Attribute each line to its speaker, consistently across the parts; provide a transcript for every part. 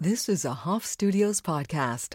Speaker 1: This is a Hoff Studios podcast.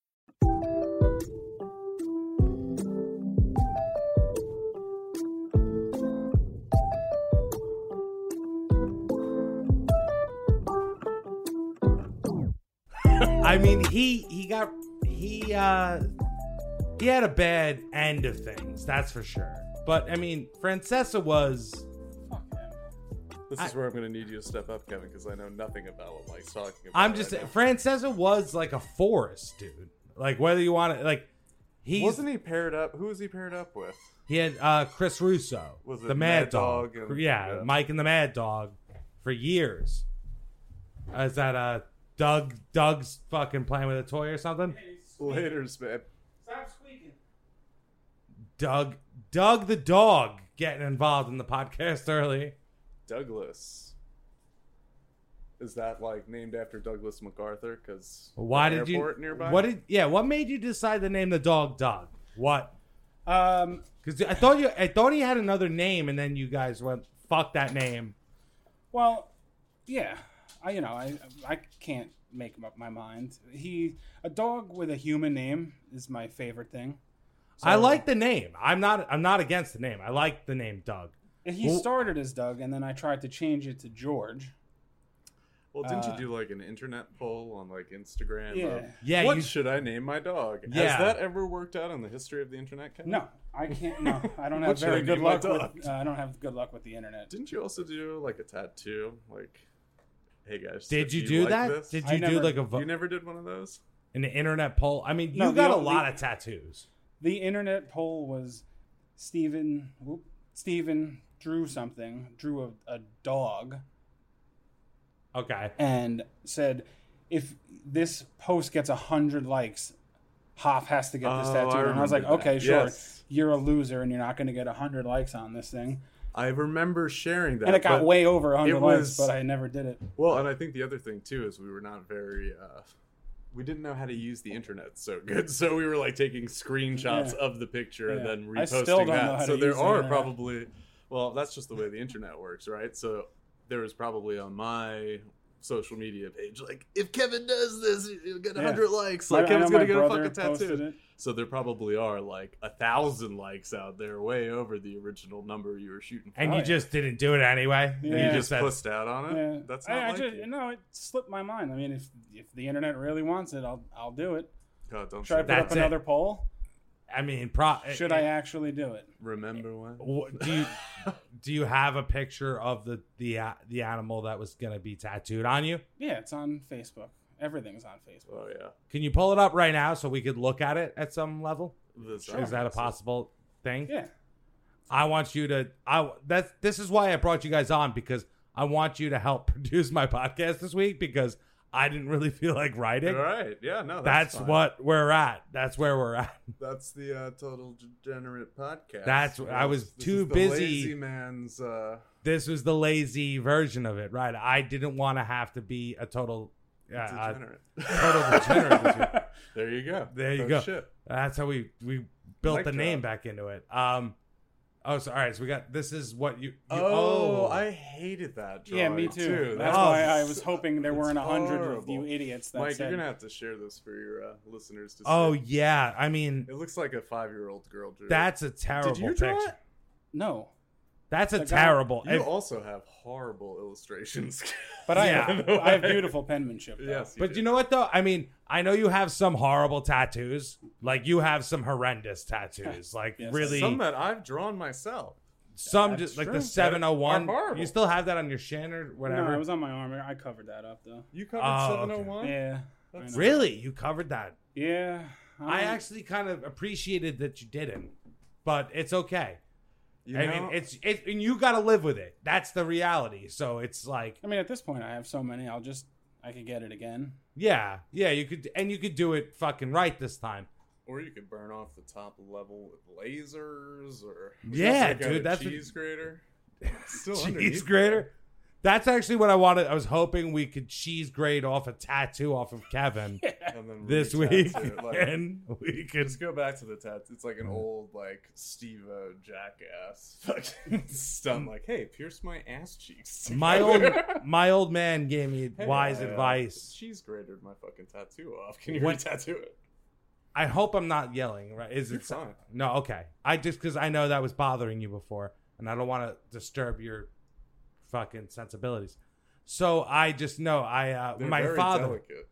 Speaker 2: I mean, he he got he uh he had a bad end of things, that's for sure. But I mean, Francesca was
Speaker 3: This is where I'm going to need you to step up, Kevin, because I know nothing about what Mike's talking about.
Speaker 2: I'm just
Speaker 3: right now.
Speaker 2: Francesca was like a forest dude. Like whether you want to like he
Speaker 3: Wasn't he paired up? Who was he paired up with?
Speaker 2: he had uh Chris Russo,
Speaker 3: Was it
Speaker 2: the Mad,
Speaker 3: Mad
Speaker 2: Dog,
Speaker 3: Dog and-
Speaker 2: yeah,
Speaker 3: yeah.
Speaker 2: Mike and the Mad Dog for years. Uh, Is that uh Doug Doug's fucking playing with a toy or something?
Speaker 3: Later's man.
Speaker 2: Doug Doug the dog getting involved in the podcast early.
Speaker 3: Douglas. Is that like named after Douglas MacArthur? Because
Speaker 2: Why did you?
Speaker 3: airport nearby?
Speaker 2: What did? Yeah. What made you decide to name the dog Doug? What?
Speaker 4: Um,
Speaker 2: Because I thought you. I thought he had another name, and then you guys went fuck that name.
Speaker 4: well, yeah, I you know I I can't make up my mind. He a dog with a human name is my favorite thing.
Speaker 2: I like the name. I'm not. I'm not against the name. I like the name Doug.
Speaker 4: He
Speaker 2: Well-
Speaker 4: started as Doug, and then I tried to change it to George.
Speaker 3: Well, didn't
Speaker 4: uh,
Speaker 3: you do like an internet poll on like Instagram? Of,
Speaker 4: Yeah.
Speaker 2: Yeah,
Speaker 3: What
Speaker 2: you-
Speaker 3: should I name my dog?
Speaker 2: Yeah.
Speaker 3: Has that ever worked out in the history of the internet? Kevin?
Speaker 4: No, I can't. No, I don't have
Speaker 3: What should
Speaker 4: very
Speaker 3: I
Speaker 4: good
Speaker 3: name my
Speaker 4: luck.
Speaker 3: dog?
Speaker 4: With, uh, I don't have good luck with the internet.
Speaker 3: Didn't you also do like a tattoo? Like, hey guys,
Speaker 2: Did
Speaker 3: if
Speaker 2: you
Speaker 3: you
Speaker 2: do
Speaker 3: like
Speaker 2: that?
Speaker 3: this-
Speaker 2: Did
Speaker 4: I
Speaker 2: you do
Speaker 4: never-
Speaker 2: like a vo-
Speaker 3: you never did one of those?
Speaker 2: an internet poll? I mean,
Speaker 4: No,
Speaker 2: you
Speaker 4: the
Speaker 2: got a
Speaker 4: only-
Speaker 2: lot of tattoos.
Speaker 4: The internet poll was Stephen. Whoop, Stephen drew something. Drew a, a dog.
Speaker 2: Okay.
Speaker 4: and said, "If this post gets a hundred likes, Hoff has to get this
Speaker 3: Oh,
Speaker 4: tattoo."
Speaker 3: I
Speaker 4: and I was like,
Speaker 3: remember
Speaker 4: "Okay,
Speaker 3: that.
Speaker 4: sure.
Speaker 3: Yes.
Speaker 4: You're a loser, and you're not going to get a hundred likes on this thing."
Speaker 3: I remember sharing that.
Speaker 4: and it got
Speaker 3: but-
Speaker 4: way over a
Speaker 3: it
Speaker 4: hundred
Speaker 3: was-
Speaker 4: likes, but I never did it.
Speaker 3: Well, and I think the other thing too is we were not very uh we didn't know how to use the internet so good. So we were like taking screenshots
Speaker 4: Yeah.
Speaker 3: of the picture
Speaker 4: Yeah.
Speaker 3: and then
Speaker 4: I
Speaker 3: reposting
Speaker 4: still don't know
Speaker 3: that.
Speaker 4: how
Speaker 3: so
Speaker 4: to
Speaker 3: there
Speaker 4: use the
Speaker 3: are
Speaker 4: internet.
Speaker 3: probably well, that's just the way the internet works, right? So there was probably on my social media page like if Kevin does this, you'll get
Speaker 4: Yeah.
Speaker 3: 100 likes.
Speaker 4: My-
Speaker 3: Like
Speaker 4: I
Speaker 3: Kevin's
Speaker 4: know
Speaker 3: going to
Speaker 4: my
Speaker 3: get a
Speaker 4: brother
Speaker 3: fucking
Speaker 4: posted
Speaker 3: tattoo.
Speaker 4: it.
Speaker 3: So there probably are like a thousand likes out there, way over the original number you were shooting. for.
Speaker 2: And
Speaker 4: Oh,
Speaker 2: you
Speaker 4: yeah.
Speaker 2: just didn't do it anyway.
Speaker 4: Yeah.
Speaker 3: And
Speaker 4: Yeah.
Speaker 3: you just
Speaker 2: said-
Speaker 3: pussed out on it.
Speaker 4: Yeah.
Speaker 3: That's not
Speaker 4: I, I
Speaker 3: like
Speaker 4: just
Speaker 3: you.
Speaker 4: no, it slipped my mind. I mean, if if the internet really wants it, I'll I'll do it.
Speaker 3: God, don't
Speaker 4: Should I
Speaker 3: say
Speaker 4: put
Speaker 3: that.
Speaker 2: That's
Speaker 4: up
Speaker 2: it.
Speaker 4: another poll?
Speaker 2: I mean, pro- uh,
Speaker 4: Should I actually do it?
Speaker 3: Remember when?
Speaker 2: Wh- do you do you have a picture of the the uh, the animal that was gonna be tattooed on you?
Speaker 4: Yeah, it's on Facebook. Everything's on Facebook.
Speaker 3: Oh yeah.
Speaker 2: Can you pull it up right now so we could look at it at some level?
Speaker 3: This
Speaker 4: Sure.
Speaker 2: Is that a possible thing?
Speaker 4: Yeah.
Speaker 2: I want you to. I that's this is why I brought you guys on because I want you to help produce my podcast this week because I didn't really feel like writing.
Speaker 3: All right. Yeah. No. That's,
Speaker 2: That's,
Speaker 3: fine.
Speaker 2: what we're at. That's where we're at.
Speaker 3: That's the uh, total degenerate podcast.
Speaker 2: That's- I was
Speaker 3: This
Speaker 2: too
Speaker 3: is the
Speaker 2: busy-
Speaker 3: Lazy man's. Uh,
Speaker 2: This was the lazy version of it, right? I didn't want to have to be a total. Uh, uh,
Speaker 3: degenerate.
Speaker 2: total degenerate this week.
Speaker 3: there you go.
Speaker 2: There you
Speaker 3: Oh,
Speaker 2: go.
Speaker 3: Shit.
Speaker 2: That's how we we built
Speaker 3: Mic
Speaker 2: the name
Speaker 3: drop.
Speaker 2: back into it. Um. Oh, so all right. So we got this is what you. you
Speaker 3: Oh, I hated that.
Speaker 4: Yeah, me
Speaker 3: drawing,
Speaker 4: too. That's
Speaker 2: Oh,
Speaker 4: why I was hoping there
Speaker 3: it's
Speaker 4: weren't a hundred of
Speaker 3: horrible.
Speaker 4: you idiots that
Speaker 3: Mike,
Speaker 4: said,
Speaker 3: you're gonna have to share this for your uh, listeners to see.
Speaker 2: Oh yeah. I mean,
Speaker 3: it looks like a five-year-old girl drew. it.
Speaker 2: that's a terrible
Speaker 3: Did you
Speaker 2: picture.
Speaker 3: draw it?
Speaker 4: "No,
Speaker 2: That's a
Speaker 4: The guy-
Speaker 2: terrible.
Speaker 3: You
Speaker 2: if-
Speaker 3: also have horrible illustrations. skills.
Speaker 4: But I,
Speaker 2: Yeah.
Speaker 4: I have beautiful penmanship. Though.
Speaker 3: yes,
Speaker 2: but you
Speaker 3: do.
Speaker 2: know what though? I mean, I know you have some horrible tattoos. Like you have some horrendous tattoos. Like
Speaker 4: Yes.
Speaker 2: really,
Speaker 3: some uh,
Speaker 2: some,
Speaker 3: that I've drawn myself.
Speaker 4: That's
Speaker 2: just like the
Speaker 4: true.
Speaker 2: seven oh one.
Speaker 3: They're horrible.
Speaker 2: You still have that on your shin or
Speaker 4: whatever.
Speaker 2: whatever.
Speaker 4: it was on my arm. I covered that up though.
Speaker 3: You covered
Speaker 2: Oh, okay.
Speaker 3: 701?
Speaker 4: Yeah. I
Speaker 3: That's-
Speaker 4: know.
Speaker 2: really, you covered that.
Speaker 4: Yeah.
Speaker 2: I actually kind of appreciated that you didn't, but it's okay.
Speaker 3: You
Speaker 2: I
Speaker 3: know?
Speaker 2: mean, it's it, and you got to live with it. That's the reality. So it's like,
Speaker 4: I mean, at this point, I have so many. I'll just I could get it again.
Speaker 2: yeah, yeah, you could and you could do it fucking right this time.
Speaker 3: or you could burn off the top level with lasers, or
Speaker 2: Yeah,
Speaker 3: Like a
Speaker 2: dude, that's what-
Speaker 3: cheese grater. Still
Speaker 2: Cheese
Speaker 3: underneath
Speaker 2: grater. That's actually what I wanted. I was hoping we could cheese grate off a tattoo off of Kevin
Speaker 3: that, and then
Speaker 2: this
Speaker 3: reach out
Speaker 2: week,
Speaker 3: to it, like-
Speaker 2: and we Mm. could
Speaker 3: Just go back to the tattoo. It's like an old like Steve O jackass fucking stunt. Like, hey, pierce my ass cheeks.
Speaker 2: My old
Speaker 3: together."
Speaker 2: my old man gave me
Speaker 3: Hey,
Speaker 2: wise
Speaker 3: I, uh,
Speaker 2: advice.
Speaker 3: She's grated my fucking tattoo off. Can you
Speaker 2: What-
Speaker 3: re-tattoo it?
Speaker 2: I hope I'm not yelling. Right? Is
Speaker 3: You're
Speaker 2: it so-
Speaker 3: fine.
Speaker 2: no? Okay. I just because I know that was bothering you before, and I don't want to disturb your fucking sensibilities. So I just know I uh,
Speaker 3: They're
Speaker 2: my
Speaker 3: very
Speaker 2: father.
Speaker 3: delicate.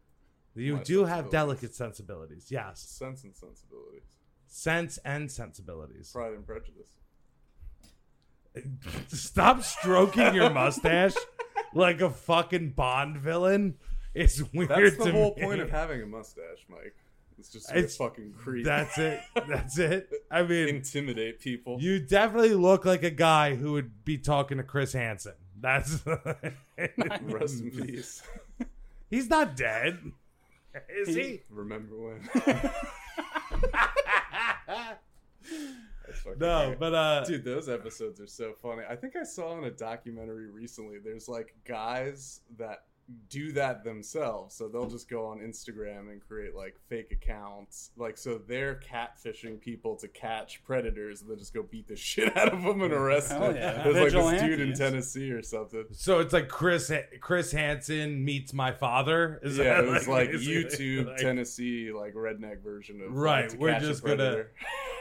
Speaker 2: You
Speaker 3: my
Speaker 2: do have
Speaker 3: sensibilities.
Speaker 2: delicate sensibilities. Yes,
Speaker 3: Sense and sensibilities.
Speaker 2: sense and sensibilities.
Speaker 3: Pride and prejudice.
Speaker 2: Stop stroking your mustache like a fucking Bond villain. It's weird.
Speaker 3: That's the
Speaker 2: to
Speaker 3: whole
Speaker 2: me.
Speaker 3: point of having a mustache, Mike. It's just
Speaker 2: It's-
Speaker 3: it's, fucking creep.
Speaker 2: That's it. That's it. I mean,
Speaker 3: intimidate people.
Speaker 2: You definitely look like a guy who would be talking to Chris Hansen. That's
Speaker 3: Rest in peace.
Speaker 2: he's not dead, is he?
Speaker 3: Remember when? That's fucking
Speaker 2: No,
Speaker 3: great.
Speaker 2: but uh,
Speaker 3: Dude, those episodes are so funny. I think I saw in a documentary recently there's like guys that do that themselves. So they'll just go on Instagram and create like fake accounts. Like, so they're catfishing people to catch predators and then just go beat the shit out of them and arrest
Speaker 4: Hell
Speaker 3: them.
Speaker 4: yeah.
Speaker 3: There's like this dude in
Speaker 4: Vigilantes.
Speaker 3: Tennessee or something.
Speaker 2: so it's like Chris Chris Hansen meets my father. Is
Speaker 3: yeah,
Speaker 2: that
Speaker 3: it was like
Speaker 2: basically,
Speaker 3: YouTube
Speaker 2: like,
Speaker 3: Tennessee, like redneck version of like,
Speaker 2: Right,
Speaker 3: to
Speaker 2: we're
Speaker 3: catch a
Speaker 2: just gonna-
Speaker 3: predator.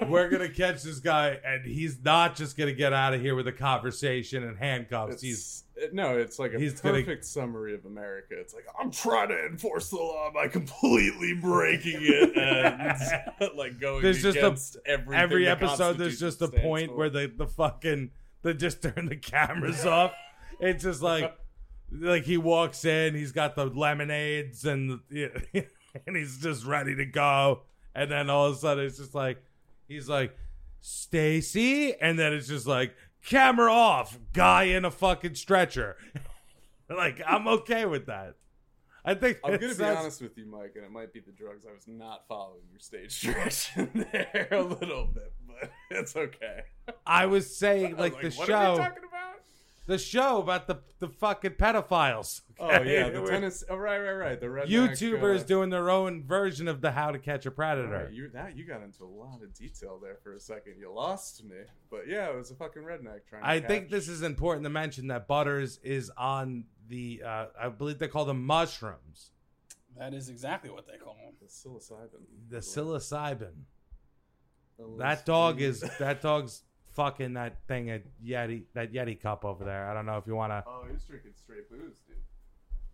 Speaker 2: We're gonna catch this guy, and he's not just gonna get out of here with a conversation and handcuffs.
Speaker 3: It's,
Speaker 2: He's
Speaker 3: it- no, it's like a
Speaker 2: he's gonna-
Speaker 3: perfect summary of America. It's like I'm trying to enforce the law by completely breaking it and like going
Speaker 2: There's just a-
Speaker 3: against everything
Speaker 2: every
Speaker 3: the
Speaker 2: episode there's
Speaker 3: Constitution
Speaker 2: just a
Speaker 3: stands
Speaker 2: point
Speaker 3: for.
Speaker 2: where the the fucking they just turn the cameras off it's just like like he walks in he's got the lemonades and the, and he's just ready to go and then all of a sudden it's just like he's like stacy and then it's just like camera off guy in a fucking stretcher like i'm okay with that i think
Speaker 3: I'm
Speaker 2: it
Speaker 3: gonna be
Speaker 2: says-
Speaker 3: honest with you, Mike, and it might be the drugs. I was not following your stage direction there a little bit, but it's okay.
Speaker 2: i was saying
Speaker 3: I was
Speaker 2: like, the
Speaker 3: what
Speaker 2: show
Speaker 3: Are we talking about?
Speaker 2: the show about the the fucking pedophiles.
Speaker 3: Oh yeah,
Speaker 2: okay?
Speaker 3: the tennis. Oh right, right, right. The redneck,
Speaker 2: YouTubers
Speaker 3: uh,
Speaker 2: doing their own version of the How to Catch a
Speaker 3: All
Speaker 2: Predator.
Speaker 3: right, you that you got into a lot of detail there for a second. You lost me, but yeah, it was a fucking redneck trying. To
Speaker 2: I think
Speaker 3: catch-
Speaker 2: this is important to mention that Butters is on the uh, I believe they call them mushrooms,
Speaker 4: That is exactly what they call them.
Speaker 3: the psilocybin.
Speaker 2: the psilocybin. That dog is that dog's fucking that thing a yeti that yeti cup over there. I don't know if you want to.
Speaker 3: Oh, he's drinking straight booze, dude.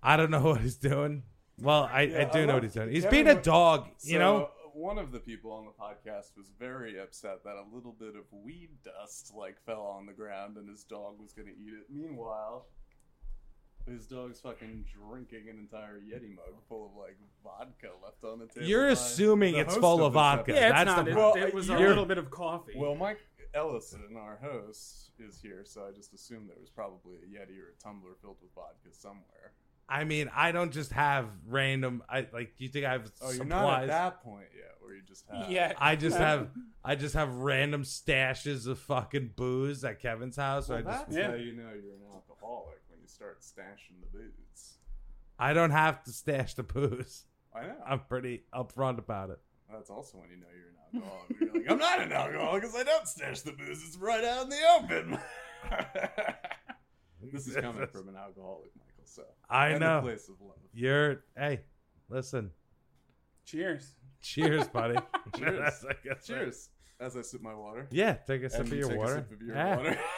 Speaker 2: I don't know what he's doing. Well, I, I
Speaker 3: Yeah,
Speaker 2: do
Speaker 3: I
Speaker 2: know
Speaker 3: love-
Speaker 2: what he's doing. He's
Speaker 3: Kevin
Speaker 2: being a
Speaker 3: wa-
Speaker 2: dog, you
Speaker 3: So, uh,
Speaker 2: know.
Speaker 3: one of the people on the podcast was very upset that a little bit of weed dust like fell on the ground and his dog was going to eat it. Meanwhile, his dog's fucking drinking an entire Yeti mug full of like vodka left on the table.
Speaker 2: You're
Speaker 3: by
Speaker 2: assuming
Speaker 3: the
Speaker 2: it's
Speaker 3: host
Speaker 2: full of
Speaker 3: this
Speaker 2: vodka.
Speaker 3: episode.
Speaker 2: Yeah, it's That's not. the It-
Speaker 3: problem. it was a You're- little
Speaker 4: bit of coffee.
Speaker 3: Well, Mike Ellison, our host, is here, so I just assumed there was probably a Yeti or a tumbler filled with vodka somewhere.
Speaker 2: I mean, I don't just have random. I like. Do you think I have
Speaker 3: Oh,
Speaker 2: supplies?
Speaker 3: you're not at that point yet, where you just have.
Speaker 4: yeah,
Speaker 2: I just have. I just have random stashes of fucking booze at Kevin's house.
Speaker 3: So
Speaker 2: I just.
Speaker 3: that's
Speaker 4: Yeah.
Speaker 3: how you know you're an alcoholic when you start stashing the booze.
Speaker 2: I don't have to stash the booze.
Speaker 3: I know.
Speaker 2: I'm pretty upfront about it.
Speaker 3: That's also when you know you're an alcoholic. You're like, I'm not an alcoholic because I don't stash the booze. It's right out in the open. this is coming from an alcoholic, Michael. So
Speaker 2: I
Speaker 3: And
Speaker 2: know.
Speaker 3: The place of love.
Speaker 2: You're. Hey, listen.
Speaker 4: Cheers.
Speaker 2: Cheers, buddy.
Speaker 3: Cheers.
Speaker 2: I guess.
Speaker 3: Cheers. As I sip my water.
Speaker 2: Yeah, take a sip
Speaker 3: And
Speaker 2: of
Speaker 3: you
Speaker 2: your
Speaker 3: take a
Speaker 2: water.
Speaker 3: sip of your
Speaker 4: Ah.
Speaker 2: yeah.
Speaker 3: water.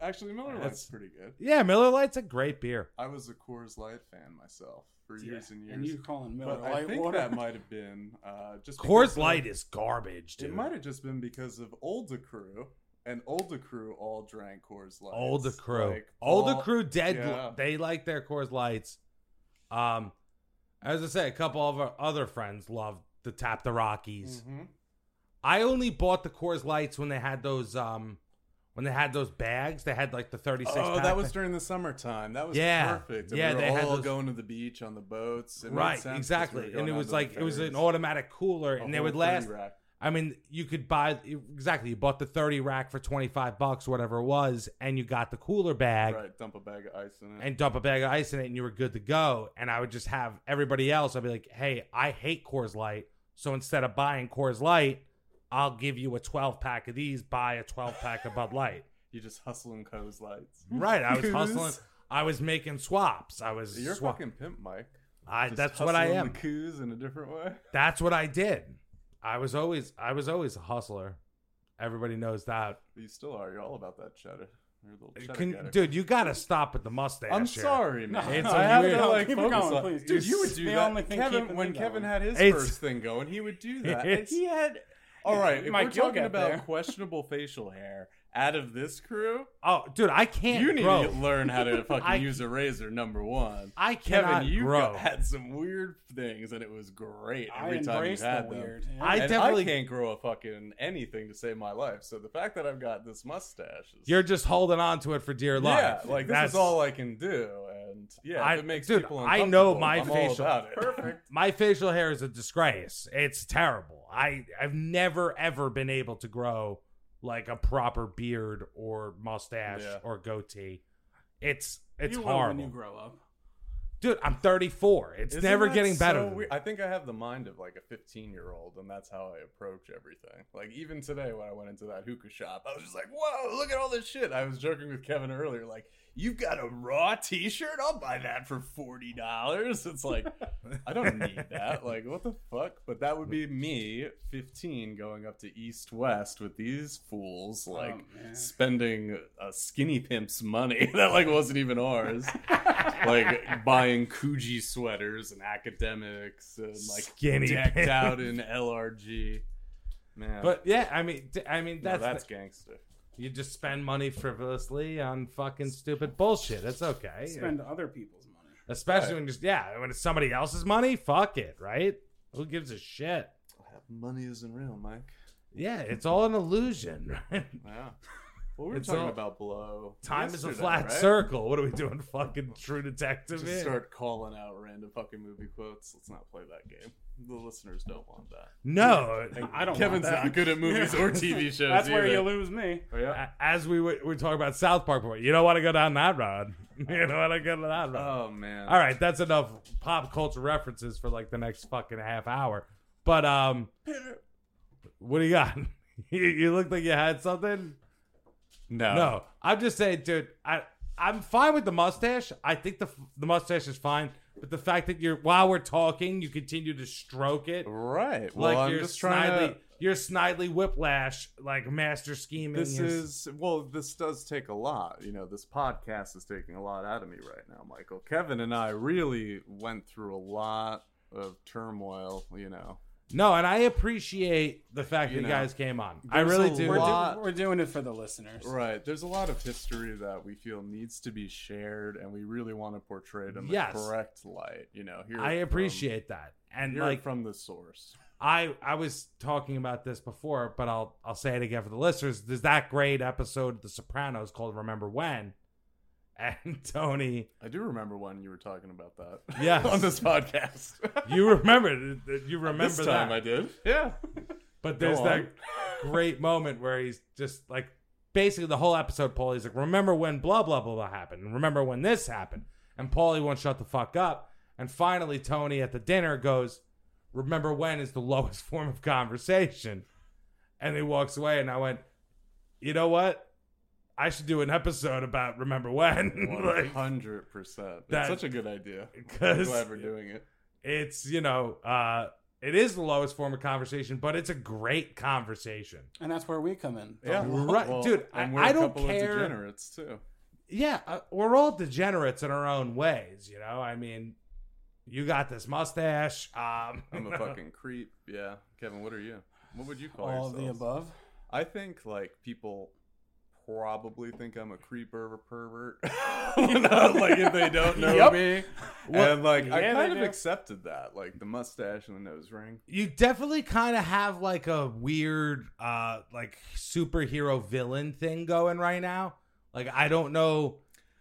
Speaker 3: Actually, Miller Lite's
Speaker 2: That's-
Speaker 3: pretty good.
Speaker 2: Yeah, Miller Lite's a great beer.
Speaker 3: I was a Coors Light fan myself for years and years.
Speaker 4: And you calling Miller
Speaker 3: but
Speaker 4: Light
Speaker 3: I think
Speaker 4: water?
Speaker 3: that might have been uh, just
Speaker 2: Coors
Speaker 3: because
Speaker 2: Light
Speaker 3: of,
Speaker 2: is garbage, dude.
Speaker 3: It might have just been because of older crew, and older crew all drank Coors Light.
Speaker 2: Older crew.
Speaker 3: Like,
Speaker 2: Older
Speaker 3: Paul-
Speaker 2: crew dead.
Speaker 3: yeah.
Speaker 2: They like their Coors Lights. Um, as I say, a couple of our other friends love the Tap the Rockies.
Speaker 3: Mhm.
Speaker 2: I only bought the Coors Lights when they had those um, when they had those bags. They had like the thirty six.
Speaker 3: Oh, that was during the summertime. That was
Speaker 2: Yeah.
Speaker 3: perfect. And
Speaker 2: Yeah,
Speaker 3: we were
Speaker 2: they had
Speaker 3: all
Speaker 2: those-
Speaker 3: going to the beach on the boats. It made
Speaker 2: right,
Speaker 3: sense 'cause we were
Speaker 2: exactly.
Speaker 3: going
Speaker 2: And it
Speaker 3: on
Speaker 2: was
Speaker 3: those
Speaker 2: like it was an
Speaker 3: ferries.
Speaker 2: automatic cooler,
Speaker 3: A
Speaker 2: and they
Speaker 3: whole
Speaker 2: would
Speaker 3: three
Speaker 2: last.
Speaker 3: rack.
Speaker 2: I mean, you could buy exactly. You bought the thirty rack for twenty five bucks, whatever it was, and you got the cooler bag.
Speaker 3: Right, dump a bag of ice in it.
Speaker 2: and dump a bag of ice in it and you were good to go. And I would just have everybody else, I'd be like, hey, I hate Coors Light. So instead of buying Coors Light, I'll give you a 12 pack of these, buy a 12 pack of Bud Light.
Speaker 3: you just hustling Coors Lights.
Speaker 2: Right. I was
Speaker 3: Coors.
Speaker 2: hustling. I was making swaps. I was
Speaker 3: You're a
Speaker 2: swa-
Speaker 3: fucking pimp, Mike.
Speaker 2: I,
Speaker 3: Just
Speaker 2: that's what I
Speaker 3: hustling
Speaker 2: am.
Speaker 3: The coos in a different way.
Speaker 2: That's what I did. I was always I was always a hustler. Everybody knows that.
Speaker 3: You still are. You're all about that cheddar. You're a little cheddar
Speaker 2: Can,
Speaker 3: getter.
Speaker 2: dude, you got to stop with the mustache.
Speaker 3: I'm
Speaker 2: here.
Speaker 3: sorry, man.
Speaker 2: It's
Speaker 3: I
Speaker 2: a
Speaker 3: have
Speaker 2: weird-
Speaker 3: to like
Speaker 4: Keep it
Speaker 3: focus
Speaker 4: going,
Speaker 3: on.
Speaker 4: please.
Speaker 3: Dude,
Speaker 4: It's
Speaker 3: you would do
Speaker 4: the
Speaker 3: that.
Speaker 4: only thing
Speaker 3: Kevin,
Speaker 4: keeping
Speaker 3: when
Speaker 4: me
Speaker 3: Kevin
Speaker 4: going.
Speaker 3: had his
Speaker 2: It's-
Speaker 3: first thing going, he would do that.
Speaker 2: It's-
Speaker 3: he had. All right, if
Speaker 4: Mike,
Speaker 3: we're
Speaker 4: you'll
Speaker 3: talking
Speaker 4: get
Speaker 3: about
Speaker 4: there.
Speaker 3: questionable facial hair out of this crew,
Speaker 2: Oh, dude, I can't
Speaker 3: you need
Speaker 2: grow.
Speaker 3: to learn how to fucking
Speaker 2: I-
Speaker 3: use a razor. Number one.
Speaker 2: I cannot
Speaker 3: Kevin, you
Speaker 2: grow.
Speaker 3: got- had some weird things, and it was great
Speaker 4: I
Speaker 3: every time you
Speaker 4: embrace
Speaker 3: had
Speaker 4: the
Speaker 3: them.
Speaker 4: weird. yeah.
Speaker 2: I
Speaker 3: And
Speaker 2: definitely
Speaker 3: I can't grow a fucking anything to save my life. So the fact that I've got this mustache is
Speaker 2: You're just holding on to it for dear life.
Speaker 3: Yeah, like
Speaker 2: That's-
Speaker 3: this is all I can do, and yeah,
Speaker 2: I-
Speaker 3: if it makes
Speaker 2: dude,
Speaker 3: people.
Speaker 2: I know
Speaker 3: uncomfortable,
Speaker 2: my
Speaker 3: I'm
Speaker 2: facial-
Speaker 3: All about it.
Speaker 4: Perfect.
Speaker 2: My facial hair is a disgrace. It's terrible. I I've never ever been able to grow like a proper beard or mustache
Speaker 3: Yeah.
Speaker 2: or goatee. It's it's
Speaker 4: you will when you
Speaker 2: horrible,
Speaker 4: grow up.
Speaker 2: dude. I'm 34. It's
Speaker 3: Isn't
Speaker 2: never
Speaker 3: that
Speaker 2: getting better.
Speaker 3: so
Speaker 2: than
Speaker 3: weird?
Speaker 2: that.
Speaker 3: I think I have the mind of like a 15 year old, and that's how I approach everything. Like even today, when I went into that hookah shop, I was just like, "Whoa, look at all this shit!" I was joking with Kevin earlier, like, "You've got a raw T-shirt? I'll buy that for forty dollars." It's like, I don't need that. Like, what the fuck? But that would be me, 15, going up to East West with these fools, like
Speaker 4: man.
Speaker 3: spending a skinny pimp's money that like wasn't even ours like buying Coogee sweaters and academics and like
Speaker 2: Skinny
Speaker 3: decked
Speaker 2: pants.
Speaker 3: out in LRG. Man,
Speaker 2: But yeah, I mean, d- I mean
Speaker 3: no,
Speaker 2: that's,
Speaker 3: that's,
Speaker 2: the-
Speaker 3: gangster.
Speaker 2: you just spend money frivolously on fucking stupid bullshit. It's okay,
Speaker 4: Spend other people's money.
Speaker 2: especially when just yeah, when it's somebody else's money. Fuck it, right? Who gives a shit?
Speaker 3: Money isn't real, Mike.
Speaker 2: Yeah, it's all an illusion. right?
Speaker 3: Yeah. Well, we were
Speaker 2: It's
Speaker 3: talking
Speaker 2: all-
Speaker 3: about blow.
Speaker 2: Time is a
Speaker 3: yesterday,
Speaker 2: flat
Speaker 3: right?
Speaker 2: circle. What are we doing, fucking True Detective?
Speaker 3: Just
Speaker 2: here?
Speaker 3: start calling out random fucking movie quotes. Let's not play that game. The listeners don't want that.
Speaker 2: No,
Speaker 4: I don't.
Speaker 3: Kevin's
Speaker 4: want that.
Speaker 3: not good at movies or TV shows.
Speaker 4: That's where
Speaker 3: either.
Speaker 4: you lose me.
Speaker 3: Yeah.
Speaker 2: a- as we were, we were talking about South Park before, you don't want to go down that road. You don't want to go down that road.
Speaker 3: Oh man.
Speaker 2: All right, that's enough pop culture references for like the next fucking half hour. But um, what do you got? you, you looked like you had something.
Speaker 3: No.
Speaker 2: No, I'm just saying, dude. I I'm fine with the mustache. I think the the mustache is fine, but the fact that you're while we're talking, you continue to stroke it.
Speaker 3: Right. Well,
Speaker 2: like
Speaker 3: I'm
Speaker 2: you're
Speaker 3: just
Speaker 2: snidely,
Speaker 3: trying to.
Speaker 2: you're snidely whiplash, like master scheming.
Speaker 3: This is well. This does take a lot. You know, this podcast is taking a lot out of me right now, Michael. Kevin and I really went through a lot of turmoil. You know,
Speaker 2: no, and I appreciate the fact
Speaker 3: You
Speaker 2: that you
Speaker 3: know,
Speaker 2: guys came on. I
Speaker 3: there's
Speaker 2: really
Speaker 3: a
Speaker 2: do.
Speaker 4: We're,
Speaker 3: lot-
Speaker 4: do,
Speaker 3: Lot.
Speaker 4: we're doing it for the listeners.
Speaker 3: right? There's a lot of history that we feel needs to be shared, and we really want to portray it in the
Speaker 2: Yes.
Speaker 3: correct light. You know, here
Speaker 2: I appreciate that, and
Speaker 3: Hear it
Speaker 2: like
Speaker 3: from the source.
Speaker 2: I I was talking about this before, but I'll I'll say it again for the listeners. There's that great episode of The Sopranos called "Remember When," and Tony.
Speaker 3: I do remember when you were talking about that.
Speaker 2: Yes.
Speaker 3: on this podcast.
Speaker 2: You remember you remember
Speaker 3: this time
Speaker 2: that.
Speaker 3: I did. Yeah.
Speaker 2: But
Speaker 3: Go
Speaker 2: there's that
Speaker 3: on.
Speaker 2: great moment where he's just like, basically the whole episode, Paulie's like, remember when blah, blah, blah, blah happened. And remember when this happened. And Paulie won't shut the fuck up. And finally, Tony at the dinner goes, remember when is the lowest form of conversation. And he walks away. And I went, you know what? I should do an episode about remember when.
Speaker 3: One
Speaker 2: like,
Speaker 3: hundred percent.
Speaker 2: that-
Speaker 3: That's such a good idea. I'm
Speaker 2: because
Speaker 3: glad we're doing it.
Speaker 2: it's, you know, uh, it is the lowest form of conversation, but it's a great conversation.
Speaker 4: And that's where we come in.
Speaker 3: Yeah,
Speaker 2: Right, dude, I- I don't care.
Speaker 3: Of degenerates too.
Speaker 2: yeah, uh, we're all degenerates in our own ways, you know. I mean, you got this mustache. Um,
Speaker 3: I'm a fucking creep. Yeah, Kevin, what are you? What would you call
Speaker 4: All of the
Speaker 3: yourselves?
Speaker 4: above.
Speaker 3: I think like people probably think I'm a creeper or pervert. like if they don't know
Speaker 4: Yep.
Speaker 3: me, and like I
Speaker 4: yeah, they
Speaker 3: kind of
Speaker 4: do.
Speaker 3: accepted that, like the mustache and the nose ring.
Speaker 2: you definitely kind of have like a weird uh like superhero villain thing going right now like i don't know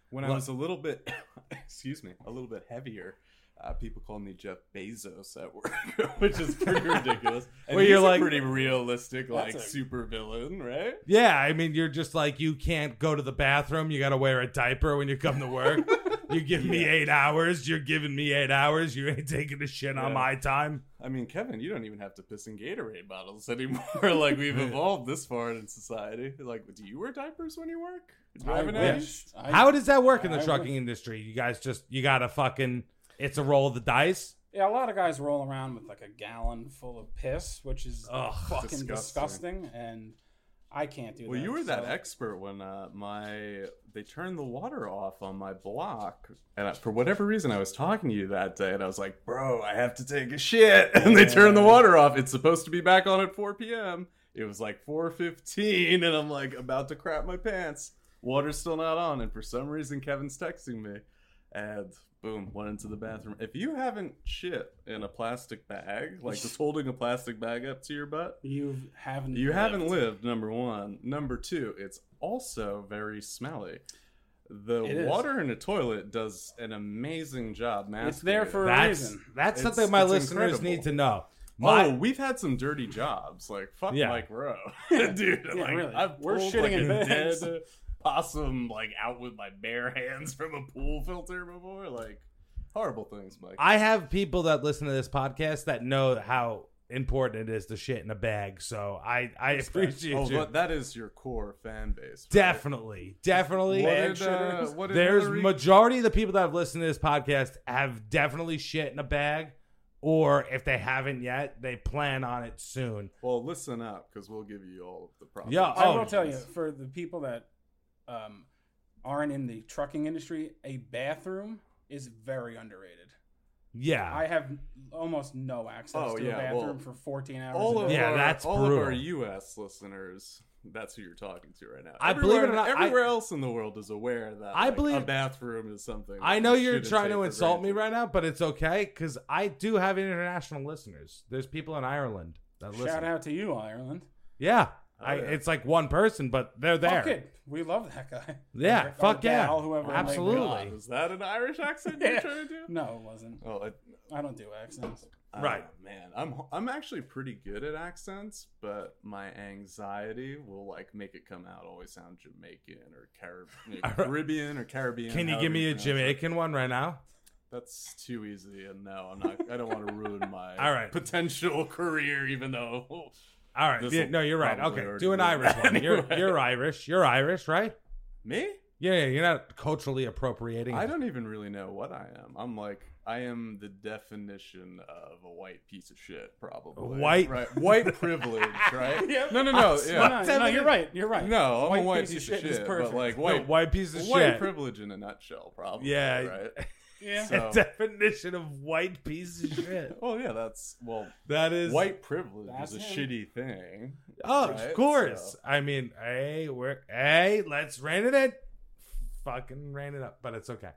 Speaker 3: When
Speaker 2: Look-
Speaker 3: I was a little bit, excuse me, a little bit heavier, uh, people called me Jeff Bezos at work, which is pretty ridiculous. And
Speaker 2: Well,
Speaker 3: he's
Speaker 2: you're
Speaker 3: a
Speaker 2: like-
Speaker 3: pretty realistic, like
Speaker 4: That's a-
Speaker 3: super villain, right?
Speaker 2: yeah i mean you're just like you can't go to the bathroom you gotta wear a diaper when you come to work you give me eight hours you're giving me eight hours you ain't taking a shit on
Speaker 3: Yeah.
Speaker 2: my time
Speaker 3: I mean, Kevin, you don't even have to piss in Gatorade bottles anymore. like we've evolved this far in society. Like, do you wear diapers when you work? Driving
Speaker 4: I
Speaker 3: at you?
Speaker 4: wish. I-
Speaker 2: how does that work in the
Speaker 4: I- I
Speaker 2: trucking
Speaker 4: would-
Speaker 2: industry you guys just you gotta fucking it's a roll of the dice
Speaker 4: Yeah, a lot of guys roll around with like a gallon full of piss, which is
Speaker 2: Ugh,
Speaker 4: fucking
Speaker 3: disgusting.
Speaker 4: disgusting. and I can't do
Speaker 3: Well,
Speaker 4: that.
Speaker 3: you were that
Speaker 4: so-
Speaker 3: expert when uh, my they turned the water off on my block, and I, for whatever reason, I was talking to you that day, and I was like, "Bro, I have to take a shit," and they turned the water off. It's supposed to be back on at 4 p.m. It was like 4:15, and I'm like about to crap my pants. Water's still not on, and for some reason, Kevin's texting me, and boom, went into the bathroom. If you haven't shit in a plastic bag, like just holding a plastic bag up to your butt,
Speaker 4: You haven't.
Speaker 3: you haven't
Speaker 4: lived.
Speaker 3: lived, number one. Number two, it's also very smelly. The
Speaker 4: It is.
Speaker 3: water in a toilet does an amazing job masking.
Speaker 4: It's there
Speaker 3: it.
Speaker 4: for a
Speaker 2: that's
Speaker 4: reason.
Speaker 2: that's
Speaker 3: It's-
Speaker 2: something my
Speaker 3: it's
Speaker 2: listeners
Speaker 3: incredible.
Speaker 2: need to know my,
Speaker 3: Oh, we've had some dirty jobs. Like fuck
Speaker 2: Yeah.
Speaker 3: Mike Rowe, dude.
Speaker 4: Yeah,
Speaker 3: like
Speaker 4: really.
Speaker 3: I've
Speaker 4: We're
Speaker 3: pulled,
Speaker 4: shitting
Speaker 3: like,
Speaker 4: in
Speaker 3: a
Speaker 4: bed.
Speaker 3: dead possum like out with my bare hands from a pool filter before. Like horrible things, Mike.
Speaker 2: I have people that listen to this podcast that know how important it is to shit in a bag. So I I appreciate
Speaker 3: oh,
Speaker 2: you.
Speaker 3: but that is your core fan base. right?
Speaker 2: definitely, definitely.
Speaker 3: What did, uh, what did
Speaker 2: There's
Speaker 3: Hillary-
Speaker 2: majority of the people that have listened to this podcast have definitely shit in a bag, or if they haven't yet, they plan on it soon.
Speaker 3: Well, listen up, because we'll give you all of the problems.
Speaker 2: Yeah,
Speaker 4: I
Speaker 2: Oh,
Speaker 4: will tell you,
Speaker 2: geez.
Speaker 4: for the people that um, aren't in the trucking industry, a bathroom is very underrated.
Speaker 2: Yeah,
Speaker 4: I have almost no access
Speaker 3: Oh,
Speaker 4: to
Speaker 3: yeah,
Speaker 4: a bathroom
Speaker 3: well,
Speaker 4: for 14 hours.
Speaker 3: all
Speaker 4: a
Speaker 3: of
Speaker 4: day.
Speaker 2: Yeah,
Speaker 3: our,
Speaker 2: that's
Speaker 3: all of our
Speaker 2: brutal.
Speaker 3: U.S. listeners. That's who you're talking to right now.
Speaker 2: I
Speaker 3: Everywhere-
Speaker 2: believe it or not, I-
Speaker 3: everywhere else in the world is aware that
Speaker 2: I
Speaker 3: like,
Speaker 2: believe-
Speaker 3: a bathroom is something.
Speaker 2: I
Speaker 3: that
Speaker 2: know
Speaker 3: you
Speaker 2: you're
Speaker 3: shouldn't
Speaker 2: trying
Speaker 3: take
Speaker 2: to
Speaker 3: for
Speaker 2: insult me
Speaker 3: granted.
Speaker 2: right now, but it's okay because I do have international listeners. There's people in Ireland that listen.
Speaker 4: Shout out to you, Ireland.
Speaker 2: Yeah, I,
Speaker 3: Oh, yeah.
Speaker 2: it's like one person, but they're there.
Speaker 4: Fuck it. We love that guy.
Speaker 2: Yeah,
Speaker 4: Or- or
Speaker 2: fuck yeah.
Speaker 4: gal, whoever it might be.
Speaker 2: Absolutely.
Speaker 3: Is that an Irish accent you're trying to do?
Speaker 4: No, it wasn't.
Speaker 3: Oh, I,
Speaker 4: I don't do accents.
Speaker 3: Oh,
Speaker 2: Right.
Speaker 3: man. I'm I'm actually pretty good at accents, but my anxiety will like make it come out always sound Jamaican or Carib- Caribbean or Caribbean.
Speaker 2: Can you
Speaker 3: however
Speaker 2: give me a
Speaker 3: pronounce it.
Speaker 2: Jamaican one right now?
Speaker 3: That's too easy, and no, I'm not. I don't want to ruin my
Speaker 2: All right.
Speaker 3: potential career, even though
Speaker 2: All right.
Speaker 3: This
Speaker 2: yeah,
Speaker 3: will
Speaker 2: no, you're right.
Speaker 3: probably
Speaker 2: Okay,
Speaker 3: already
Speaker 2: do an
Speaker 3: be-
Speaker 2: Irish one. You're
Speaker 3: Anyway.
Speaker 2: you're Irish. You're Irish, right?
Speaker 3: me,
Speaker 2: Yeah, yeah, you're not culturally appropriating.
Speaker 3: I
Speaker 2: it.
Speaker 3: don't even really know what I am. I'm like, I am the definition of a white piece of shit, probably
Speaker 2: White-
Speaker 3: right? White privilege, right? No, no, no, yeah.
Speaker 4: No, no, no, you're right. You're right.
Speaker 3: No, I'm a white piece, of shit,
Speaker 4: is
Speaker 3: but
Speaker 4: perfect.
Speaker 3: like
Speaker 2: No,
Speaker 3: white,
Speaker 2: white piece of
Speaker 3: white
Speaker 2: shit.
Speaker 3: privilege in a nutshell, probably.
Speaker 2: Yeah.
Speaker 3: right.
Speaker 4: yeah.
Speaker 3: So-
Speaker 2: The definition of white piece of shit.
Speaker 3: Well, yeah, that's well,
Speaker 2: That is
Speaker 3: white privilege
Speaker 4: That's
Speaker 3: is a
Speaker 4: him.
Speaker 3: shitty thing.
Speaker 2: Oh,
Speaker 3: right?
Speaker 2: of course.
Speaker 3: So-
Speaker 2: I mean, hey, we're hey, let's rein it in. Fucking rein it up, but it's okay.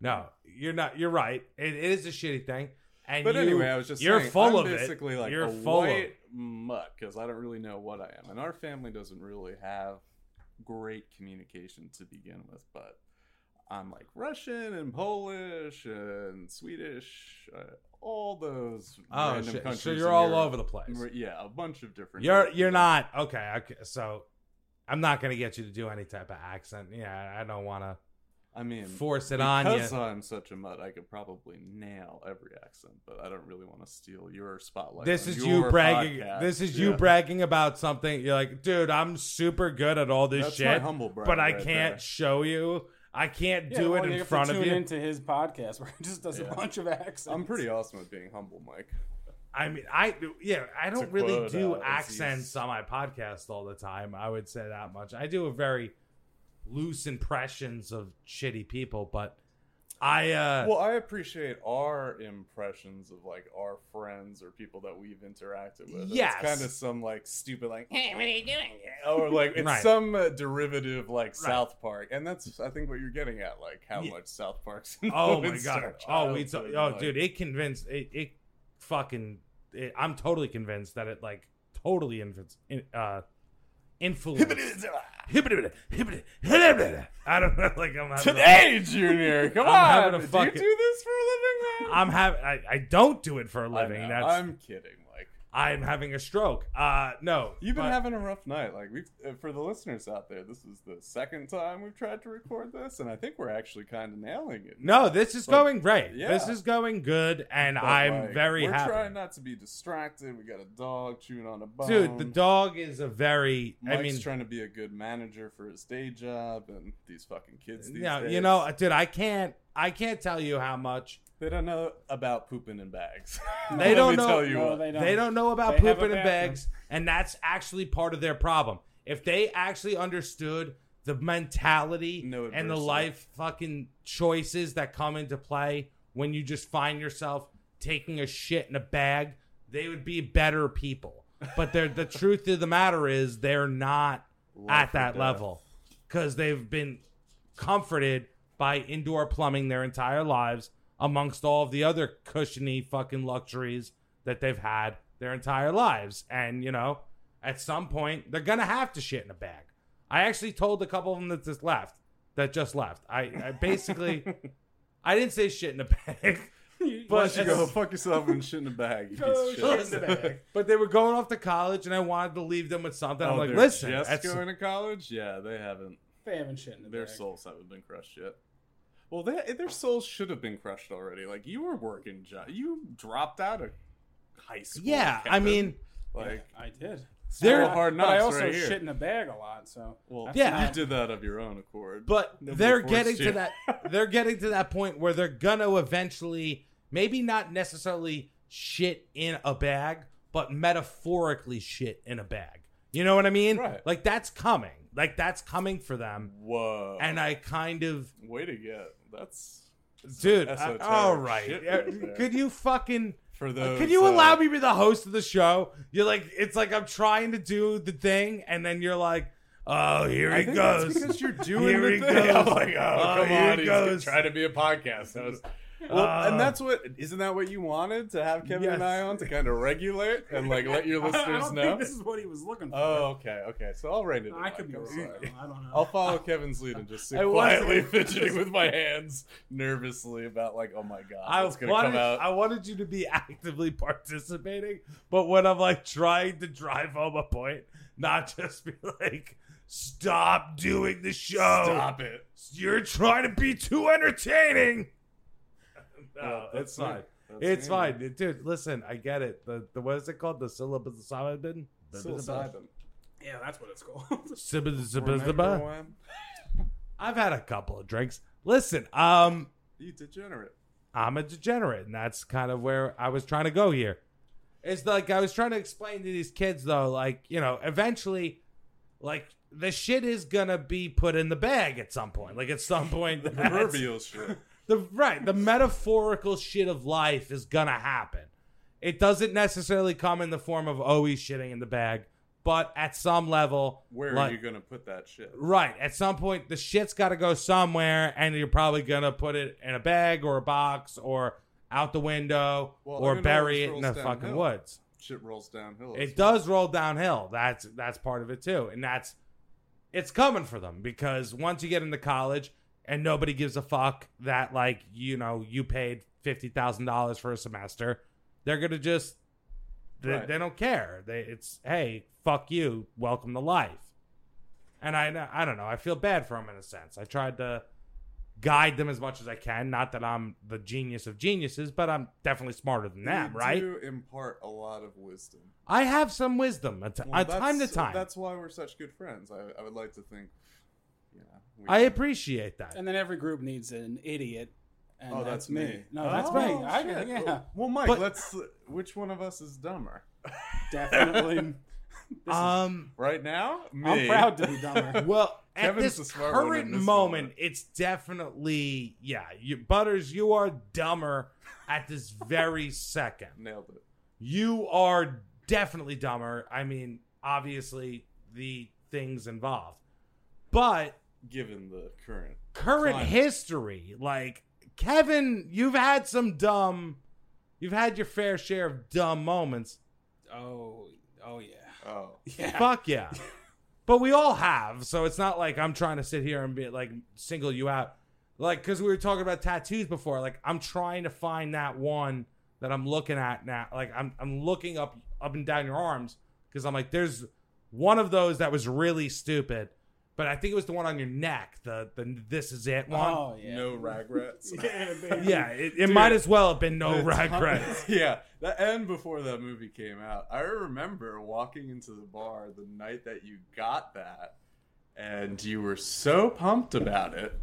Speaker 2: No, you're not. You're right. It is a shitty thing. And
Speaker 3: But
Speaker 2: you-
Speaker 3: anyway, I was just
Speaker 2: you're
Speaker 3: saying,
Speaker 2: full of
Speaker 3: I'm basically
Speaker 2: it.
Speaker 3: like
Speaker 2: you're
Speaker 3: a
Speaker 2: full of
Speaker 3: white
Speaker 2: it.
Speaker 3: mutt because I don't really know what I am, and our family doesn't really have great communication to begin with. But I'm like Russian and Polish and Swedish, uh, all those
Speaker 2: Oh
Speaker 3: random
Speaker 2: shit!
Speaker 3: countries.
Speaker 2: So
Speaker 3: in
Speaker 2: you're all
Speaker 3: Europe.
Speaker 2: over the place.
Speaker 3: We're- Yeah, a bunch of different.
Speaker 2: You're you're not okay. okay so I'm not gonna get you to do any type of accent. Yeah, I don't want to
Speaker 3: I mean,
Speaker 2: force it on you.
Speaker 3: because I'm such a mutt, I could probably nail every accent, but I don't really want to steal your spotlight.
Speaker 2: This
Speaker 3: on
Speaker 2: is you
Speaker 3: your
Speaker 2: bragging.
Speaker 3: podcast.
Speaker 2: This is you
Speaker 3: Yeah.
Speaker 2: bragging about something. You're like, dude, I'm super good at all this
Speaker 3: That's my
Speaker 2: shit,
Speaker 3: humble brag
Speaker 2: but I
Speaker 3: right
Speaker 2: can't
Speaker 3: there.
Speaker 2: show you. I can't
Speaker 4: Yeah,
Speaker 2: do
Speaker 4: well,
Speaker 2: it
Speaker 4: you
Speaker 2: in
Speaker 4: have to
Speaker 2: front of
Speaker 4: tune
Speaker 2: you.
Speaker 4: into his podcast where he just does
Speaker 3: Yeah.
Speaker 4: a bunch of accents.
Speaker 3: I'm pretty awesome at being humble, Mike.
Speaker 2: I mean, I yeah, I don't really
Speaker 3: quote,
Speaker 2: do
Speaker 3: uh, Aziz.
Speaker 2: accents on my podcast all the time. I would say that much. I do a very loose impressions of shitty people, but I uh
Speaker 3: Well, I appreciate our impressions of like our friends or people that we've interacted with.
Speaker 2: Yes.
Speaker 3: It's kind of some like stupid like, hey, what are you doing? Or like it's
Speaker 2: Right.
Speaker 3: some uh, derivative like South Park, and that's I think what you're getting at, like how
Speaker 2: Ye-
Speaker 3: much South Park's.
Speaker 2: oh my
Speaker 3: influenced
Speaker 2: god
Speaker 3: our
Speaker 2: oh we t-
Speaker 3: childhood,
Speaker 2: oh
Speaker 3: like-
Speaker 2: dude it convinced it, it fucking it, i'm totally convinced that it like totally influenced in, uh influenced
Speaker 3: uh,
Speaker 2: i don't know like i'm having a,
Speaker 3: Today, Junior, come
Speaker 2: I'm having
Speaker 3: on!
Speaker 2: a
Speaker 3: Do you
Speaker 2: fucking-
Speaker 3: do this for a living, man?
Speaker 2: i'm having I, I don't do it for a
Speaker 3: I
Speaker 2: living
Speaker 3: know,
Speaker 2: that's
Speaker 3: I'm kidding. Like
Speaker 2: I'm having a stroke. Uh, no.
Speaker 3: You've been
Speaker 2: but-
Speaker 3: having a rough night. Like we've uh, for the listeners out there, this is the second time we've tried to record this, and I think we're actually kind of nailing it.
Speaker 2: No, this is
Speaker 3: But-
Speaker 2: going great.
Speaker 3: yeah.
Speaker 2: This is going good, and
Speaker 3: But,
Speaker 2: I'm
Speaker 3: like,
Speaker 2: very
Speaker 3: We're
Speaker 2: happy.
Speaker 3: trying not to be distracted. We got a dog chewing on a bone.
Speaker 2: Dude, the dog is a very.
Speaker 3: Mike's
Speaker 2: I mean,
Speaker 3: trying to be a good manager for his day job, and these fucking kids. These
Speaker 2: no,
Speaker 3: days,
Speaker 2: you know, dude, I can't. I can't tell you how much
Speaker 3: they don't know about pooping in bags.
Speaker 2: They
Speaker 3: Let
Speaker 2: don't
Speaker 3: me
Speaker 2: know-
Speaker 3: Tell you
Speaker 4: No,
Speaker 3: what.
Speaker 4: they don't.
Speaker 2: they don't know about
Speaker 4: They have a
Speaker 2: pooping in
Speaker 4: bathroom.
Speaker 2: bags, and that's actually part of their problem. If they actually understood the mentality
Speaker 3: No
Speaker 2: and the
Speaker 3: adversity.
Speaker 2: life fucking choices that come into play when you just find yourself taking a shit in a bag, they would be better people. But they're, the truth of the matter is, they're not
Speaker 3: Life
Speaker 2: at
Speaker 3: or
Speaker 2: that
Speaker 3: death.
Speaker 2: level because they've been comforted by indoor plumbing their entire lives, amongst all of the other cushiony fucking luxuries that they've had their entire lives. And, you know, at some point, they're going to have to shit in a bag. I actually told a couple of them that just left, that just left. I, I basically, I didn't say shit in a bag.
Speaker 3: Why
Speaker 2: But
Speaker 3: don't you go fuck yourself and shit in a bag. You piece
Speaker 2: Oh,
Speaker 3: of
Speaker 4: Go
Speaker 3: shit.
Speaker 4: shit in a bag.
Speaker 2: but they were going off to college, and I wanted to leave them with something. I'm
Speaker 3: Oh,
Speaker 2: like,
Speaker 3: they're
Speaker 2: listen,
Speaker 3: just
Speaker 2: that's-
Speaker 3: going to college? Yeah, they haven't.
Speaker 4: They haven't shit in the
Speaker 3: Their
Speaker 4: bag.
Speaker 3: souls haven't been crushed yet. Well, they, their souls should have been crushed already. Like you were working job, you dropped out of high school.
Speaker 2: yeah. I
Speaker 3: Kevin.
Speaker 2: mean,
Speaker 3: like
Speaker 4: I did.
Speaker 2: They're-
Speaker 4: But I-
Speaker 3: Hard
Speaker 4: but I
Speaker 3: knocks
Speaker 4: also
Speaker 3: right here.
Speaker 4: shit in a bag a lot, so
Speaker 3: well,
Speaker 4: that's
Speaker 2: yeah.
Speaker 4: not-
Speaker 3: you did that of your own accord.
Speaker 2: but
Speaker 3: Nobody
Speaker 2: they're
Speaker 3: forced
Speaker 2: getting
Speaker 3: you.
Speaker 2: to that they're getting to that point where they're gonna eventually maybe not necessarily shit in a bag but metaphorically shit in a bag you know what i mean
Speaker 3: Right.
Speaker 2: like that's coming like that's coming for them
Speaker 3: Whoa!
Speaker 2: and i kind of
Speaker 3: way to get that's
Speaker 2: dude I-
Speaker 3: esoteric
Speaker 2: all right Uh,
Speaker 3: shit right there.
Speaker 2: could you fucking
Speaker 3: for those.
Speaker 2: Could you
Speaker 3: uh,
Speaker 2: allow me to be the host of the show? You're like, it's like I'm trying to do the thing, and then you're like, oh, here
Speaker 3: I
Speaker 2: he
Speaker 3: think
Speaker 2: goes.
Speaker 3: that's because you're doing
Speaker 2: Here
Speaker 3: the
Speaker 2: he
Speaker 3: thing.
Speaker 2: goes.
Speaker 3: I'm like, oh,
Speaker 2: Oh,
Speaker 3: come
Speaker 2: here
Speaker 3: on,
Speaker 2: he
Speaker 3: he's gonna
Speaker 2: goes.
Speaker 3: try to be a podcast host. Well,
Speaker 2: Uh,
Speaker 3: and that's what isn't that what you wanted to have Kevin and I
Speaker 2: Yes.
Speaker 3: on to kind of regulate and like let your
Speaker 4: I,
Speaker 3: listeners
Speaker 4: I don't
Speaker 3: know.
Speaker 4: think this is what he was looking for.
Speaker 3: Oh, okay, okay. So I'll write it.
Speaker 4: I
Speaker 3: in,
Speaker 4: could be
Speaker 3: like,
Speaker 4: wrong.
Speaker 3: I'm sorry.
Speaker 4: I don't know.
Speaker 3: I'll follow Kevin's lead and just sit
Speaker 2: I wasn't-
Speaker 3: quietly fidgeting with my hands nervously about like, oh my god,
Speaker 2: I
Speaker 3: it's gonna
Speaker 2: wanted,
Speaker 3: come out.
Speaker 2: I wanted you to be actively participating, but when I'm like trying to drive home a point, not just be like, stop doing the show.
Speaker 3: Stop it.
Speaker 2: You're trying to be too entertaining. No,
Speaker 3: that's
Speaker 2: it's fine.
Speaker 3: me. That's
Speaker 2: It's
Speaker 3: me.
Speaker 2: fine. Dude, listen, I get it. The, the what is it called? The psilocybin?
Speaker 3: Psilocybin.
Speaker 4: yeah, that's what it's called.
Speaker 2: Psilocybin.
Speaker 3: Remember when
Speaker 2: I've had a couple of drinks. Listen, um,
Speaker 3: You degenerate.
Speaker 2: I'm a degenerate, and that's kind of where I was trying to go here. It's like I was trying to explain to these kids though, like you know, eventually, like the shit is gonna be put in the bag at some point. Like at some point, that's-
Speaker 3: Proverbial shit.
Speaker 2: the right, the metaphorical shit of life is gonna happen. It doesn't necessarily come in the form of always shitting in the bag, but at some level,
Speaker 3: Where
Speaker 2: like-
Speaker 3: are you gonna put that shit?
Speaker 2: Right. At some point, the shit's got to go somewhere, and you're probably gonna put it in a bag or a box or out the window
Speaker 3: Well,
Speaker 2: or
Speaker 3: even
Speaker 2: bury
Speaker 3: though
Speaker 2: it
Speaker 3: it
Speaker 2: in the
Speaker 3: rolls
Speaker 2: fucking
Speaker 3: downhill.
Speaker 2: woods.
Speaker 3: Shit rolls downhill.
Speaker 2: It does roll downhill. That's that's part of it too, and that's it's coming for them because once you get into college and nobody gives a fuck that like you know you paid fifty thousand dollars for a semester, they're gonna just they,
Speaker 3: Right.
Speaker 2: they don't care. They it's hey fuck you, welcome to life. And I I don't know. I feel bad for them in a sense. I tried to guide them as much as I can. Not that I'm the genius of geniuses, but I'm definitely smarter than them,
Speaker 3: you
Speaker 2: right?
Speaker 3: Do impart a lot of wisdom.
Speaker 2: I have some wisdom at,
Speaker 3: Well,
Speaker 2: at uh, time to
Speaker 3: that's-
Speaker 2: time.
Speaker 3: That's why we're such good friends. I, I would like to think. Yeah. we-
Speaker 2: I appreciate that.
Speaker 4: and then every group needs an idiot. And
Speaker 3: Oh,
Speaker 4: that's,
Speaker 3: that's
Speaker 4: me.
Speaker 3: me.
Speaker 4: No, that's
Speaker 2: Oh,
Speaker 4: me. I,
Speaker 3: shit.
Speaker 4: yeah,
Speaker 3: Well, Mike,
Speaker 2: But-
Speaker 3: let's. Which one of us is dumber?
Speaker 4: definitely. This is-
Speaker 2: Um,
Speaker 3: Uh, Right now, me.
Speaker 4: I'm proud to be dumber.
Speaker 2: well, At
Speaker 3: Kevin's the
Speaker 2: this
Speaker 3: smart one in
Speaker 2: current
Speaker 3: this
Speaker 2: moment,
Speaker 3: moment.
Speaker 2: it's definitely yeah. You, Butters, you are dumber at this very second.
Speaker 3: Nailed it.
Speaker 2: You are definitely dumber. I mean, obviously the things involved, but
Speaker 3: Given the current.
Speaker 2: current
Speaker 3: Climate.
Speaker 2: history, like Kevin, you've had some dumb, you've had your fair share of dumb moments.
Speaker 4: Oh, oh yeah.
Speaker 3: Oh.
Speaker 4: Yeah.
Speaker 2: Fuck yeah. But we all have, so it's not like I'm trying to sit here and be like single you out. Like cuz we were talking about tattoos before, like I'm trying to find that one that I'm looking at now. Like I'm I'm looking up up and down your arms cuz I'm like there's one of those that was really stupid, but I think it was the one on your neck, the the this is it one.
Speaker 4: Oh yeah.
Speaker 3: No rag rats.
Speaker 4: Yeah, baby.
Speaker 2: Yeah, it, it might as well have been no
Speaker 4: The
Speaker 2: regrets.
Speaker 3: yeah, that and before that movie came out, I remember walking into the bar the night that you got that, and you were so pumped about it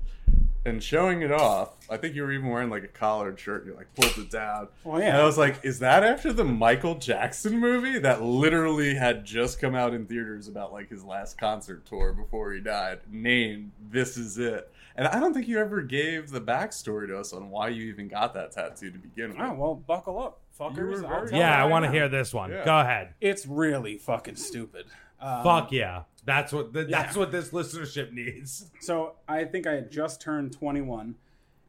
Speaker 3: and showing it off. I think you were even wearing like a collared shirt. And you like pulled it down.
Speaker 4: Oh, yeah.
Speaker 3: And I was like, is that after the Michael Jackson movie that literally had just come out in theaters about like his last concert tour before he died? Named This Is It. And I don't think you ever gave the backstory to us on why you even got that tattoo to begin with.
Speaker 4: Oh well, buckle up,
Speaker 3: You were
Speaker 4: fuckers. I'll
Speaker 3: very-
Speaker 4: tell
Speaker 2: Yeah,
Speaker 4: you
Speaker 2: I
Speaker 4: right
Speaker 2: want to
Speaker 4: now.
Speaker 2: hear this one.
Speaker 3: Yeah.
Speaker 2: Go ahead.
Speaker 4: It's really fucking stupid. Um,
Speaker 2: Fuck yeah. That's what th- that's
Speaker 4: yeah.
Speaker 2: what this listenership needs.
Speaker 4: So I think I had just turned 21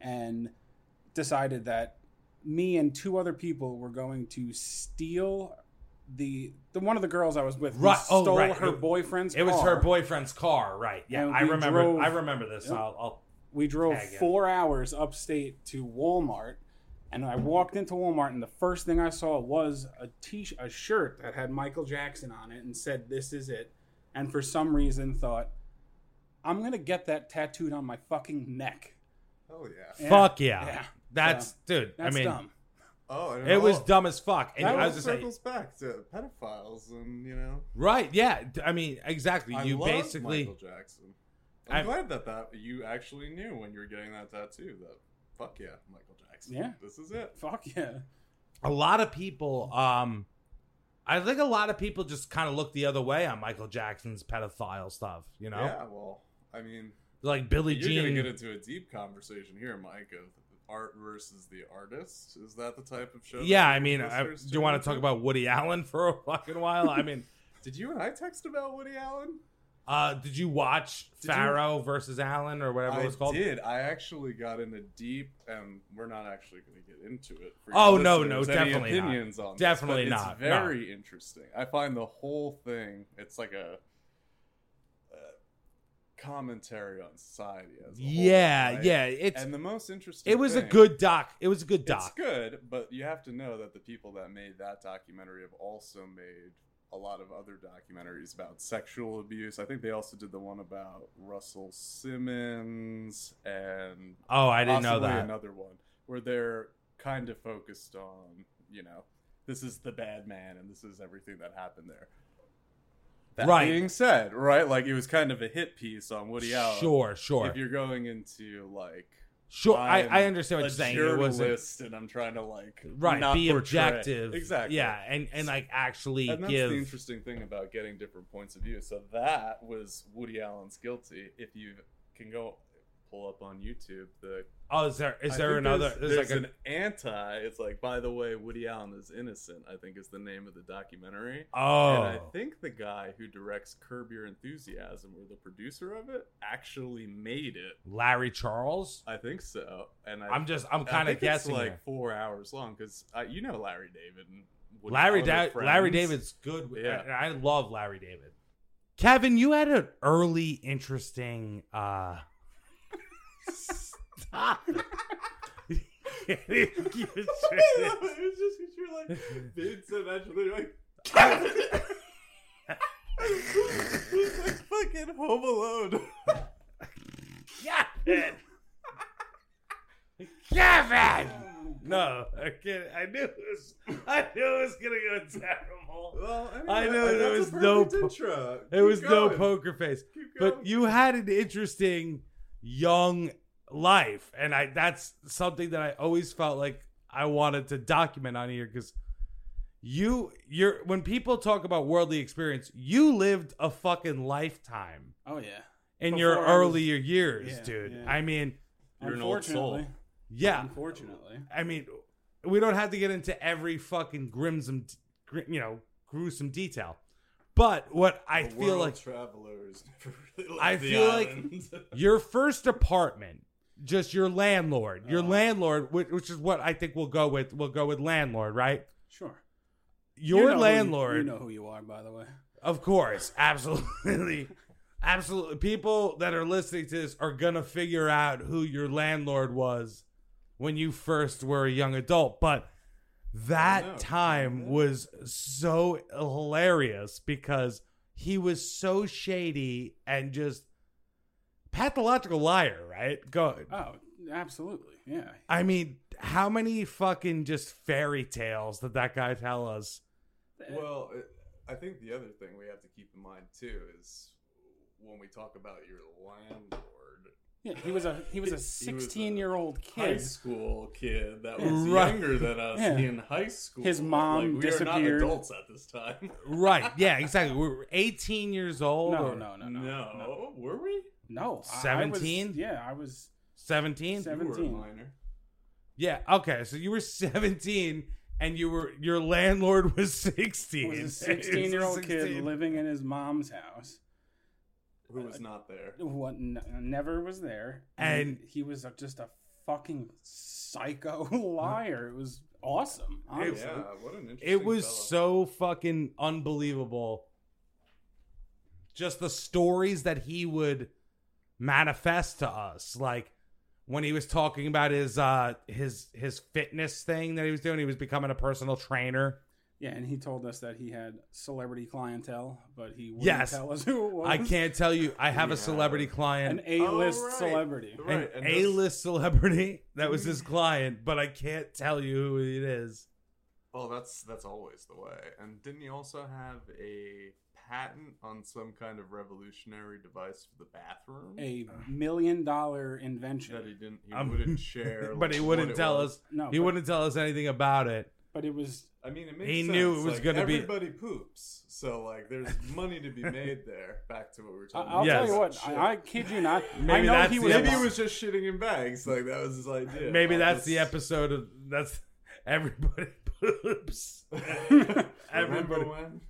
Speaker 4: and decided that me and two other people were going to steal the the one of the girls I was with we
Speaker 2: Right- oh,
Speaker 4: stole
Speaker 2: right.
Speaker 4: her
Speaker 2: It-
Speaker 4: boyfriend's
Speaker 2: It was
Speaker 4: car.
Speaker 2: her boyfriend's car, right? Yeah,
Speaker 4: And
Speaker 2: I
Speaker 4: we
Speaker 2: remember.
Speaker 4: drove-
Speaker 2: I remember this.
Speaker 4: Yep.
Speaker 2: I'll, I'll.
Speaker 4: We drove
Speaker 2: Tag it.
Speaker 4: 4 hours upstate to Walmart and I walked into Walmart and the first thing I saw was a t a shirt that had Michael Jackson on it and said this is it and for some reason thought I'm going to get that tattooed on my fucking neck.
Speaker 3: Hell yeah.
Speaker 4: Yeah.
Speaker 2: Fuck yeah.
Speaker 4: Yeah.
Speaker 2: That's dude.
Speaker 4: That's
Speaker 2: I mean,
Speaker 4: dumb.
Speaker 3: Oh, and
Speaker 2: it was
Speaker 3: all-
Speaker 2: dumb as fuck. And
Speaker 3: That
Speaker 2: I
Speaker 3: all
Speaker 2: was just saying,
Speaker 3: circles back to pedophiles, and you know,
Speaker 2: right? Yeah. d- I mean, exactly.
Speaker 3: I
Speaker 2: you
Speaker 3: love
Speaker 2: basically.
Speaker 3: Michael Jackson. I'm
Speaker 2: I-
Speaker 3: glad that that you actually knew when you were getting that tattoo. That fuck yeah, Michael Jackson.
Speaker 4: Yeah.
Speaker 3: this is it.
Speaker 4: Fuck yeah.
Speaker 2: a lot of people um i think a lot of people just kind of look the other way on michael jackson's pedophile stuff you know
Speaker 3: Yeah, well, I mean,
Speaker 2: like billy
Speaker 3: you're gonna
Speaker 2: jean
Speaker 3: get into a deep conversation here, Mike, of art versus the artist. Is that the type of show?
Speaker 2: yeah
Speaker 3: that
Speaker 2: i
Speaker 3: your
Speaker 2: mean I, do
Speaker 3: listeners
Speaker 2: you want to
Speaker 3: into?
Speaker 2: talk about woody allen for a fucking while i mean
Speaker 3: Did you and I text about Woody Allen?
Speaker 2: uh did you watch
Speaker 3: Did you-
Speaker 2: pharaoh versus allen or whatever
Speaker 3: I
Speaker 2: it was called
Speaker 3: did. I actually got in a deep, and we're not actually going to get into it. For
Speaker 2: Oh,
Speaker 3: your
Speaker 2: no,
Speaker 3: listeners,
Speaker 2: no,
Speaker 3: any
Speaker 2: definitely not.
Speaker 3: opinions on this,
Speaker 2: Definitely
Speaker 3: but
Speaker 2: not,
Speaker 3: It's
Speaker 2: no.
Speaker 3: very interesting. I find the whole thing. It's like a. uh, Commentary on society as a whole,
Speaker 2: yeah
Speaker 3: right?
Speaker 2: yeah it's
Speaker 3: and the most interesting.
Speaker 2: it was a
Speaker 3: thing-
Speaker 2: good doc it was a good
Speaker 3: It's
Speaker 2: doc
Speaker 3: good, but you have to know that the people that made that documentary have also made a lot of other documentaries about sexual abuse. I think they also did the one about Russell Simmons and
Speaker 2: oh i didn't know
Speaker 3: possibly
Speaker 2: that
Speaker 3: another one where they're kind of focused on, you know, this is the bad man and this is everything that happened there. That
Speaker 2: Right.
Speaker 3: being said, right, like it was kind of a hit piece on Woody Allen.
Speaker 2: sure sure
Speaker 3: If you're going into like
Speaker 2: sure i
Speaker 3: I'm
Speaker 2: i understand
Speaker 3: a
Speaker 2: what you're saying it
Speaker 3: journalist,
Speaker 2: wasn't
Speaker 3: and I'm trying to like
Speaker 2: right
Speaker 3: not
Speaker 2: be
Speaker 3: portray-
Speaker 2: objective
Speaker 3: exactly.
Speaker 2: yeah and and like actually
Speaker 3: and that's
Speaker 2: give
Speaker 3: the interesting thing about getting different points of view. So that was Woody Allen's guilty. If you can go pull up on YouTube, the
Speaker 2: oh is there is
Speaker 3: I
Speaker 2: there
Speaker 3: think
Speaker 2: another
Speaker 3: There's,
Speaker 2: there's,
Speaker 3: there's
Speaker 2: like
Speaker 3: an anti. It's like by the way, Woody Allen is innocent. I think is the name of the documentary.
Speaker 2: a, oh
Speaker 3: And I think the guy who directs Curb Your Enthusiasm or the producer of it actually made it.
Speaker 2: larry charles
Speaker 3: I think so. And I
Speaker 2: i'm just i'm
Speaker 3: I
Speaker 2: kind of
Speaker 3: think it's
Speaker 2: guessing
Speaker 3: like
Speaker 2: here.
Speaker 3: four hours long because uh, you know Larry David. And Woody
Speaker 2: larry
Speaker 3: Allen are
Speaker 2: da- larry
Speaker 3: friends.
Speaker 2: david's good with,
Speaker 3: Yeah.
Speaker 2: and i love larry david kevin you had an early interesting uh stop
Speaker 3: it was just because you're like mid semester, you're like. it's like fucking Home Alone.
Speaker 2: Kevin! Kevin! No, I can't. I knew it was. I knew it was gonna go terrible.
Speaker 3: well,
Speaker 2: I know
Speaker 3: that's
Speaker 2: there
Speaker 3: a
Speaker 2: was no
Speaker 3: perfect
Speaker 2: po-
Speaker 3: intro.
Speaker 2: It
Speaker 3: Keep
Speaker 2: was no
Speaker 3: going.
Speaker 2: poker face,
Speaker 3: Keep
Speaker 2: but
Speaker 3: going.
Speaker 2: you had an interesting young life, and I. That's something that I always felt like I wanted to document on here because you, you're when people talk about worldly experience, you lived a fucking lifetime.
Speaker 4: Oh yeah.
Speaker 2: in your
Speaker 4: Before I was-
Speaker 2: earlier years,
Speaker 4: Yeah,
Speaker 2: dude.
Speaker 4: yeah.
Speaker 2: I mean,
Speaker 5: You're an old soul.
Speaker 4: Unfortunately.
Speaker 2: yeah.
Speaker 4: Unfortunately.
Speaker 2: I mean, we don't have to get into every fucking grimsome, gr- you know, gruesome detail. But what I
Speaker 3: The
Speaker 2: feel
Speaker 3: world
Speaker 2: like
Speaker 3: travelers never really
Speaker 2: I
Speaker 3: left the
Speaker 2: feel like-
Speaker 3: island.
Speaker 2: your first apartment, just your landlord,
Speaker 4: Uh-huh.
Speaker 2: your landlord, which, which is what I think we'll go with. We'll go with landlord, right?
Speaker 4: Sure.
Speaker 2: Your
Speaker 4: You know who you-
Speaker 2: landlord,
Speaker 4: You know who you are, by the way.
Speaker 2: of course, absolutely, absolutely. People that are listening to this are gonna figure out who your landlord was when you first were a young adult, but that
Speaker 3: know.
Speaker 2: time was so hilarious because he was so shady and just pathological liar, right? Go
Speaker 4: Oh, absolutely. Yeah.
Speaker 2: I mean, how many fucking just fairy tales did that guy tell us?
Speaker 3: Well, it- I think the other thing we have to keep in mind too is when we talk about your landlord,
Speaker 4: Yeah, he was a he was
Speaker 3: He was
Speaker 4: a
Speaker 3: a
Speaker 4: 16 year old
Speaker 3: high
Speaker 4: kid.
Speaker 3: school kid that was
Speaker 2: Right.
Speaker 3: younger than us
Speaker 4: Yeah.
Speaker 3: in high school.
Speaker 4: His mom
Speaker 3: like, We are
Speaker 4: disappeared.
Speaker 3: not adults at this time.
Speaker 2: Right. Yeah, exactly. We were 18 years old.
Speaker 4: No,
Speaker 2: or
Speaker 4: no, no, no,
Speaker 3: no, were we?
Speaker 4: no. I- I was-
Speaker 2: 17?
Speaker 4: Yeah, I was.
Speaker 2: 17?
Speaker 4: Seven-
Speaker 3: You were a
Speaker 4: 17.
Speaker 3: minor.
Speaker 2: Yeah. Okay. So you were 17 and you were your landlord was 16.
Speaker 4: was
Speaker 2: It
Speaker 4: a
Speaker 2: was
Speaker 4: 16 year old kid
Speaker 2: 16.
Speaker 4: living in his mom's house.
Speaker 3: Who was not there?
Speaker 4: What n- never was there,
Speaker 2: And-
Speaker 4: he was a, just a fucking psycho liar. It was awesome.
Speaker 3: Yeah,
Speaker 4: Honestly.
Speaker 3: what an interesting.
Speaker 2: It was so
Speaker 3: fellow.
Speaker 2: fucking unbelievable. Just the stories that he would manifest to us, like when he was talking about his uh his his fitness thing that he was doing, he was becoming a personal trainer.
Speaker 4: Yeah, and he told us that he had celebrity clientele, but he wouldn't
Speaker 2: Yes.
Speaker 4: tell us who it was.
Speaker 2: I can't tell you. I have a
Speaker 3: Yeah.
Speaker 2: celebrity
Speaker 4: An
Speaker 2: client,
Speaker 4: A list
Speaker 3: Oh, right.
Speaker 4: celebrity.
Speaker 3: Right.
Speaker 2: an
Speaker 3: and
Speaker 2: A
Speaker 3: those-
Speaker 2: list celebrity that was his client, but I can't tell you who it is.
Speaker 3: Oh, that's that's always the way. And didn't you also have a patent on some kind of revolutionary device for the bathroom?
Speaker 4: A million dollar
Speaker 3: that he
Speaker 4: invention.
Speaker 3: didn't, he
Speaker 2: Um,
Speaker 3: wouldn't share,
Speaker 2: but
Speaker 3: like,
Speaker 2: he
Speaker 3: what
Speaker 2: wouldn't
Speaker 3: it
Speaker 2: tell
Speaker 3: was.
Speaker 2: us.
Speaker 4: No,
Speaker 2: he
Speaker 4: but-
Speaker 2: wouldn't tell us anything about it.
Speaker 4: But it was
Speaker 3: I mean, it makes
Speaker 2: He
Speaker 3: sense.
Speaker 2: knew it was
Speaker 3: like,
Speaker 2: gonna be-
Speaker 3: everybody poops, so like, there's money to be made there. Back to what we were
Speaker 4: I-
Speaker 3: talking.
Speaker 4: I'll
Speaker 3: about.
Speaker 4: tell
Speaker 2: Yes.
Speaker 4: you what. I, I kid you not. I
Speaker 2: Maybe
Speaker 4: know
Speaker 2: that's
Speaker 4: he
Speaker 2: the
Speaker 4: was.
Speaker 3: Maybe
Speaker 2: Yeah.
Speaker 3: he was just shitting in bags. Like that was his idea.
Speaker 2: Maybe
Speaker 3: I'll
Speaker 2: that's
Speaker 3: just-
Speaker 2: the episode of that's everybody poops.
Speaker 3: Remember
Speaker 2: Everybody-
Speaker 3: when?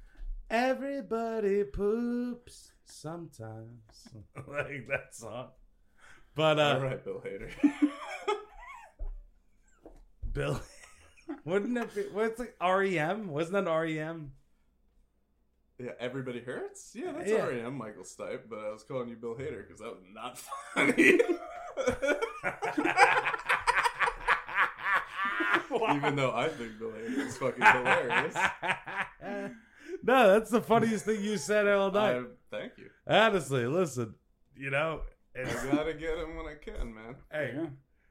Speaker 2: Everybody poops sometimes. like that song. But uh
Speaker 3: All right, Bill Hader.
Speaker 2: Bill wouldn't it be what's like REM? Wasn't that E REM?
Speaker 3: yeah, everybody hurts. Yeah, that's
Speaker 2: Yeah.
Speaker 3: R.E.M. Michael Stipe, but I was calling you Bill Hader because that was not funny. Even though I think Bill Hader is fucking hilarious.
Speaker 2: no, that's the funniest thing you said all night.
Speaker 3: I, thank you.
Speaker 2: Honestly, listen, you know,
Speaker 3: I
Speaker 2: it's,
Speaker 3: gotta get him when I can, man.
Speaker 2: hey,
Speaker 4: Yeah.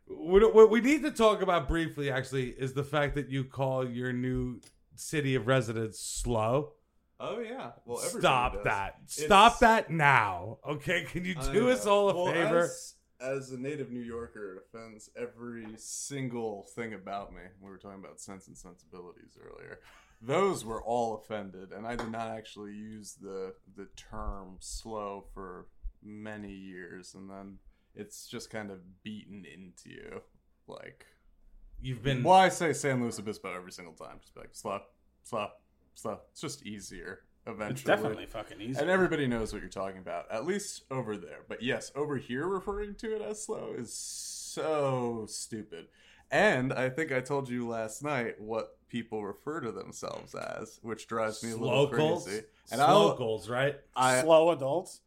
Speaker 2: What, what we need to talk about briefly, actually, is the fact that you call your new city of residence slow.
Speaker 3: Oh yeah. Well, everybody
Speaker 2: Stop
Speaker 3: does.
Speaker 2: that.
Speaker 3: It's-
Speaker 2: Stop that now. Okay, can you
Speaker 3: I
Speaker 2: do us
Speaker 3: know.
Speaker 2: all a
Speaker 3: Well,
Speaker 2: favor?
Speaker 3: As, as a native New Yorker, it offends every single thing about me. We were talking about sense and sensibilities earlier. Those were all offended, and I did not actually use the the term slow for many years, and then it's just kind of beaten into you. Like,
Speaker 2: You've been
Speaker 3: well, I say San Luis Obispo every single time. Just be like slow, slow, slow. It's just easier eventually.
Speaker 4: It's definitely fucking easy.
Speaker 3: And everybody knows what you're talking about, at least over there. But yes, over here, referring to it as slow is so stupid. And I think I told you last night what people refer to themselves as, which drives me a little
Speaker 2: locals.
Speaker 3: crazy. And I'll,
Speaker 2: Locals, right?
Speaker 3: I,
Speaker 4: Slow adults.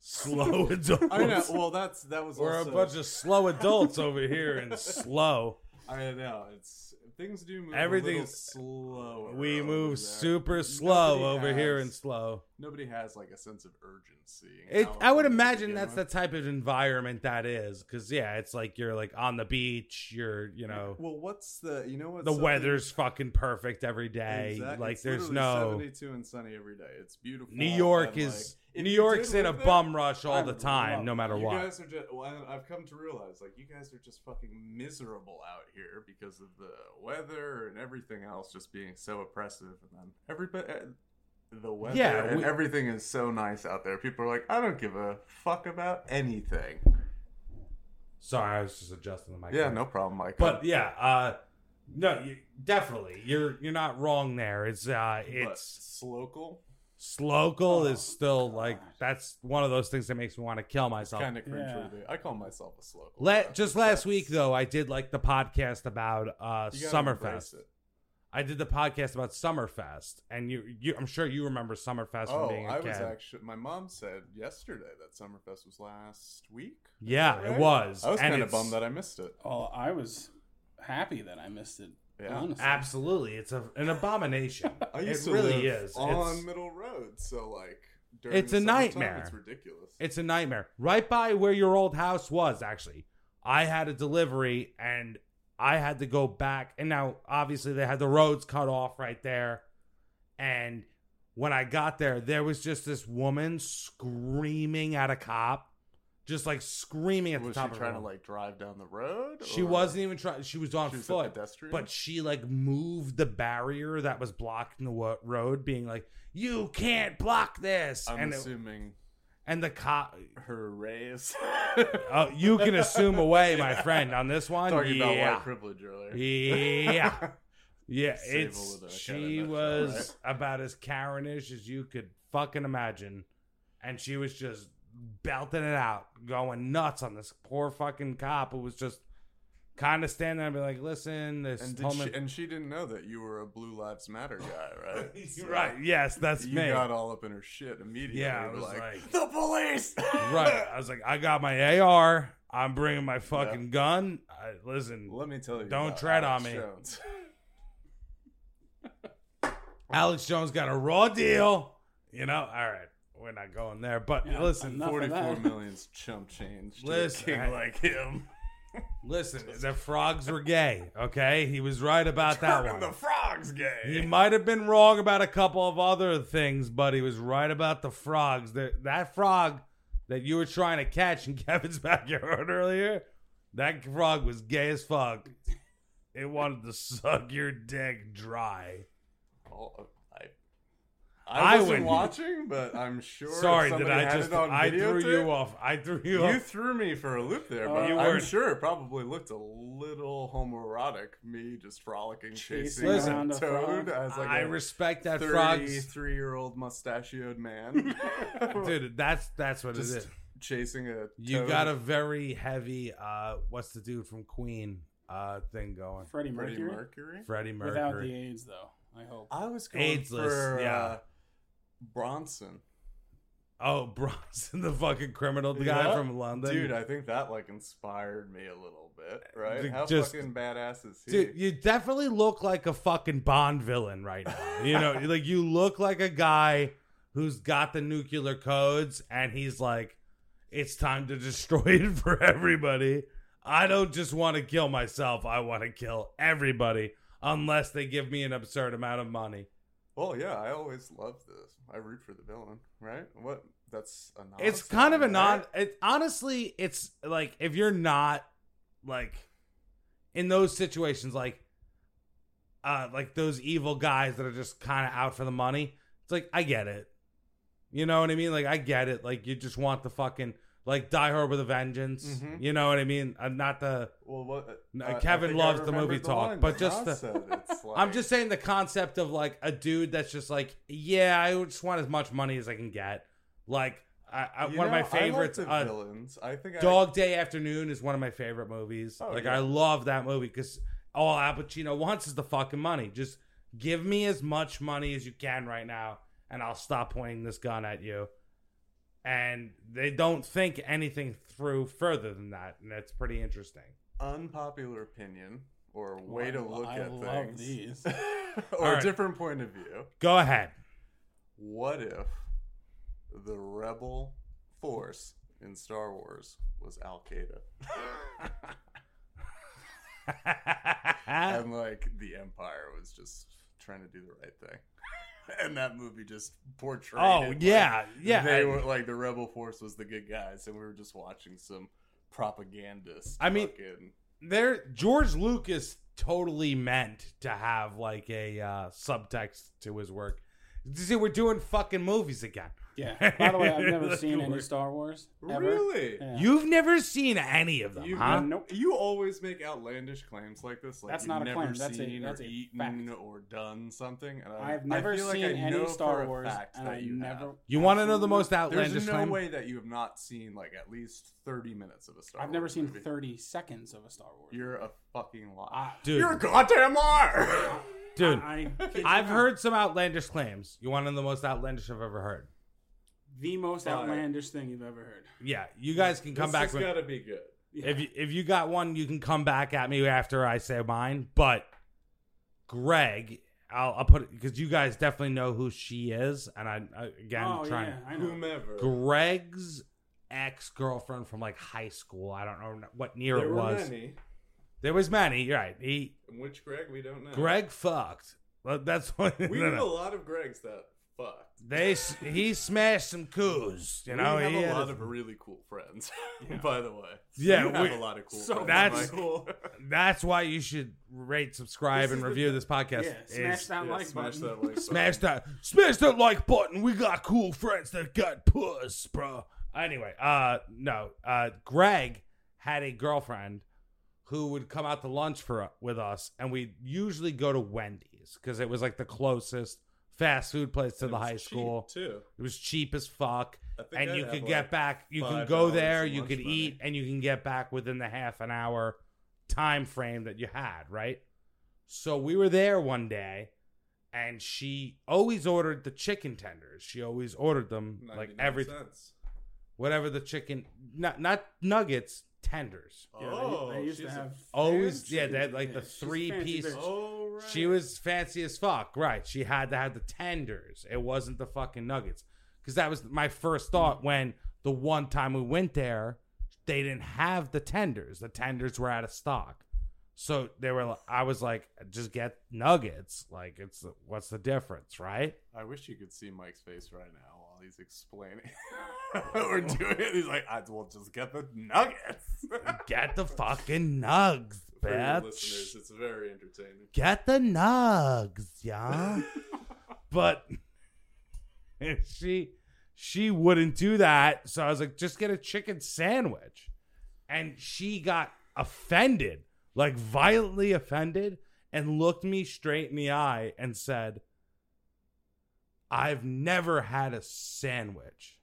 Speaker 2: Slow adults.
Speaker 3: I know. Well, that's that was
Speaker 2: We're a
Speaker 3: also-
Speaker 2: bunch of slow adults over here and slow.
Speaker 3: I know it's things do move.
Speaker 2: Everything's-
Speaker 3: Everything's slow.
Speaker 2: We move super slow over here and
Speaker 3: and
Speaker 2: slow.
Speaker 3: Nobody has like a sense of urgency. in
Speaker 2: It, I would
Speaker 3: California to
Speaker 2: imagine
Speaker 3: begin
Speaker 2: that's
Speaker 3: with.
Speaker 2: the type of environment that is, because yeah, it's like you're like on the beach, you're you know
Speaker 3: Well, what's the you know what
Speaker 2: the
Speaker 3: something-
Speaker 2: weather's fucking perfect every day.
Speaker 3: Exact-
Speaker 2: Like
Speaker 3: it's
Speaker 2: there's
Speaker 3: literally
Speaker 2: no
Speaker 3: 72 and sunny every day. It's beautiful.
Speaker 2: New York
Speaker 3: and, like,
Speaker 2: is
Speaker 3: if
Speaker 2: New
Speaker 3: you
Speaker 2: York's
Speaker 3: did
Speaker 2: in a
Speaker 3: live there,
Speaker 2: bum rush all
Speaker 4: I
Speaker 2: the
Speaker 4: would love
Speaker 2: time, no
Speaker 4: it.
Speaker 2: matter
Speaker 3: You
Speaker 2: what.
Speaker 3: guys are just. Well, and I've come to realize, like, you guys are just fucking miserable out here because of the weather and everything else just being so oppressive. And then everybody, eh, the weather
Speaker 2: Yeah,
Speaker 3: and
Speaker 2: we-
Speaker 3: everything is so nice out there. People are like, I don't give a fuck about anything.
Speaker 2: Sorry, I was just adjusting the mic.
Speaker 3: Yeah, no problem, Michael.
Speaker 2: But yeah, uh, no, you, definitely, you're you're not wrong there. It's uh,
Speaker 3: But
Speaker 2: it's
Speaker 3: Slocal.
Speaker 2: Slokal
Speaker 4: Oh,
Speaker 2: is still like
Speaker 4: God.
Speaker 2: that's one of those things that makes me want to kill myself.
Speaker 3: Kind of cringeworthy. I call myself a Slocal.
Speaker 2: Let just last
Speaker 3: That's-
Speaker 2: week though, I did like the podcast about uh
Speaker 3: you gotta embrace
Speaker 2: Summerfest.
Speaker 3: it.
Speaker 2: I did the podcast about Summerfest, and you, you I'm sure you remember Summerfest
Speaker 3: Oh,
Speaker 2: from being a
Speaker 3: I
Speaker 2: kid.
Speaker 3: was actually. My mom said yesterday that Summerfest was last week.
Speaker 2: yeah,
Speaker 3: Right?
Speaker 2: it was.
Speaker 3: I was
Speaker 2: and
Speaker 3: kind of
Speaker 2: it's-
Speaker 3: bummed that I missed it.
Speaker 4: Oh, I was happy that I missed it.
Speaker 3: Yeah.
Speaker 4: Honestly.
Speaker 2: Absolutely, it's a, an abomination.
Speaker 3: I used
Speaker 2: it
Speaker 3: to
Speaker 2: really
Speaker 3: live
Speaker 2: is.
Speaker 3: on
Speaker 2: It's-
Speaker 3: Middle Road, so like during
Speaker 2: It's
Speaker 3: the
Speaker 2: a
Speaker 3: summertime,
Speaker 2: nightmare.
Speaker 3: It's ridiculous.
Speaker 2: It's a nightmare. Right by where your old house was, actually. I had a delivery and I had to go back. And now, obviously, they had the roads cut off right there. And when I got there, there was just this woman screaming at a cop, just like screaming at
Speaker 3: was
Speaker 2: the top
Speaker 3: she
Speaker 2: of
Speaker 3: trying to
Speaker 2: her.
Speaker 3: like drive down the road?
Speaker 2: she
Speaker 3: or-
Speaker 2: wasn't even trying. She was on
Speaker 3: She was a
Speaker 2: foot,
Speaker 3: pedestrian?
Speaker 2: but she like moved the barrier that was blocking the wo- road, being like, "You can't block this."
Speaker 3: I'm
Speaker 2: and it-
Speaker 3: assuming
Speaker 2: and the cop,
Speaker 3: her race.
Speaker 2: Oh, you can assume away, my friend, on this one.
Speaker 3: Talking about
Speaker 2: yeah.
Speaker 3: white privilege earlier.
Speaker 2: yeah. Yeah,
Speaker 3: Save a
Speaker 2: it's
Speaker 3: little kind of
Speaker 2: she
Speaker 3: nutshell,
Speaker 2: was about as Karenish as you could fucking imagine, and she was just belting it out, going nuts on this poor fucking cop who was just kind of standing there and be like, "Listen, this
Speaker 3: And, did
Speaker 2: Tillman-
Speaker 3: she, and she didn't know that you were a Blue Lives Matter guy, right? So
Speaker 2: right? Yes, that's
Speaker 3: You
Speaker 2: me.
Speaker 3: got all up in her shit immediately.
Speaker 2: Yeah, I
Speaker 3: You were
Speaker 2: was like-
Speaker 3: the police.
Speaker 2: right? I was like, I got my AR. I'm bringing my fucking gun. I, listen,
Speaker 3: Let me tell you.
Speaker 2: Don't
Speaker 3: about
Speaker 2: tread
Speaker 3: Alex
Speaker 2: on me.
Speaker 3: Jones.
Speaker 2: Alex Jones got a raw deal. You know, all right, we're not going there. But
Speaker 4: Yeah,
Speaker 2: listen,
Speaker 4: enough of that.
Speaker 3: Forty-four million's chump change. to a
Speaker 2: Listen,
Speaker 3: king
Speaker 2: I-
Speaker 3: like him.
Speaker 2: listen, the frogs were gay. Okay, he was right about that
Speaker 3: Turning
Speaker 2: one.
Speaker 3: the frogs gay.
Speaker 2: He might have been wrong about a couple of other things, but he was right about the frogs. That that frog that you were trying to catch in Kevin's backyard earlier, that frog was gay as fuck. It wanted to suck your dick dry.
Speaker 3: Oh, I, I
Speaker 2: I
Speaker 3: wasn't
Speaker 2: would-
Speaker 3: watching, but I'm sure. if
Speaker 2: Sorry, did
Speaker 3: somebody
Speaker 2: I
Speaker 3: had
Speaker 2: just?
Speaker 3: it on
Speaker 2: I threw
Speaker 3: videotape-
Speaker 2: you off. I threw you,
Speaker 3: You
Speaker 2: off.
Speaker 3: threw me for a loop there,
Speaker 4: Oh,
Speaker 3: but
Speaker 4: you
Speaker 3: I'm
Speaker 2: were.
Speaker 3: sure it probably looked a little homoerotic. Me just frolicking,
Speaker 4: Chasing
Speaker 3: chasing,
Speaker 2: around
Speaker 3: a
Speaker 4: a
Speaker 3: toad
Speaker 4: frog.
Speaker 3: as like
Speaker 2: I
Speaker 3: a
Speaker 2: respect that frog's
Speaker 3: thirty-three-year-old mustachioed man,
Speaker 2: dude that's that's what it
Speaker 3: just
Speaker 2: is
Speaker 3: chasing a.
Speaker 2: you
Speaker 3: toad.
Speaker 2: got a very heavy uh what's the dude from queen uh thing going
Speaker 4: Freddie
Speaker 3: Freddie
Speaker 4: Mercury.
Speaker 3: Mercury.
Speaker 2: freddie
Speaker 4: Without the
Speaker 2: mercury
Speaker 4: AIDS, though, I hope.
Speaker 3: I was going
Speaker 2: Ageless,
Speaker 3: for
Speaker 2: yeah.
Speaker 3: uh, Bronson.
Speaker 2: oh bronson the fucking criminal the guy
Speaker 3: Yeah.
Speaker 2: from london
Speaker 3: Dude, I think that like inspired me a little bit, right?
Speaker 2: Dude,
Speaker 3: How
Speaker 2: just-
Speaker 3: fucking badass is he?
Speaker 2: Dude, you definitely look like a fucking Bond villain right now. You know, like you look like a guy who's got the nuclear codes and he's like, it's time to destroy it for everybody. I don't just want to kill myself, I want to kill everybody unless they give me an absurd amount of money.
Speaker 3: well, yeah, I always love this. I root for the villain, right? What? That's a non.
Speaker 2: it's kind of a
Speaker 3: right?
Speaker 2: non it honestly it's like if you're not like in those situations like uh like those evil guys that are just kind of out for the money it's like i get it you know what i mean like i get it like you just want the fucking like die hard with a vengeance
Speaker 3: Mhm.
Speaker 2: you know what i mean i'm not the
Speaker 3: Well, what? uh,
Speaker 2: No,
Speaker 3: I- I
Speaker 2: Kevin
Speaker 3: think I
Speaker 2: loves the
Speaker 3: remembered
Speaker 2: movie talk,
Speaker 3: line
Speaker 2: but
Speaker 3: that
Speaker 2: just
Speaker 3: Nas
Speaker 2: the-
Speaker 3: said. It's
Speaker 2: i'm
Speaker 3: like-
Speaker 2: just saying the concept of like a dude that's just like yeah i just want as much money as i can get like I, I,
Speaker 3: You
Speaker 2: uh, one
Speaker 3: know,
Speaker 2: of my favorites
Speaker 3: I like the
Speaker 2: uh,
Speaker 3: villains. I think
Speaker 2: Dog Day Afternoon is one of my favorite movies.
Speaker 3: Oh,
Speaker 2: like
Speaker 3: yeah.
Speaker 2: I love that movie because all Al Pacino wants is the fucking money. Just give me as much money as you can right now, and I'll stop pointing this gun at you. And they don't think anything through further than that, and that's pretty interesting.
Speaker 3: I unpopular opinion or
Speaker 4: Well,
Speaker 3: way to
Speaker 4: I-
Speaker 3: look
Speaker 4: I
Speaker 3: at
Speaker 4: love
Speaker 3: things,
Speaker 4: these.
Speaker 3: or
Speaker 2: right.
Speaker 3: different point of view.
Speaker 2: Go ahead.
Speaker 3: What if the rebel force in Star Wars was Al Qaeda? and like the Empire was just trying to do the right thing. and that movie just portrayed.
Speaker 2: oh
Speaker 3: it like
Speaker 2: yeah, yeah.
Speaker 3: They were like the rebel force was the good guys, and we were just watching some propagandist.
Speaker 2: I mean-
Speaker 3: fucking-
Speaker 2: there George Lucas totally meant to have like a uh, subtext to his work. See, we're doing fucking movies again.
Speaker 4: Yeah. By the way, I've never
Speaker 2: Like,
Speaker 4: seen any
Speaker 2: we're-
Speaker 4: Star Wars. Ever.
Speaker 3: Really?
Speaker 4: Yeah.
Speaker 2: You've never seen any of them,
Speaker 3: You,
Speaker 2: huh?
Speaker 4: Nope.
Speaker 3: you always make outlandish claims like this. Like
Speaker 4: That's
Speaker 3: you've
Speaker 4: not a
Speaker 3: never
Speaker 4: claim, that's a-
Speaker 3: seen
Speaker 4: that's
Speaker 3: or
Speaker 4: a
Speaker 3: eaten
Speaker 4: fact.
Speaker 3: or done something. And I,
Speaker 4: I've never
Speaker 3: I feel
Speaker 4: seen
Speaker 3: like I know
Speaker 4: any
Speaker 3: for
Speaker 4: Star
Speaker 3: a
Speaker 4: Wars,
Speaker 3: fact
Speaker 4: and
Speaker 3: that
Speaker 4: I
Speaker 3: you have.
Speaker 4: never.
Speaker 2: You want to know the most outlandish
Speaker 3: There's no
Speaker 2: claim?
Speaker 3: way that you have not seen like at least 30 minutes of a Star.
Speaker 4: I've never
Speaker 3: Wars
Speaker 4: seen
Speaker 3: movie.
Speaker 4: 30 seconds of a Star Wars.
Speaker 3: You're a fucking liar.
Speaker 4: I-
Speaker 2: Dude,
Speaker 3: You're a goddamn liar.
Speaker 2: dude.
Speaker 4: I,
Speaker 2: I, have heard some outlandish claims. You want one of the most outlandish I've ever heard.
Speaker 4: the most
Speaker 3: Fire.
Speaker 4: outlandish thing you've ever heard.
Speaker 2: Yeah, you guys can come
Speaker 3: this
Speaker 2: back
Speaker 3: has
Speaker 2: with
Speaker 3: gotta be good.
Speaker 2: if you, if you got one, you can come back at me after I say mine. But Greg, I'll, I'll put it because you guys definitely know who she is, and I, I again
Speaker 4: oh,
Speaker 2: trying.
Speaker 4: yeah, I know.
Speaker 3: Whomever.
Speaker 2: Greg's ex girlfriend from like high school. I don't know what year
Speaker 3: there
Speaker 2: it
Speaker 3: were
Speaker 2: was.
Speaker 3: many.
Speaker 2: There was many. You're right. He
Speaker 3: And Which Greg? We don't know.
Speaker 2: Greg fucked. Well, That's what
Speaker 3: We
Speaker 2: no,
Speaker 3: knew
Speaker 2: no.
Speaker 3: a lot of Gregs that fucked.
Speaker 2: They s- he smashed some coos, you know.
Speaker 3: we have
Speaker 2: he
Speaker 3: a
Speaker 2: had
Speaker 3: lot
Speaker 2: a-
Speaker 3: of really cool friends, by the way.
Speaker 2: Yeah,
Speaker 3: you have
Speaker 2: we-
Speaker 3: a lot of cool.
Speaker 4: so
Speaker 3: friends,
Speaker 2: that's-
Speaker 3: Michael.
Speaker 2: That's why you should rate, subscribe,
Speaker 3: This
Speaker 2: and
Speaker 3: is
Speaker 2: review
Speaker 3: the-
Speaker 2: this podcast.
Speaker 4: yeah, smash
Speaker 2: Is-
Speaker 4: that
Speaker 3: Yeah,
Speaker 4: like
Speaker 3: smash
Speaker 4: button.
Speaker 3: that like
Speaker 2: smash that, smash that like button. We got cool friends that got puss, bro. Anyway, uh, no, uh, Greg had a girlfriend who would come out to lunch for with us, and we'd usually go to Wendy's because it was like the closest fast food place to the
Speaker 3: It was
Speaker 2: high
Speaker 3: cheap,
Speaker 2: school.
Speaker 3: too.
Speaker 2: It was cheap as fuck.
Speaker 3: I think
Speaker 2: And
Speaker 3: I'd
Speaker 2: you
Speaker 3: have,
Speaker 2: could
Speaker 3: like,
Speaker 2: get back, you can
Speaker 3: $5
Speaker 2: go there,
Speaker 3: in
Speaker 2: you
Speaker 3: lunch
Speaker 2: could
Speaker 3: money.
Speaker 2: eat, and you can get back within the half an hour time frame that you had, right? So we were there one day, and she always ordered the chicken tenders. She always ordered them, like
Speaker 3: 99
Speaker 2: every
Speaker 3: cents.
Speaker 2: whatever the chicken, not not nuggets, tenders.
Speaker 4: Yeah, they-
Speaker 3: oh,
Speaker 4: they, used to
Speaker 3: she's a-
Speaker 4: have
Speaker 2: Always,
Speaker 4: fancy-
Speaker 2: yeah, they had like the
Speaker 4: she's a
Speaker 2: three
Speaker 4: fancy
Speaker 2: piece-
Speaker 4: bitch.
Speaker 3: Oh, right.
Speaker 2: She was fancy as fuck, right? She had to have the tenders. It wasn't the fucking nuggets, because that was my first thought
Speaker 3: Mm-hmm.
Speaker 2: when the one time we went there, they didn't have the tenders. The tenders were out of stock, so they were. li- I was like, just get nuggets. Like, it's what's the difference, right?
Speaker 3: I wish you could see Mike's face right now while he's explaining what we're doing. He's like, I will just get the nuggets.
Speaker 2: Get the fucking nugs,
Speaker 3: For your listeners,
Speaker 2: bitch.
Speaker 3: it's very entertaining.
Speaker 2: Get the nugs, yeah. but she she wouldn't do that so i was like just get a chicken sandwich and she got offended like violently offended and looked me straight in the eye and said i've never had a sandwich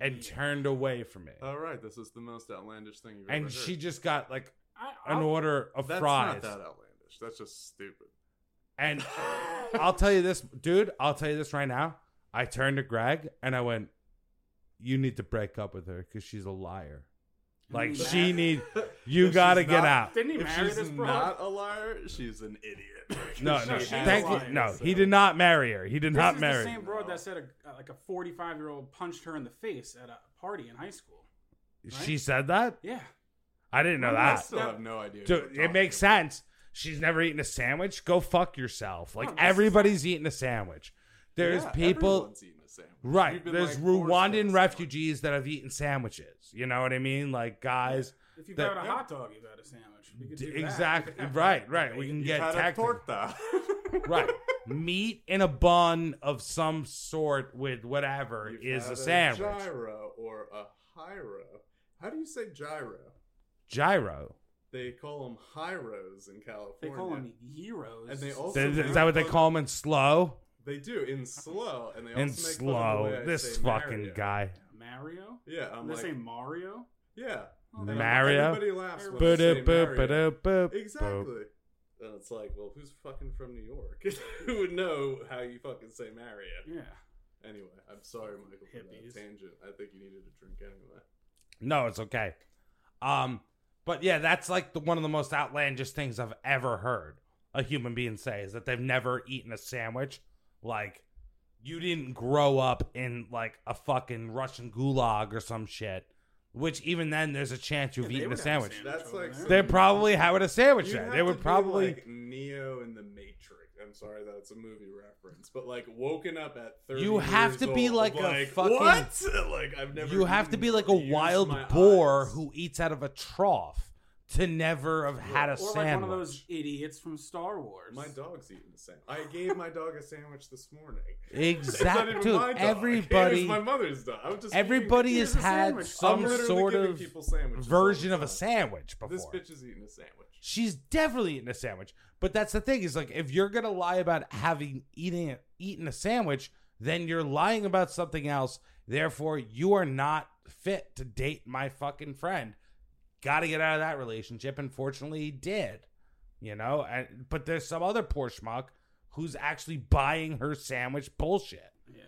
Speaker 2: and turned away from it
Speaker 3: All right, this is the most outlandish thing you've ever
Speaker 2: and
Speaker 3: heard.
Speaker 2: she just got like
Speaker 4: I,
Speaker 2: an
Speaker 4: I'll-
Speaker 2: order of
Speaker 3: That's
Speaker 2: fries
Speaker 3: not that outlandish. That's just stupid.
Speaker 2: And I'll tell you this, dude, I'll tell you this right now. I turned to Greg and I went, You need to break up with her because she's a liar. Like
Speaker 4: Mm.
Speaker 2: she need you
Speaker 3: If
Speaker 2: gotta
Speaker 3: she's
Speaker 2: get
Speaker 3: not-
Speaker 2: out.
Speaker 4: Didn't he
Speaker 3: If
Speaker 4: marry
Speaker 3: she's
Speaker 4: this broad?
Speaker 3: not a liar, she's an idiot.
Speaker 2: No,
Speaker 3: She
Speaker 2: no,
Speaker 3: is
Speaker 4: she's
Speaker 2: thank
Speaker 4: a
Speaker 2: you.
Speaker 4: liar,
Speaker 2: No,
Speaker 4: so-
Speaker 2: he did not marry her. He did
Speaker 4: This
Speaker 2: not
Speaker 4: is
Speaker 2: marry.
Speaker 4: the same
Speaker 2: her.
Speaker 4: broad that said a, uh, like a 45 year old punched her in the face at a party in high school. right?
Speaker 2: She said that.
Speaker 4: Yeah.
Speaker 2: I didn't know
Speaker 3: I
Speaker 2: that.
Speaker 3: still have no idea. who
Speaker 2: Dude,
Speaker 3: we're
Speaker 2: it
Speaker 3: talking
Speaker 2: makes
Speaker 3: about.
Speaker 2: sense. She's never eaten a sandwich. Go fuck yourself. Like
Speaker 4: No, this is-
Speaker 2: everybody's eating a sandwich. There's
Speaker 3: Yeah,
Speaker 2: people.
Speaker 3: everyone's eaten a sandwich. We've
Speaker 2: Right.
Speaker 3: been,
Speaker 2: There's
Speaker 3: like, forced to have
Speaker 2: Rwandan
Speaker 3: a
Speaker 2: refugees that have eaten sandwiches. You know what I mean? Like guys.
Speaker 4: If you've
Speaker 2: That-
Speaker 4: had a hot dog, you've had a sandwich. We could do that.
Speaker 2: Exactly. Right, right. We can
Speaker 3: sandwich.
Speaker 2: get
Speaker 3: You've had a
Speaker 2: tactical.
Speaker 3: torta.
Speaker 2: Right. Meat in a bun of some sort with whatever
Speaker 3: You've
Speaker 2: is
Speaker 3: had
Speaker 2: a sandwich.
Speaker 3: gyro or a hyro. How do you say gyro?
Speaker 2: gyro.
Speaker 3: They call them hyros in California.
Speaker 4: They call them heroes.
Speaker 3: And they also-
Speaker 2: Th- th- Is,
Speaker 3: make
Speaker 2: that what they
Speaker 3: fun-
Speaker 2: call them in slow?
Speaker 3: They do in slow, and they also
Speaker 2: In
Speaker 3: make fun of the way
Speaker 2: slow.
Speaker 3: I
Speaker 2: This
Speaker 3: say
Speaker 2: fucking
Speaker 3: Mario.
Speaker 2: guy.
Speaker 4: Mario?
Speaker 3: Yeah,
Speaker 4: I'm
Speaker 3: I'm
Speaker 4: they
Speaker 3: like,
Speaker 4: say Mario?
Speaker 3: yeah.
Speaker 4: Oh,
Speaker 3: They-
Speaker 2: Mario?
Speaker 3: Everybody laughs when they say
Speaker 2: Boop, boop,
Speaker 3: Mario.
Speaker 2: boop, boop, boop.
Speaker 3: Exactly. And it's like, well, who's fucking from New York? Who would know how you fucking say Mario?
Speaker 4: Yeah.
Speaker 3: Anyway, I'm sorry, Michael, for
Speaker 4: Hippies.
Speaker 3: that tangent. I think you needed a drink anyway.
Speaker 2: No, it's okay. Um, but yeah, that's like the one of the most outlandish things I've ever heard a human being say is that they've never eaten a sandwich. Like, you didn't grow up in like a fucking Russian gulag or some shit. Which even then, there's a chance you've
Speaker 4: Yeah, they
Speaker 2: eaten a
Speaker 4: would have a
Speaker 2: sandwich.
Speaker 4: sandwich.
Speaker 3: That's
Speaker 4: over
Speaker 3: like
Speaker 4: there.
Speaker 3: some-
Speaker 2: They probably had what a sandwich.
Speaker 3: You'd
Speaker 2: Then.
Speaker 3: have
Speaker 2: They
Speaker 3: to
Speaker 2: would
Speaker 3: be
Speaker 2: probably
Speaker 3: like Neo in the Matrix. I'm sorry that it's a movie reference, but like woken up at 30.
Speaker 2: You have
Speaker 3: years
Speaker 2: to be
Speaker 3: old,
Speaker 2: like a fucking-
Speaker 3: what? Like I've never.
Speaker 2: you have to
Speaker 3: eaten
Speaker 2: be like a
Speaker 3: or used
Speaker 2: wild
Speaker 3: my
Speaker 2: boar
Speaker 3: eyes.
Speaker 2: who eats out of a trough to never have had a
Speaker 4: or
Speaker 2: sandwich.
Speaker 4: like one of those idiots from Star Wars.
Speaker 3: My dog's eating the sandwich. I gave my dog a sandwich this morning. It's not
Speaker 2: Exactly.
Speaker 3: even
Speaker 2: Dude,
Speaker 3: my dog. It
Speaker 2: everybody,
Speaker 3: was my mother's dog. I'm just
Speaker 2: everybody
Speaker 4: Here's
Speaker 2: has
Speaker 4: a
Speaker 2: had
Speaker 4: sandwich.
Speaker 3: I'm
Speaker 2: some
Speaker 3: literally
Speaker 2: sort
Speaker 3: giving
Speaker 2: of
Speaker 3: people sandwiches
Speaker 2: version
Speaker 3: all
Speaker 2: of
Speaker 3: the
Speaker 2: a
Speaker 3: time.
Speaker 2: sandwich before.
Speaker 3: This bitch is eating a sandwich.
Speaker 2: She's definitely eating a sandwich. But that's the thing is like if you're gonna lie about having eating eaten a sandwich, then you're lying about something else. Therefore, you are not fit to date my fucking friend. Got to get out of that relationship, and fortunately, he did. You know, and but there's some other poor schmuck who's actually buying her sandwich bullshit
Speaker 4: Yeah.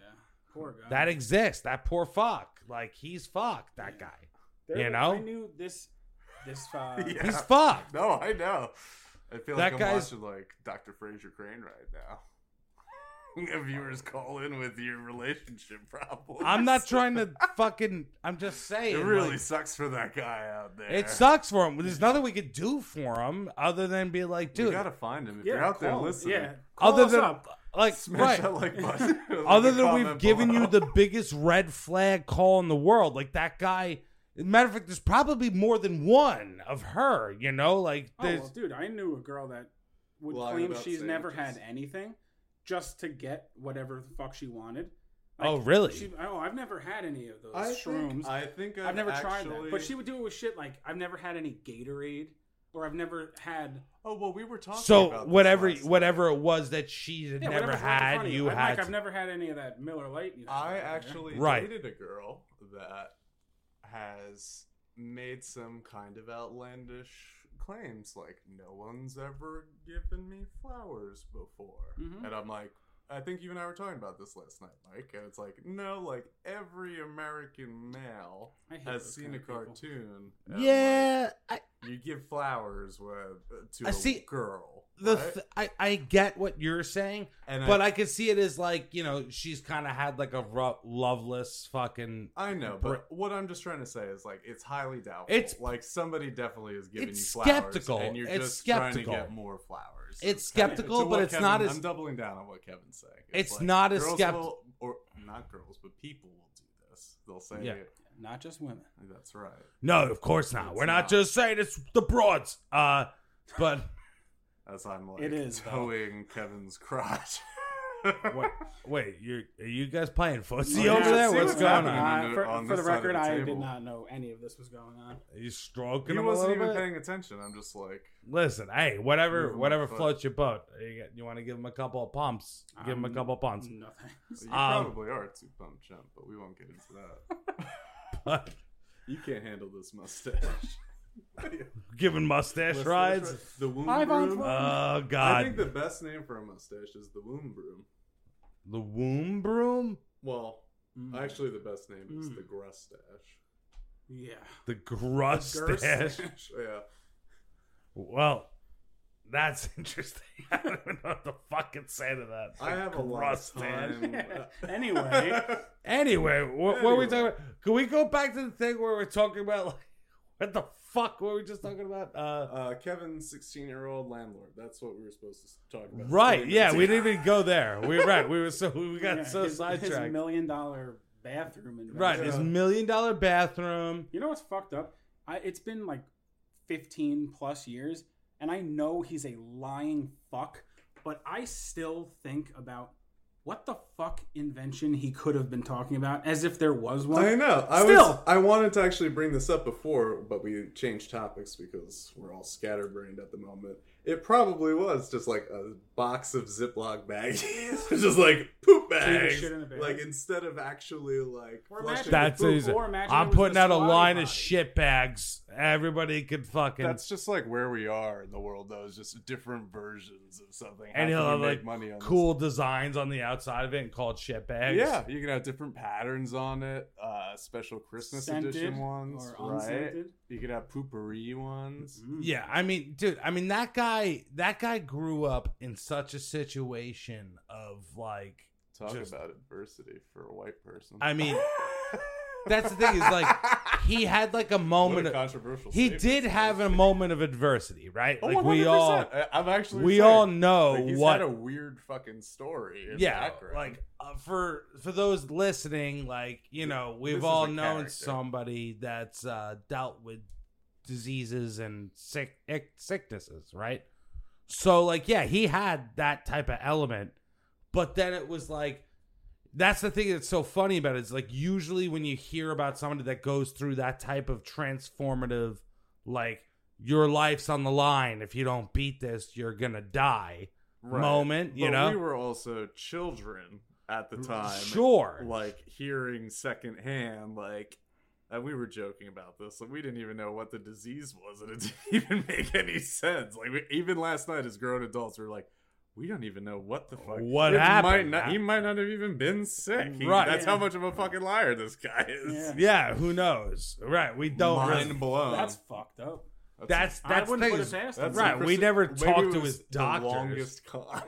Speaker 4: Poor guy.
Speaker 2: that exists. That poor fuck, like he's fucked. That
Speaker 4: Yeah.
Speaker 2: guy,
Speaker 4: There-
Speaker 2: you know?
Speaker 4: I knew this. This. Uh,
Speaker 3: Yeah.
Speaker 2: he's fucked.
Speaker 3: No, I know. I feel
Speaker 2: That
Speaker 3: like I'm
Speaker 2: guy's-
Speaker 3: watching like Dr. Fraser Crane right now. Viewers call in with your relationship problems.
Speaker 2: I'm not trying to fucking. I'm just saying.
Speaker 3: It really
Speaker 2: like,
Speaker 3: sucks for that guy out there.
Speaker 2: It sucks for him. There's nothing we could do for him other than be like,
Speaker 3: You
Speaker 2: dude.
Speaker 3: gotta find him if
Speaker 4: Yeah,
Speaker 3: you're out there
Speaker 4: call-
Speaker 3: listening.
Speaker 4: Yeah. Call
Speaker 2: other
Speaker 4: us
Speaker 2: than
Speaker 4: up. Oh,
Speaker 2: like
Speaker 3: Smash
Speaker 2: right.
Speaker 3: that like button. Leave
Speaker 2: other
Speaker 3: a
Speaker 2: than we've
Speaker 3: comment
Speaker 2: given you
Speaker 3: below.
Speaker 2: the biggest red flag call in the world, like that guy. Matter of fact, there's probably more than one of her. You know, like
Speaker 4: Oh,
Speaker 2: there's
Speaker 4: well, dude, I knew a girl that would
Speaker 3: Lying
Speaker 4: claim
Speaker 3: about
Speaker 4: she's never
Speaker 3: sandwiches.
Speaker 4: had anything just to get whatever the fuck she wanted.
Speaker 2: Oh, really?
Speaker 4: She, oh, I've never had any of those
Speaker 3: I
Speaker 4: shrooms.
Speaker 3: Think, I think I've,
Speaker 4: I've never tried
Speaker 3: actually-
Speaker 4: that. But she would do it with shit like I've never had any Gatorade or I've never had
Speaker 3: Oh well, we were talking. about
Speaker 2: so
Speaker 3: this
Speaker 2: whatever
Speaker 3: last night.
Speaker 2: whatever it was that she had
Speaker 4: Yeah,
Speaker 2: never
Speaker 4: whatever's right in front
Speaker 2: had,
Speaker 4: of
Speaker 2: you
Speaker 4: I'm
Speaker 2: had.
Speaker 4: Like, I've
Speaker 2: to-
Speaker 4: never had any of that Miller Lite. You have
Speaker 3: I
Speaker 4: over there.
Speaker 3: actually
Speaker 2: Right.
Speaker 3: dated a girl that has made some kind of outlandish claims, like no one's ever given me flowers before,
Speaker 4: Mhm.
Speaker 3: and I'm like, I think you and I were talking about this last night, Mike, and it's like, no, like every American male
Speaker 4: I hate
Speaker 3: has
Speaker 4: those
Speaker 3: seen
Speaker 4: kind
Speaker 3: a
Speaker 4: of people.
Speaker 3: cartoon. and, like,
Speaker 2: yeah, I,
Speaker 3: you give flowers with, to
Speaker 2: I
Speaker 3: a
Speaker 2: see-
Speaker 3: girl.
Speaker 2: the
Speaker 3: right?
Speaker 2: th- I I get what you're saying,
Speaker 3: and
Speaker 2: but I could see it as like you know she's kind of had like a ro- loveless fucking.
Speaker 3: I know,
Speaker 2: Br-
Speaker 3: but what I'm just trying to say is like it's highly doubtful.
Speaker 2: It's-
Speaker 3: like somebody definitely is giving
Speaker 2: It's
Speaker 3: you flowers,
Speaker 2: skeptical.
Speaker 3: and you're
Speaker 2: It's
Speaker 3: just
Speaker 2: skeptical.
Speaker 3: trying to get more flowers.
Speaker 2: It's
Speaker 3: kinda-
Speaker 2: skeptical,
Speaker 3: to
Speaker 2: but
Speaker 3: what
Speaker 2: it's not
Speaker 3: Kevin-
Speaker 2: as-
Speaker 3: I'm doubling down on what Kevin's saying.
Speaker 2: It's not as
Speaker 3: girls
Speaker 2: skept-
Speaker 3: will- or not girls, but people will do this. They'll say,
Speaker 2: Yeah.
Speaker 4: not just women.
Speaker 3: "That's right."
Speaker 2: No, of course not.
Speaker 3: It's
Speaker 2: We're not,
Speaker 3: not.
Speaker 2: just saying it's the broads. Uh, but
Speaker 3: As I'm like
Speaker 4: It is, though.
Speaker 3: towing Kevin's crotch.
Speaker 2: wait, wait, you're are you guys playing footsie
Speaker 4: Yeah,
Speaker 2: over there?
Speaker 3: see
Speaker 2: What's
Speaker 3: what's
Speaker 2: going
Speaker 3: happening.
Speaker 2: on?
Speaker 3: on the-
Speaker 4: for
Speaker 3: on
Speaker 4: for
Speaker 3: this
Speaker 4: the
Speaker 3: side of
Speaker 4: record,
Speaker 3: the
Speaker 4: I
Speaker 3: table.
Speaker 4: did not know any of this was going on.
Speaker 2: Are you stroking
Speaker 3: he
Speaker 2: him a
Speaker 3: wasn't
Speaker 2: little
Speaker 3: even
Speaker 2: bit?
Speaker 3: paying attention. I'm just like,
Speaker 2: Listen, hey, whatever,
Speaker 3: Move my
Speaker 2: whatever
Speaker 3: foot.
Speaker 2: floats your boat. You, got- you want to give him a couple of pumps? Give him a
Speaker 4: Um,
Speaker 2: couple of pumps.
Speaker 4: No thanks.
Speaker 3: you
Speaker 2: Um,
Speaker 3: probably are a two pump chump, but we won't get into that.
Speaker 2: But
Speaker 3: You can't handle this mustache.
Speaker 2: giving mustache rides.
Speaker 3: The womb
Speaker 4: Five on
Speaker 3: broom.
Speaker 4: twelve.
Speaker 2: Oh
Speaker 3: I
Speaker 2: God,
Speaker 3: think the best name for a mustache is the womb broom.
Speaker 2: the womb broom,
Speaker 3: Well,
Speaker 4: Mm.
Speaker 3: actually, the best name is
Speaker 4: Mm.
Speaker 3: the grustache.
Speaker 4: Yeah.
Speaker 2: the grustache.
Speaker 3: yeah.
Speaker 2: Well, that's interesting. I don't even know what the fuck to say to that.
Speaker 3: I have a lot of uh,
Speaker 2: Grustache.
Speaker 3: time.
Speaker 4: Anyway,
Speaker 2: Anyway, what, what were we
Speaker 3: Anyway.
Speaker 2: talking about? Can we go back to the thing where we're talking about like what the fuck were we just talking about? Uh,
Speaker 3: uh, Kevin's 16 year old landlord. That's what we were supposed to talk about.
Speaker 2: right? Yeah, we
Speaker 3: did
Speaker 2: didn't even go there. We right. We were so we got
Speaker 4: yeah,
Speaker 2: so
Speaker 4: his, His
Speaker 2: sidetracked.
Speaker 4: million dollar bathroom invention.
Speaker 2: right, his
Speaker 3: Yeah.
Speaker 2: million dollar bathroom.
Speaker 4: You know what's fucked up? I, it's been like 15 plus years, and I know he's a lying fuck, but I still think about what the fuck invention he could have been talking about as if there was one.
Speaker 3: I know. I was.
Speaker 4: Still.
Speaker 3: I wanted to actually bring this up before, but we changed topics because we're all scatterbrained at the moment. It probably was just like a box of Ziploc baggies, just like poop bags.
Speaker 4: shit in a bag.
Speaker 3: Like instead of actually like
Speaker 4: Or
Speaker 3: flushing
Speaker 4: imagine-
Speaker 3: the
Speaker 2: That's
Speaker 3: poop.
Speaker 2: easy.
Speaker 4: Or imagine it
Speaker 2: I'm
Speaker 4: was
Speaker 2: putting
Speaker 4: the
Speaker 2: out a
Speaker 4: squatty
Speaker 2: line of
Speaker 4: potty.
Speaker 2: shit bags. Everybody could fucking.
Speaker 3: That's just like where we are in the world, though. It's just different versions of something. How
Speaker 2: and he'll
Speaker 3: can we
Speaker 2: have
Speaker 3: make
Speaker 2: like
Speaker 3: money on this?
Speaker 2: cool designs on the outside of it and called shit bags.
Speaker 3: Yeah, you can have different patterns on it. Uh, special Christmas
Speaker 4: Scented
Speaker 3: edition ones,
Speaker 4: or
Speaker 3: right?
Speaker 4: unscented.
Speaker 3: You could have poopery ones.
Speaker 4: Mm.
Speaker 2: Yeah, I mean, dude, I mean that guy that guy grew up in such a situation of like
Speaker 3: Talk
Speaker 2: Just-
Speaker 3: about adversity for a white person.
Speaker 2: I mean, that's the thing is like he had like a
Speaker 3: What
Speaker 2: moment
Speaker 3: a
Speaker 2: of
Speaker 3: controversial.
Speaker 2: he
Speaker 3: statement.
Speaker 2: did have a moment of adversity, right?
Speaker 3: Oh,
Speaker 2: like we all
Speaker 3: 100%. I- I'm actually.
Speaker 2: we
Speaker 3: saying,
Speaker 2: all know
Speaker 3: like, he's
Speaker 2: what
Speaker 3: had a weird fucking story. in
Speaker 2: yeah,
Speaker 3: background.
Speaker 2: like uh, for for those listening, like you know, we've
Speaker 3: This is
Speaker 2: all
Speaker 3: a
Speaker 2: known
Speaker 3: character.
Speaker 2: somebody that's uh dealt with diseases and sick ick- sicknesses, right? So like yeah, he had that type of element, but then it was like that's the thing that's so funny about it is like usually when you hear about somebody that goes through that type of transformative like your life's on the line if you don't beat this you're gonna die moment you
Speaker 3: But
Speaker 2: know
Speaker 3: we were also children at the time.
Speaker 2: sure
Speaker 3: like hearing secondhand, like, and we were joking about this. Like, we didn't even know what the disease was, and it didn't even make any sense. Like, we, even last night, as grown adults, we were like, we don't even know what the fuck.
Speaker 2: What
Speaker 3: It
Speaker 2: happened?
Speaker 3: Might not, he might not have even been sick. He-
Speaker 2: Right.
Speaker 3: That's how
Speaker 4: Yeah.
Speaker 3: much of a fucking liar this guy is.
Speaker 2: yeah who knows right we don't really-
Speaker 3: Mind blown.
Speaker 4: That's fucked up.
Speaker 2: that's
Speaker 4: I
Speaker 2: that's the
Speaker 4: wouldn't
Speaker 2: thing
Speaker 4: put it
Speaker 2: is-
Speaker 4: past him.
Speaker 3: That's
Speaker 2: right
Speaker 3: the
Speaker 2: we
Speaker 3: perso-
Speaker 2: never
Speaker 3: maybe
Speaker 2: talked
Speaker 3: it
Speaker 2: to
Speaker 3: was
Speaker 2: his
Speaker 3: the
Speaker 2: doctors
Speaker 3: longest con.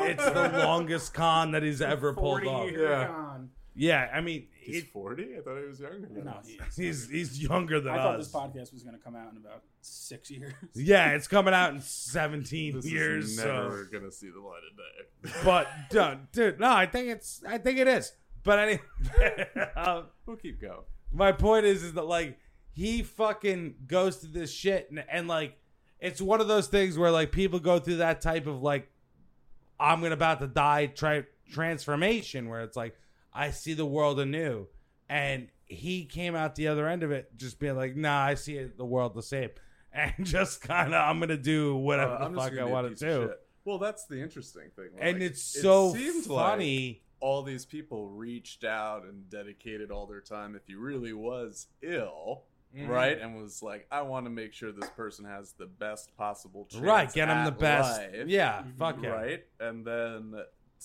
Speaker 2: it's the longest con that he's ever pulled
Speaker 4: Forty
Speaker 2: off
Speaker 4: year
Speaker 3: Yeah.
Speaker 4: con.
Speaker 2: yeah i mean
Speaker 3: He's
Speaker 2: it-
Speaker 3: forty. I thought he was younger. than
Speaker 4: No,
Speaker 3: us.
Speaker 4: he-
Speaker 2: he's he's younger than
Speaker 4: I thought
Speaker 2: us
Speaker 4: this podcast was going to come out in about six years.
Speaker 2: yeah it's coming out in 17
Speaker 3: This
Speaker 2: years
Speaker 3: is
Speaker 2: so-
Speaker 3: never gonna see the light of day.
Speaker 2: but dude, dude, no, I think it's, I think it is. But anyway, um,
Speaker 3: we'll keep going.
Speaker 2: my point is, is that like he fucking goes through this shit, and, and like it's one of those things where like people go through that type of like I'm gonna about to die tri- transformation, where it's like I see the world anew, and he came out the other end of it just being like, nah, I see it, the world the same. And just kind of, I'm gonna do whatever
Speaker 3: Uh, I'm
Speaker 2: the
Speaker 3: just
Speaker 2: fuck I
Speaker 3: gonna be a
Speaker 2: want
Speaker 3: piece
Speaker 2: to
Speaker 3: of
Speaker 2: do,
Speaker 3: shit. Well, that's the interesting thing. like,
Speaker 2: and it's
Speaker 3: it
Speaker 2: so
Speaker 3: seems like
Speaker 2: funny.
Speaker 3: all these people reached out and dedicated all their time. If he really was ill,
Speaker 2: Mm-hmm.
Speaker 3: right, and was like, I want to make sure this person has the best possible chance.
Speaker 2: Right, get him the
Speaker 3: at
Speaker 2: best.
Speaker 3: life, Mm-hmm.
Speaker 2: Yeah, fuck him.
Speaker 3: Right, and then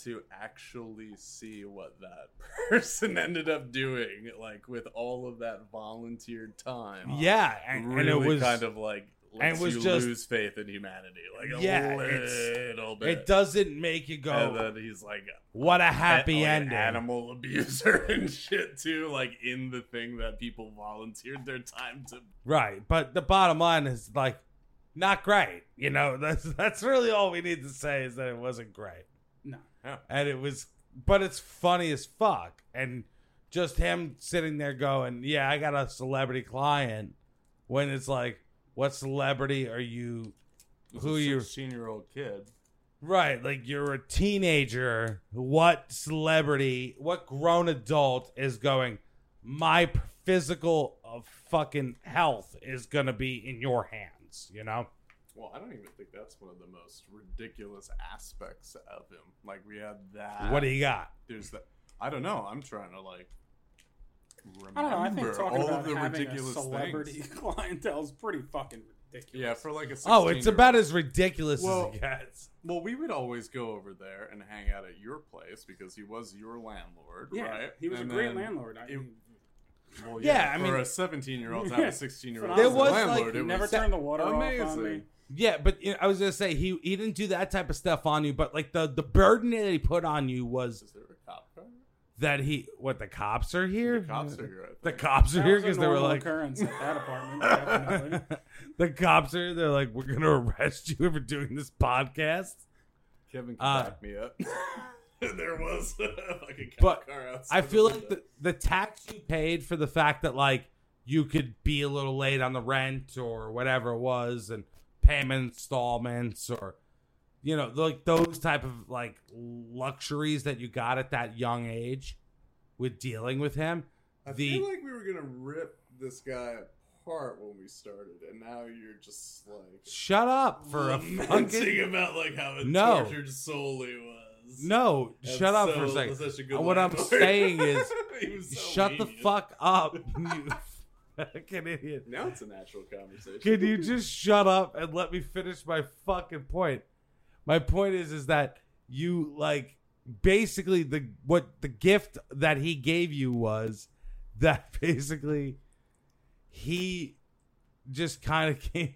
Speaker 3: to actually see what that person ended up doing, like with all of that volunteered time.
Speaker 2: Yeah, and, and
Speaker 3: really
Speaker 2: it was
Speaker 3: kind of like.
Speaker 2: and
Speaker 3: Lets
Speaker 2: it was
Speaker 3: you
Speaker 2: just-
Speaker 3: lose faith in humanity, like a
Speaker 2: Yeah, it's-
Speaker 3: little bit.
Speaker 2: It doesn't make you
Speaker 3: And
Speaker 2: go,
Speaker 3: then he's like
Speaker 2: "What a happy
Speaker 3: like an
Speaker 2: ending!"
Speaker 3: animal abuser and shit too, like in the thing that people volunteered their time to.
Speaker 2: Right, but the bottom line is like, not great. You know, that's that's really all we need to say is that it wasn't great,
Speaker 4: no.
Speaker 2: and it was, but it's funny as fuck, and just him sitting there going, "Yeah, I got a celebrity client," when it's like, "What celebrity are you?" Who you
Speaker 3: Sixteen-year-old kid.
Speaker 2: Right, like you're a teenager. What celebrity, what grown adult is going, my p- physical of fucking health is going to be in your hands, you know?
Speaker 3: Well, I don't even think that's one of the most ridiculous aspects of him. Like we had that.
Speaker 2: what do you got?
Speaker 3: There's that. I don't know. I'm trying to like. Remember
Speaker 4: I don't know. I think talking
Speaker 3: all
Speaker 4: about
Speaker 3: of the
Speaker 4: having a
Speaker 3: ridiculous
Speaker 4: celebrity
Speaker 3: things.
Speaker 4: clientele is pretty fucking ridiculous.
Speaker 3: Yeah, for like a.
Speaker 2: Oh, it's
Speaker 3: 16-year-old.
Speaker 2: about as ridiculous
Speaker 3: Well-
Speaker 2: as it gets.
Speaker 3: Well, we would always go over there and hang out at your place because he was your landlord,
Speaker 4: Yeah,
Speaker 3: right?
Speaker 4: he was
Speaker 3: And
Speaker 4: a great
Speaker 3: then-
Speaker 4: landlord. I,
Speaker 3: it- Well,
Speaker 2: Yeah,
Speaker 3: yeah,
Speaker 2: I
Speaker 3: for
Speaker 2: mean-
Speaker 3: a 17 year old to have a 16 year old
Speaker 4: There
Speaker 2: was,
Speaker 3: landlord,
Speaker 2: like,
Speaker 3: it
Speaker 4: never
Speaker 3: was
Speaker 4: turned the water off on me.
Speaker 3: amazing.
Speaker 2: Yeah, but you know, I was going to say, he, he didn't do that type of stuff on you, but like the, the burden that he put on you was
Speaker 3: Is there a cop car?
Speaker 2: that he, what, the cops are here?
Speaker 3: The cops are here. I
Speaker 2: The
Speaker 3: think.
Speaker 2: cops are
Speaker 4: That
Speaker 2: here
Speaker 4: was a
Speaker 2: because they were
Speaker 4: normal
Speaker 2: like,
Speaker 4: occurrence at that apartment. Definitely.
Speaker 2: the cops are they're like we're gonna arrest you for doing this podcast
Speaker 3: Kevin can
Speaker 2: Uh,
Speaker 3: back me up. there was like a cop
Speaker 2: But
Speaker 3: car outside.
Speaker 2: i feel
Speaker 3: the
Speaker 2: like
Speaker 3: window.
Speaker 2: the, the tax you paid for the fact that like you could be a little late on the rent or whatever it was and payment installments or you know like those type of like luxuries that you got at that young age with dealing with him
Speaker 3: I
Speaker 2: the-
Speaker 3: feel like we were gonna rip this guy apart when we started, and now you're just like
Speaker 2: shut up for a fucking
Speaker 3: lamenting about like how a
Speaker 2: No.
Speaker 3: tortured soul he was.
Speaker 2: no
Speaker 3: And
Speaker 2: shut up for a
Speaker 3: so-
Speaker 2: second
Speaker 3: such a good
Speaker 2: what i'm
Speaker 3: landlord.
Speaker 2: saying is
Speaker 3: He was so
Speaker 2: shut the
Speaker 3: lenient.
Speaker 2: fuck up, you fucking idiot.
Speaker 3: Now it's a natural conversation.
Speaker 2: Can you just shut up and let me finish my fucking point? My point is is that you like basically the what the gift that he gave you was that basically he just kind of came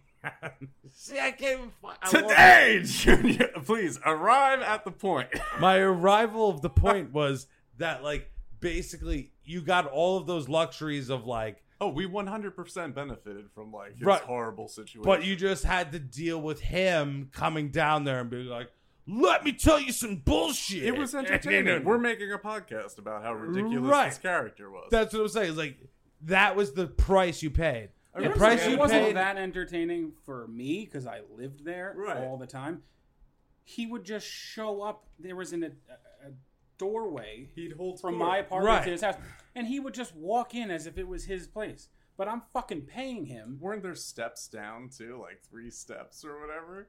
Speaker 2: See, I can't even fu- I love it.
Speaker 3: Today, Junior, please arrive at the point.
Speaker 2: my arrival of the point was that like basically you got all of those luxuries of like
Speaker 3: Oh, we 100% benefited from like his
Speaker 2: Right.
Speaker 3: horrible situation.
Speaker 2: But you just had to deal with him coming down there and being like, "Let me tell you some bullshit."
Speaker 3: it was entertaining. We're making a podcast about how ridiculous
Speaker 2: Right.
Speaker 3: this character was.
Speaker 2: That's what I'm saying. It's like that was the price you paid. The
Speaker 3: I
Speaker 4: It
Speaker 3: remember
Speaker 2: price
Speaker 3: that.
Speaker 4: it
Speaker 2: you
Speaker 4: wasn't
Speaker 2: paid-
Speaker 4: that entertaining for me because I lived there
Speaker 3: Right.
Speaker 4: all the time. He would just show up. There was an, a, a doorway
Speaker 3: He'd hold
Speaker 4: from
Speaker 3: court.
Speaker 4: my apartment
Speaker 2: Right.
Speaker 4: to his house, and he would just walk in as if it was his place. But I'm fucking paying him.
Speaker 3: Weren't there steps down too, like three steps or whatever? Or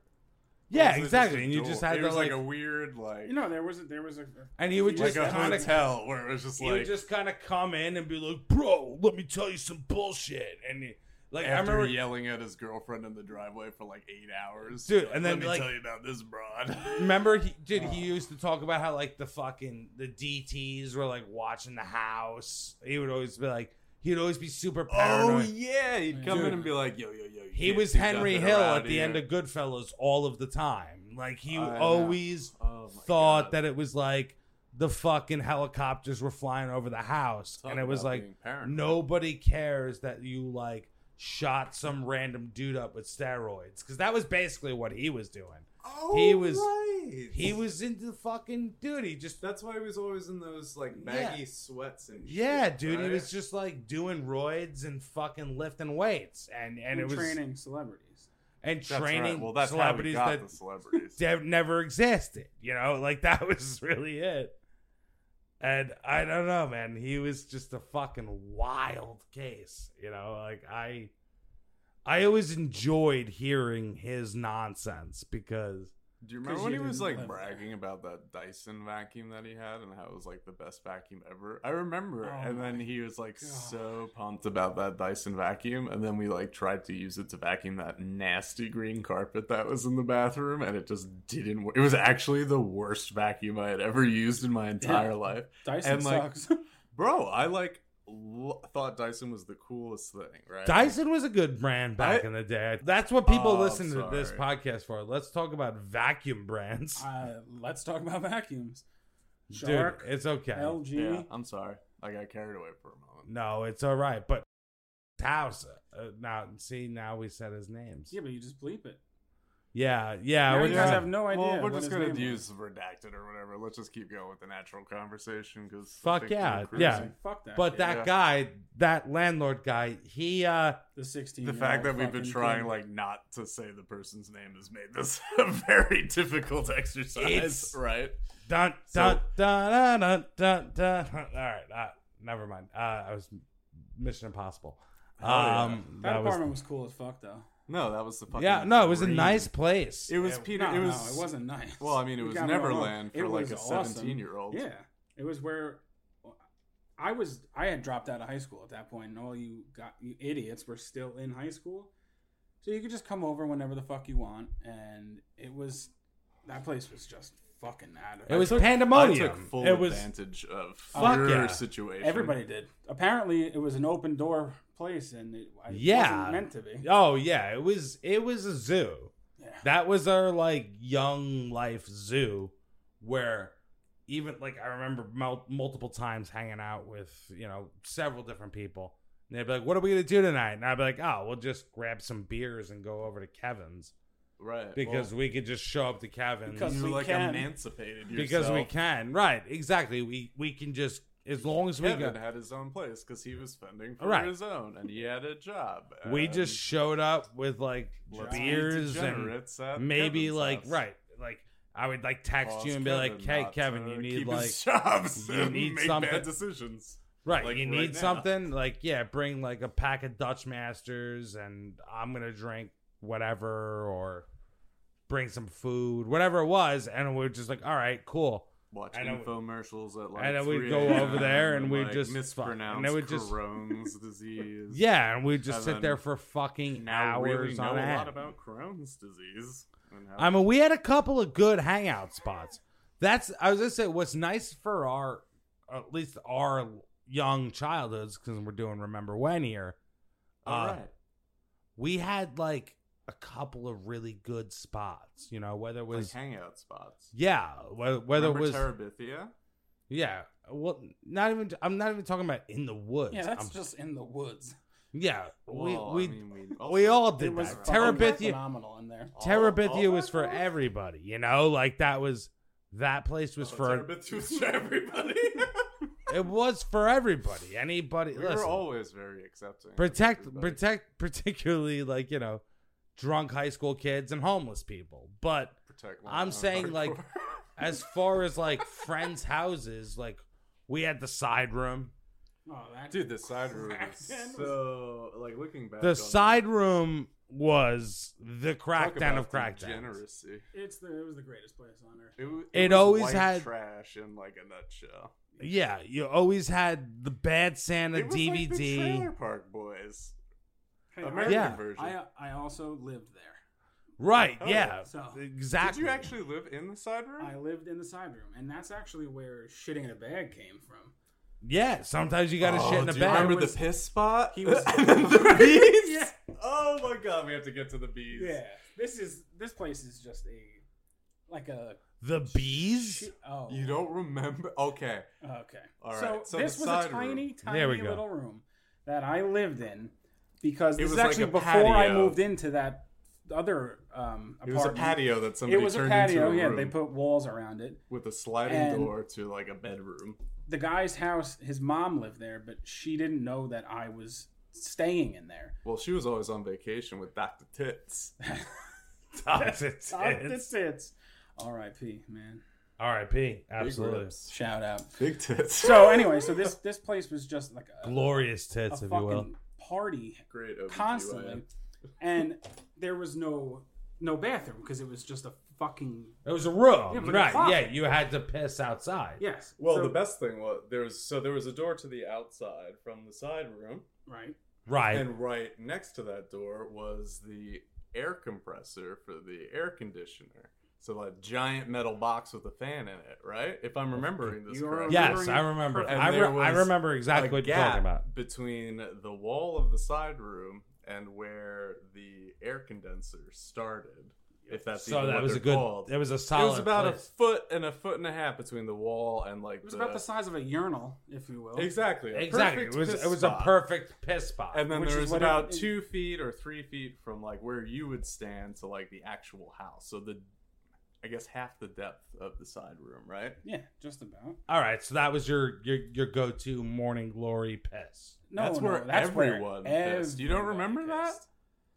Speaker 2: Yeah,
Speaker 3: was it
Speaker 2: exactly.
Speaker 3: a
Speaker 2: And you
Speaker 3: door?
Speaker 2: just had
Speaker 3: it
Speaker 2: to
Speaker 3: was like,
Speaker 2: like,
Speaker 3: a weird like
Speaker 4: You know, there was a, there was a,
Speaker 2: and he would
Speaker 4: Like
Speaker 2: just
Speaker 3: like a
Speaker 2: kind of
Speaker 3: hotel where it was just
Speaker 2: he would
Speaker 3: like
Speaker 2: just kind of come in and be like, "Bro, let me tell you some bullshit." And he, like I
Speaker 3: after
Speaker 2: remember,
Speaker 3: yelling at his girlfriend in the driveway for like eight hours,
Speaker 2: Dude,
Speaker 3: Like,
Speaker 2: and then
Speaker 3: let me
Speaker 2: like-
Speaker 3: tell you about this broad.
Speaker 2: remember, he, dude, he
Speaker 3: Oh.
Speaker 2: used to talk about how like the fucking the DTS were like watching the house. He would always be like, he'd always be super
Speaker 3: oh
Speaker 2: paranoid.
Speaker 3: yeah, he'd come
Speaker 4: Dude.
Speaker 3: in and be like, yo yo yo. you
Speaker 2: He
Speaker 3: can't
Speaker 2: was
Speaker 3: do
Speaker 2: Henry
Speaker 3: nothing
Speaker 2: Hill
Speaker 3: around
Speaker 2: at the end
Speaker 3: here.
Speaker 2: of Goodfellas all of the time. Like he
Speaker 3: I know.
Speaker 2: always
Speaker 3: Oh my
Speaker 2: thought
Speaker 3: God.
Speaker 2: that it was like the fucking helicopters were flying over the house,
Speaker 3: Talk
Speaker 2: and it was
Speaker 3: about
Speaker 2: like
Speaker 3: being paranoid.
Speaker 2: nobody cares that you like shot some random dude up with steroids because that was basically what he was doing.
Speaker 3: Oh,
Speaker 2: he was-
Speaker 3: right.
Speaker 2: He was into the fucking dude. He just
Speaker 3: That's why he was always in those like baggy sweats and shit,
Speaker 2: yeah, dude. He
Speaker 3: right?
Speaker 2: was just like doing roids and fucking lifting weights and and,
Speaker 4: and
Speaker 2: it was
Speaker 4: training celebrities.
Speaker 2: and
Speaker 3: That's right.
Speaker 2: training
Speaker 3: Well, that's
Speaker 2: celebrities
Speaker 3: how he
Speaker 2: that
Speaker 3: got the celebrities.
Speaker 2: dev- never existed. You know, like that was really it. And I don't know, man. He was just a fucking wild case. You know, like I, I always enjoyed hearing his nonsense because
Speaker 3: Do you remember
Speaker 4: 'Cause
Speaker 3: when
Speaker 4: you
Speaker 3: he was
Speaker 4: didn't
Speaker 3: like
Speaker 4: live
Speaker 3: bragging about that Dyson vacuum that he had and how it was like the best vacuum ever? I remember.
Speaker 4: Oh
Speaker 3: and then
Speaker 4: my
Speaker 3: he was like so pumped about that Dyson vacuum. And then we like tried to use it to vacuum that nasty green carpet that was in the bathroom and it just didn't work. It was actually the worst vacuum I had ever used in my entire life.
Speaker 4: Dyson
Speaker 3: And, like,
Speaker 4: sucks.
Speaker 3: Bro, I like l- thought Dyson was the coolest thing, right?
Speaker 2: Dyson was a good brand back
Speaker 3: I-
Speaker 2: in the day. That's what people
Speaker 3: Oh,
Speaker 2: listen to this
Speaker 3: sorry.
Speaker 2: podcast for. Let's talk about vacuum brands,
Speaker 4: uh, let's talk about vacuums.
Speaker 2: dude.
Speaker 4: Shark,
Speaker 2: It's okay.
Speaker 4: LG.
Speaker 3: Yeah, I'm sorry. I got carried away for a moment.
Speaker 2: no, it's all right. But house uh, now. See, now we said his names.
Speaker 4: Yeah, but you just bleep it.
Speaker 2: Yeah, yeah.
Speaker 4: Now
Speaker 2: we're
Speaker 4: you
Speaker 2: just-
Speaker 4: guys have no idea.
Speaker 3: Well, we're
Speaker 4: what
Speaker 3: just
Speaker 4: his
Speaker 3: gonna
Speaker 4: name was.
Speaker 3: use redacted or whatever. Let's just keep going with the natural conversation because
Speaker 2: Fuck yeah, yeah.
Speaker 4: Fuck that.
Speaker 2: But
Speaker 4: kid.
Speaker 2: that
Speaker 3: Yeah.
Speaker 2: guy, that landlord guy, he uh
Speaker 4: the sixteen.
Speaker 3: The fact that we've been trying like not to say the person's name has made this a very difficult exercise,
Speaker 2: It's-
Speaker 3: right?
Speaker 2: dun dun dun dun dun dun. dun. All right, uh, never mind. Uh, I was Mission Impossible.
Speaker 3: Hell yeah.
Speaker 2: Um,
Speaker 4: that,
Speaker 2: that was
Speaker 4: apartment was, cool as fuck though.
Speaker 3: No, that was the fucking
Speaker 2: yeah. No, it was a
Speaker 3: dream.
Speaker 2: nice place.
Speaker 3: It was
Speaker 2: Yeah,
Speaker 3: Peter.
Speaker 4: No,
Speaker 3: it was.
Speaker 4: no, it wasn't nice.
Speaker 3: Well, I mean, it
Speaker 4: We
Speaker 3: was
Speaker 4: got wrong.
Speaker 3: Neverland for,
Speaker 4: It
Speaker 3: like,
Speaker 4: was
Speaker 3: a
Speaker 4: awesome.
Speaker 3: 17-year-old.
Speaker 4: Yeah, it was where I was. I had dropped out of high school at that point, and all you got you idiots were still in high school. So you could just come over whenever the fuck you want, and it was that place was just fucking out of
Speaker 2: It was
Speaker 3: I
Speaker 2: pandemonium.
Speaker 3: took full
Speaker 2: it was
Speaker 3: advantage of
Speaker 2: Fuck
Speaker 3: your
Speaker 2: yeah.
Speaker 3: situation.
Speaker 4: Everybody did. Apparently, it was an open door place, and it, it
Speaker 2: yeah
Speaker 4: wasn't meant to be.
Speaker 2: Oh yeah, it was it was a zoo.
Speaker 4: Yeah.
Speaker 2: That was our like young life zoo where even like I remember mul- multiple times hanging out with, you know, several different people. And they'd be like, "What are we going to do tonight?" And I'd be like, "Oh, we'll just grab some beers and go over to Kevin's
Speaker 3: right?
Speaker 2: because we could just show up to Kevin's
Speaker 4: Because
Speaker 3: you
Speaker 4: we
Speaker 3: like
Speaker 4: can.
Speaker 3: emancipated yourself.
Speaker 2: because we can." Right, exactly. We we can just as long as we
Speaker 3: Kevin
Speaker 2: go.
Speaker 3: had his own place because he was spending for
Speaker 2: Right.
Speaker 3: his own, and he had a job.
Speaker 2: We
Speaker 3: and
Speaker 2: just showed up with like
Speaker 3: let's be
Speaker 2: beers and
Speaker 3: degenerates at
Speaker 2: maybe
Speaker 3: Kevin's
Speaker 2: like
Speaker 3: house.
Speaker 2: right like i would like text
Speaker 3: Cause
Speaker 2: you and be like
Speaker 3: Kevin
Speaker 2: hey
Speaker 3: not
Speaker 2: kevin
Speaker 3: to
Speaker 2: you need
Speaker 3: keep
Speaker 2: like
Speaker 3: his jobs
Speaker 2: you
Speaker 3: and
Speaker 2: need
Speaker 3: make
Speaker 2: something-
Speaker 3: bad decisions.
Speaker 2: right
Speaker 3: like,
Speaker 2: you
Speaker 3: right
Speaker 2: need
Speaker 3: now."
Speaker 2: something like yeah bring like a pack of dutch masters and i'm gonna drink whatever or bring some food whatever it was and we were just like all right cool
Speaker 3: Watch
Speaker 2: I know-
Speaker 3: infomercials at like
Speaker 2: I know we'd
Speaker 3: 3
Speaker 2: go
Speaker 3: a.m.
Speaker 2: over there and we'd
Speaker 3: like,
Speaker 2: just fuck- and
Speaker 3: mispronounce
Speaker 2: then we'd just-
Speaker 3: Crohn's disease.
Speaker 2: yeah and we just
Speaker 3: And
Speaker 2: sit
Speaker 3: then
Speaker 2: there for fucking
Speaker 3: now
Speaker 2: hours
Speaker 3: really know
Speaker 2: on
Speaker 3: a
Speaker 2: end.
Speaker 3: lot about Crohn's disease. and how-
Speaker 2: I mean, we had a couple of good hangout spots. That's I was gonna say what's nice for our, at least our young childhoods, because we're doing remember when here.
Speaker 3: All
Speaker 2: uh,
Speaker 3: right.
Speaker 2: We had like a couple of really good spots. You know, whether it was
Speaker 3: like hangout spots.
Speaker 2: yeah, whether, whether it
Speaker 3: Remember
Speaker 2: was
Speaker 3: Terabithia.
Speaker 2: yeah. Well, not even I'm not even talking about in the woods.
Speaker 4: Yeah, that's
Speaker 2: I'm-
Speaker 4: just in the woods.
Speaker 2: yeah.
Speaker 3: Well, I
Speaker 2: we we
Speaker 3: mean,
Speaker 2: we
Speaker 3: also-
Speaker 2: all did
Speaker 4: It was
Speaker 2: that.
Speaker 3: fucking
Speaker 2: Terabithia.
Speaker 4: phenomenal in there.
Speaker 3: all-
Speaker 2: Terabithia
Speaker 3: all
Speaker 2: was
Speaker 3: that
Speaker 2: for
Speaker 3: stuff?
Speaker 2: everybody. You know, like that was that place was
Speaker 3: Oh,
Speaker 2: for
Speaker 3: Terabithia was for everybody.
Speaker 2: It was for everybody. Anybody.
Speaker 3: We
Speaker 2: listen,
Speaker 3: were always very accepting. of
Speaker 2: protect,
Speaker 3: everybody.
Speaker 2: protect, particularly like you know, drunk high school kids and homeless people. But
Speaker 3: protect. Long
Speaker 2: I'm
Speaker 3: Island
Speaker 2: saying like,
Speaker 3: hardcore.
Speaker 2: as far as like friends' houses, like we had the side room.
Speaker 4: Oh, that
Speaker 3: dude, the side room is
Speaker 4: Kraken was-
Speaker 3: so like looking back.
Speaker 2: The
Speaker 3: on
Speaker 2: side
Speaker 3: that,
Speaker 2: room was the
Speaker 3: talk
Speaker 2: crackdown
Speaker 3: about
Speaker 2: of crackdowns.
Speaker 3: Degeneracy.
Speaker 4: It's the, it was the greatest place on earth.
Speaker 3: It, w- it,
Speaker 2: It
Speaker 3: was
Speaker 2: always
Speaker 3: white
Speaker 2: had-
Speaker 3: trash in like a nutshell.
Speaker 2: Yeah, you always had the Bad Santa
Speaker 3: It was
Speaker 2: DVD.
Speaker 3: like the Trailer Park Boys,
Speaker 4: Hey,
Speaker 3: American
Speaker 2: Yeah.
Speaker 3: version.
Speaker 4: I, uh, I also lived there.
Speaker 2: Right,
Speaker 3: Oh.
Speaker 2: yeah.
Speaker 4: So-
Speaker 2: exactly.
Speaker 3: Did you actually live in the side room?
Speaker 4: I lived in the side room, and that's actually where shitting in a bag came from.
Speaker 2: Yeah, sometimes you gotta
Speaker 3: Oh,
Speaker 2: shit in a
Speaker 3: do you
Speaker 2: bag.
Speaker 3: Remember
Speaker 4: was-
Speaker 3: the piss spot?
Speaker 4: he was-
Speaker 3: And then the bees?
Speaker 4: Yeah.
Speaker 3: Oh my god, we have to get to the bees.
Speaker 4: Yeah, this is this place is just a like a
Speaker 2: the bees?
Speaker 4: shit. Oh,
Speaker 3: You don't remember? Okay.
Speaker 4: Okay.
Speaker 3: All right,
Speaker 4: So,
Speaker 3: so
Speaker 4: this
Speaker 3: the
Speaker 4: was
Speaker 3: side
Speaker 4: a
Speaker 3: room.
Speaker 4: tiny, tiny
Speaker 2: There we go.
Speaker 4: little room that I lived in because
Speaker 3: It
Speaker 4: this
Speaker 3: was
Speaker 4: is
Speaker 3: like
Speaker 4: actually
Speaker 3: a
Speaker 4: before I
Speaker 3: patio.
Speaker 4: moved into that other um, apartment.
Speaker 3: It was a patio that
Speaker 4: It
Speaker 3: somebody
Speaker 4: was a
Speaker 3: turned
Speaker 4: patio.
Speaker 3: into a
Speaker 4: yeah,
Speaker 3: room
Speaker 4: they put walls around it.
Speaker 3: with a sliding
Speaker 4: and-
Speaker 3: door to like a bedroom.
Speaker 4: The guy's house, his mom lived there, but she didn't know that I was staying in there. Ah,
Speaker 3: Well, she was always on vacation with Dr. Tits.
Speaker 2: Tops and
Speaker 4: Stop the
Speaker 2: tits.
Speaker 4: tits. R.I.P. Man.
Speaker 2: R.I.P. Absolutely.
Speaker 3: lips.
Speaker 4: Shout out.
Speaker 3: Big tits.
Speaker 4: So anyway, so this this place was just like a,
Speaker 2: Glorious
Speaker 4: a
Speaker 2: tits, if you will.
Speaker 4: fucking party
Speaker 3: great. OBGYN.
Speaker 4: constantly, and there was no no bathroom because it was just a fucking
Speaker 2: It was a room.
Speaker 4: Yeah, but
Speaker 2: right,
Speaker 4: it's hot.
Speaker 2: yeah, you had to piss outside.
Speaker 4: yes.
Speaker 3: Well,
Speaker 4: so-
Speaker 3: the best thing was there was so there was a door to the outside from the side room,
Speaker 4: right?
Speaker 2: Right.
Speaker 3: and right next to that door was the air compressor for the air conditioner. So a giant metal box with a fan in it, right? If I'm remembering this
Speaker 4: You are
Speaker 3: correctly.
Speaker 2: yes, I remember.
Speaker 4: Perfect.
Speaker 2: I,
Speaker 3: there
Speaker 2: re- I
Speaker 3: was
Speaker 2: remember exactly
Speaker 3: a
Speaker 2: what you're
Speaker 3: gap
Speaker 2: talking about.
Speaker 3: Between the wall of the side room and where the air condenser started, if that's
Speaker 2: So
Speaker 3: even
Speaker 2: that
Speaker 3: what
Speaker 2: was a
Speaker 3: they're
Speaker 2: good.
Speaker 3: called.
Speaker 2: It was a
Speaker 3: It
Speaker 2: solid.
Speaker 3: was about
Speaker 2: place.
Speaker 3: a foot and a foot and a half between the wall and like
Speaker 4: It was about the size of a urinal, if you will.
Speaker 3: exactly a
Speaker 2: exactly. It
Speaker 3: perfect
Speaker 2: was
Speaker 3: piss
Speaker 2: it was a
Speaker 3: spot.
Speaker 2: perfect piss spot.
Speaker 3: And then
Speaker 4: Which
Speaker 3: there
Speaker 4: is
Speaker 3: was
Speaker 4: what
Speaker 3: about
Speaker 4: it-
Speaker 3: two feet or three feet from like where you would stand to like the actual house. So the, I guess half the depth of the side room, right?
Speaker 4: Yeah, just about.
Speaker 2: All right, so that was your your your go to morning glory piss.
Speaker 4: No,
Speaker 3: that's
Speaker 4: no,
Speaker 3: where
Speaker 4: that's where
Speaker 3: everyone pissed. You don't
Speaker 4: everybody
Speaker 3: remember that?
Speaker 4: pissed.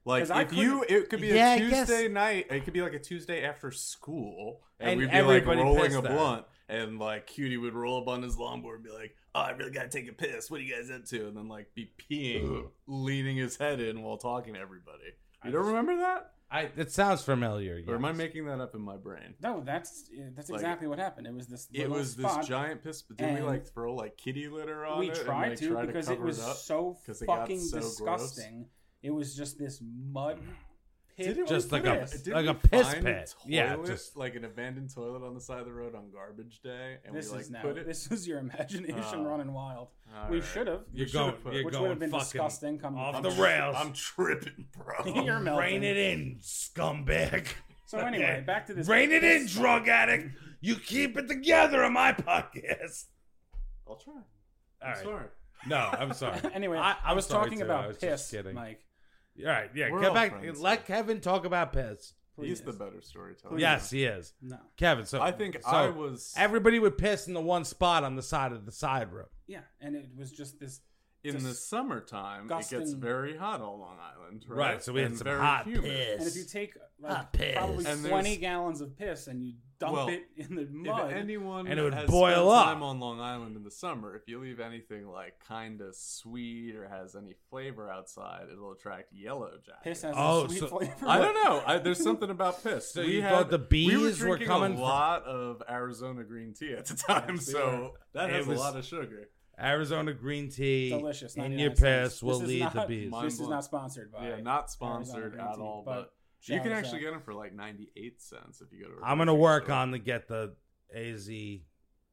Speaker 3: Like
Speaker 4: 'Cause I
Speaker 3: if you, it could be a
Speaker 2: Yeah, I guess-
Speaker 3: Tuesday night. It could be like a Tuesday after school, and,
Speaker 2: And
Speaker 3: we'd be like
Speaker 2: everybody
Speaker 3: rolling
Speaker 2: pissed
Speaker 3: a
Speaker 2: there.
Speaker 3: blunt, and like Cutie would roll up on his longboard and be like, "Oh, I really gotta take a piss. What are you guys up to?" And then like be peeing, leaning his head in while talking to everybody. You don't remember that?
Speaker 2: I it sounds familiar.
Speaker 3: Or am I
Speaker 2: yes.
Speaker 3: making that up in my brain?
Speaker 4: No, that's yeah, that's
Speaker 3: Like,
Speaker 4: exactly what happened. It was this.
Speaker 3: It
Speaker 4: little
Speaker 3: was this
Speaker 4: spot.
Speaker 3: giant piss. But did we
Speaker 4: and
Speaker 3: like throw like kitty litter on
Speaker 4: We
Speaker 3: it? and,
Speaker 4: tried
Speaker 3: like,
Speaker 4: to
Speaker 3: try
Speaker 4: because it
Speaker 3: cover
Speaker 4: was
Speaker 3: up?
Speaker 4: so
Speaker 3: 'Cause it got
Speaker 4: fucking
Speaker 3: so gross.
Speaker 4: disgusting. It was just this mud pit.
Speaker 3: Didn't we
Speaker 2: Just like
Speaker 3: put
Speaker 2: a-
Speaker 4: piss.
Speaker 2: like
Speaker 3: didn't
Speaker 2: a
Speaker 3: we
Speaker 2: piss
Speaker 3: find
Speaker 2: pit. Yeah,
Speaker 3: toilet,
Speaker 2: just-
Speaker 3: like an abandoned toilet on the side of the road on garbage day, and
Speaker 4: This
Speaker 3: we like
Speaker 4: is now.
Speaker 3: put it.
Speaker 4: This is your imagination
Speaker 3: Oh.
Speaker 4: running wild.
Speaker 3: All
Speaker 4: we
Speaker 3: right.
Speaker 4: should have.
Speaker 3: You
Speaker 2: You're
Speaker 3: should've
Speaker 2: going.
Speaker 3: put-
Speaker 2: you're
Speaker 4: which
Speaker 2: going
Speaker 4: would've been
Speaker 2: fucking
Speaker 4: disgusting come to
Speaker 2: off
Speaker 4: think
Speaker 2: the
Speaker 4: of
Speaker 3: tri-
Speaker 4: it.
Speaker 2: rails.
Speaker 3: I'm tripping, bro.
Speaker 4: You're melting.
Speaker 2: Rein it in, scumbag.
Speaker 4: So anyway,
Speaker 2: Okay.
Speaker 4: back to this.
Speaker 2: Rein it in,
Speaker 4: piss-
Speaker 2: drug addict. You keep it together on my podcast.
Speaker 3: I'll try.
Speaker 2: All
Speaker 3: I'm
Speaker 2: right.
Speaker 3: sorry.
Speaker 2: No, I'm sorry.
Speaker 4: Anyway,
Speaker 2: I-
Speaker 4: I,
Speaker 2: I'm
Speaker 4: was
Speaker 2: sorry,
Speaker 4: talking
Speaker 2: too. I
Speaker 4: about
Speaker 2: was just
Speaker 4: piss,
Speaker 2: kidding.
Speaker 4: Mike.
Speaker 2: All right, yeah.
Speaker 3: We're
Speaker 2: get
Speaker 3: all
Speaker 2: back.
Speaker 3: friends,
Speaker 2: let
Speaker 3: so-
Speaker 2: Kevin talk about piss.
Speaker 4: Please.
Speaker 3: He's the better storyteller.
Speaker 2: Yes, he is.
Speaker 4: No.
Speaker 2: Kevin, so
Speaker 3: I think
Speaker 2: so
Speaker 3: I was
Speaker 2: Everybody would piss in the one spot on the side of the side room.
Speaker 4: Yeah, and it was just this.
Speaker 3: in the summertime. It gets
Speaker 4: disgusting-
Speaker 3: very hot on Long Island, right?
Speaker 2: Right, so we had
Speaker 3: And
Speaker 2: some
Speaker 3: very
Speaker 2: hot
Speaker 3: humid.
Speaker 2: piss.
Speaker 4: And if you take
Speaker 2: Ah,
Speaker 4: like
Speaker 2: piss.
Speaker 4: probably
Speaker 3: And there's-
Speaker 4: twenty gallons of piss and you dump
Speaker 3: Well,
Speaker 4: it in the
Speaker 3: If
Speaker 4: mud,
Speaker 3: anyone
Speaker 2: And it would
Speaker 3: has
Speaker 2: boil
Speaker 3: spent
Speaker 2: up.
Speaker 3: time on Long Island in the summer, if you leave anything like kind of sweet or has any flavor outside, it'll attract yellow jackets.
Speaker 4: piss has
Speaker 2: Oh,
Speaker 4: a sweet
Speaker 2: so-
Speaker 4: flavor.
Speaker 3: I don't know. I, there's something about piss.
Speaker 2: So you thought the
Speaker 3: we were,
Speaker 2: bees were
Speaker 3: drinking
Speaker 2: coming
Speaker 3: A
Speaker 2: from-
Speaker 3: lot of Arizona green tea at the time,
Speaker 4: Yes, we
Speaker 3: so that
Speaker 2: It
Speaker 3: has
Speaker 2: was-
Speaker 3: a lot of sugar.
Speaker 2: Arizona green tea
Speaker 4: Delicious,
Speaker 2: in
Speaker 4: 99
Speaker 2: your
Speaker 4: cents.
Speaker 2: piss will
Speaker 4: This is
Speaker 2: lead to
Speaker 4: not
Speaker 2: bees.
Speaker 3: my-
Speaker 4: This is
Speaker 3: blown.
Speaker 4: not sponsored by.
Speaker 3: Yeah, not sponsored
Speaker 4: Arizona
Speaker 3: at
Speaker 4: Green Tea,
Speaker 3: all,
Speaker 4: but
Speaker 3: but, you can
Speaker 4: shout
Speaker 3: actually
Speaker 4: out.
Speaker 3: get them for like 98 cents if you go to. a
Speaker 2: I'm gonna
Speaker 3: grocery
Speaker 2: work
Speaker 3: store.
Speaker 2: on to get the AZ.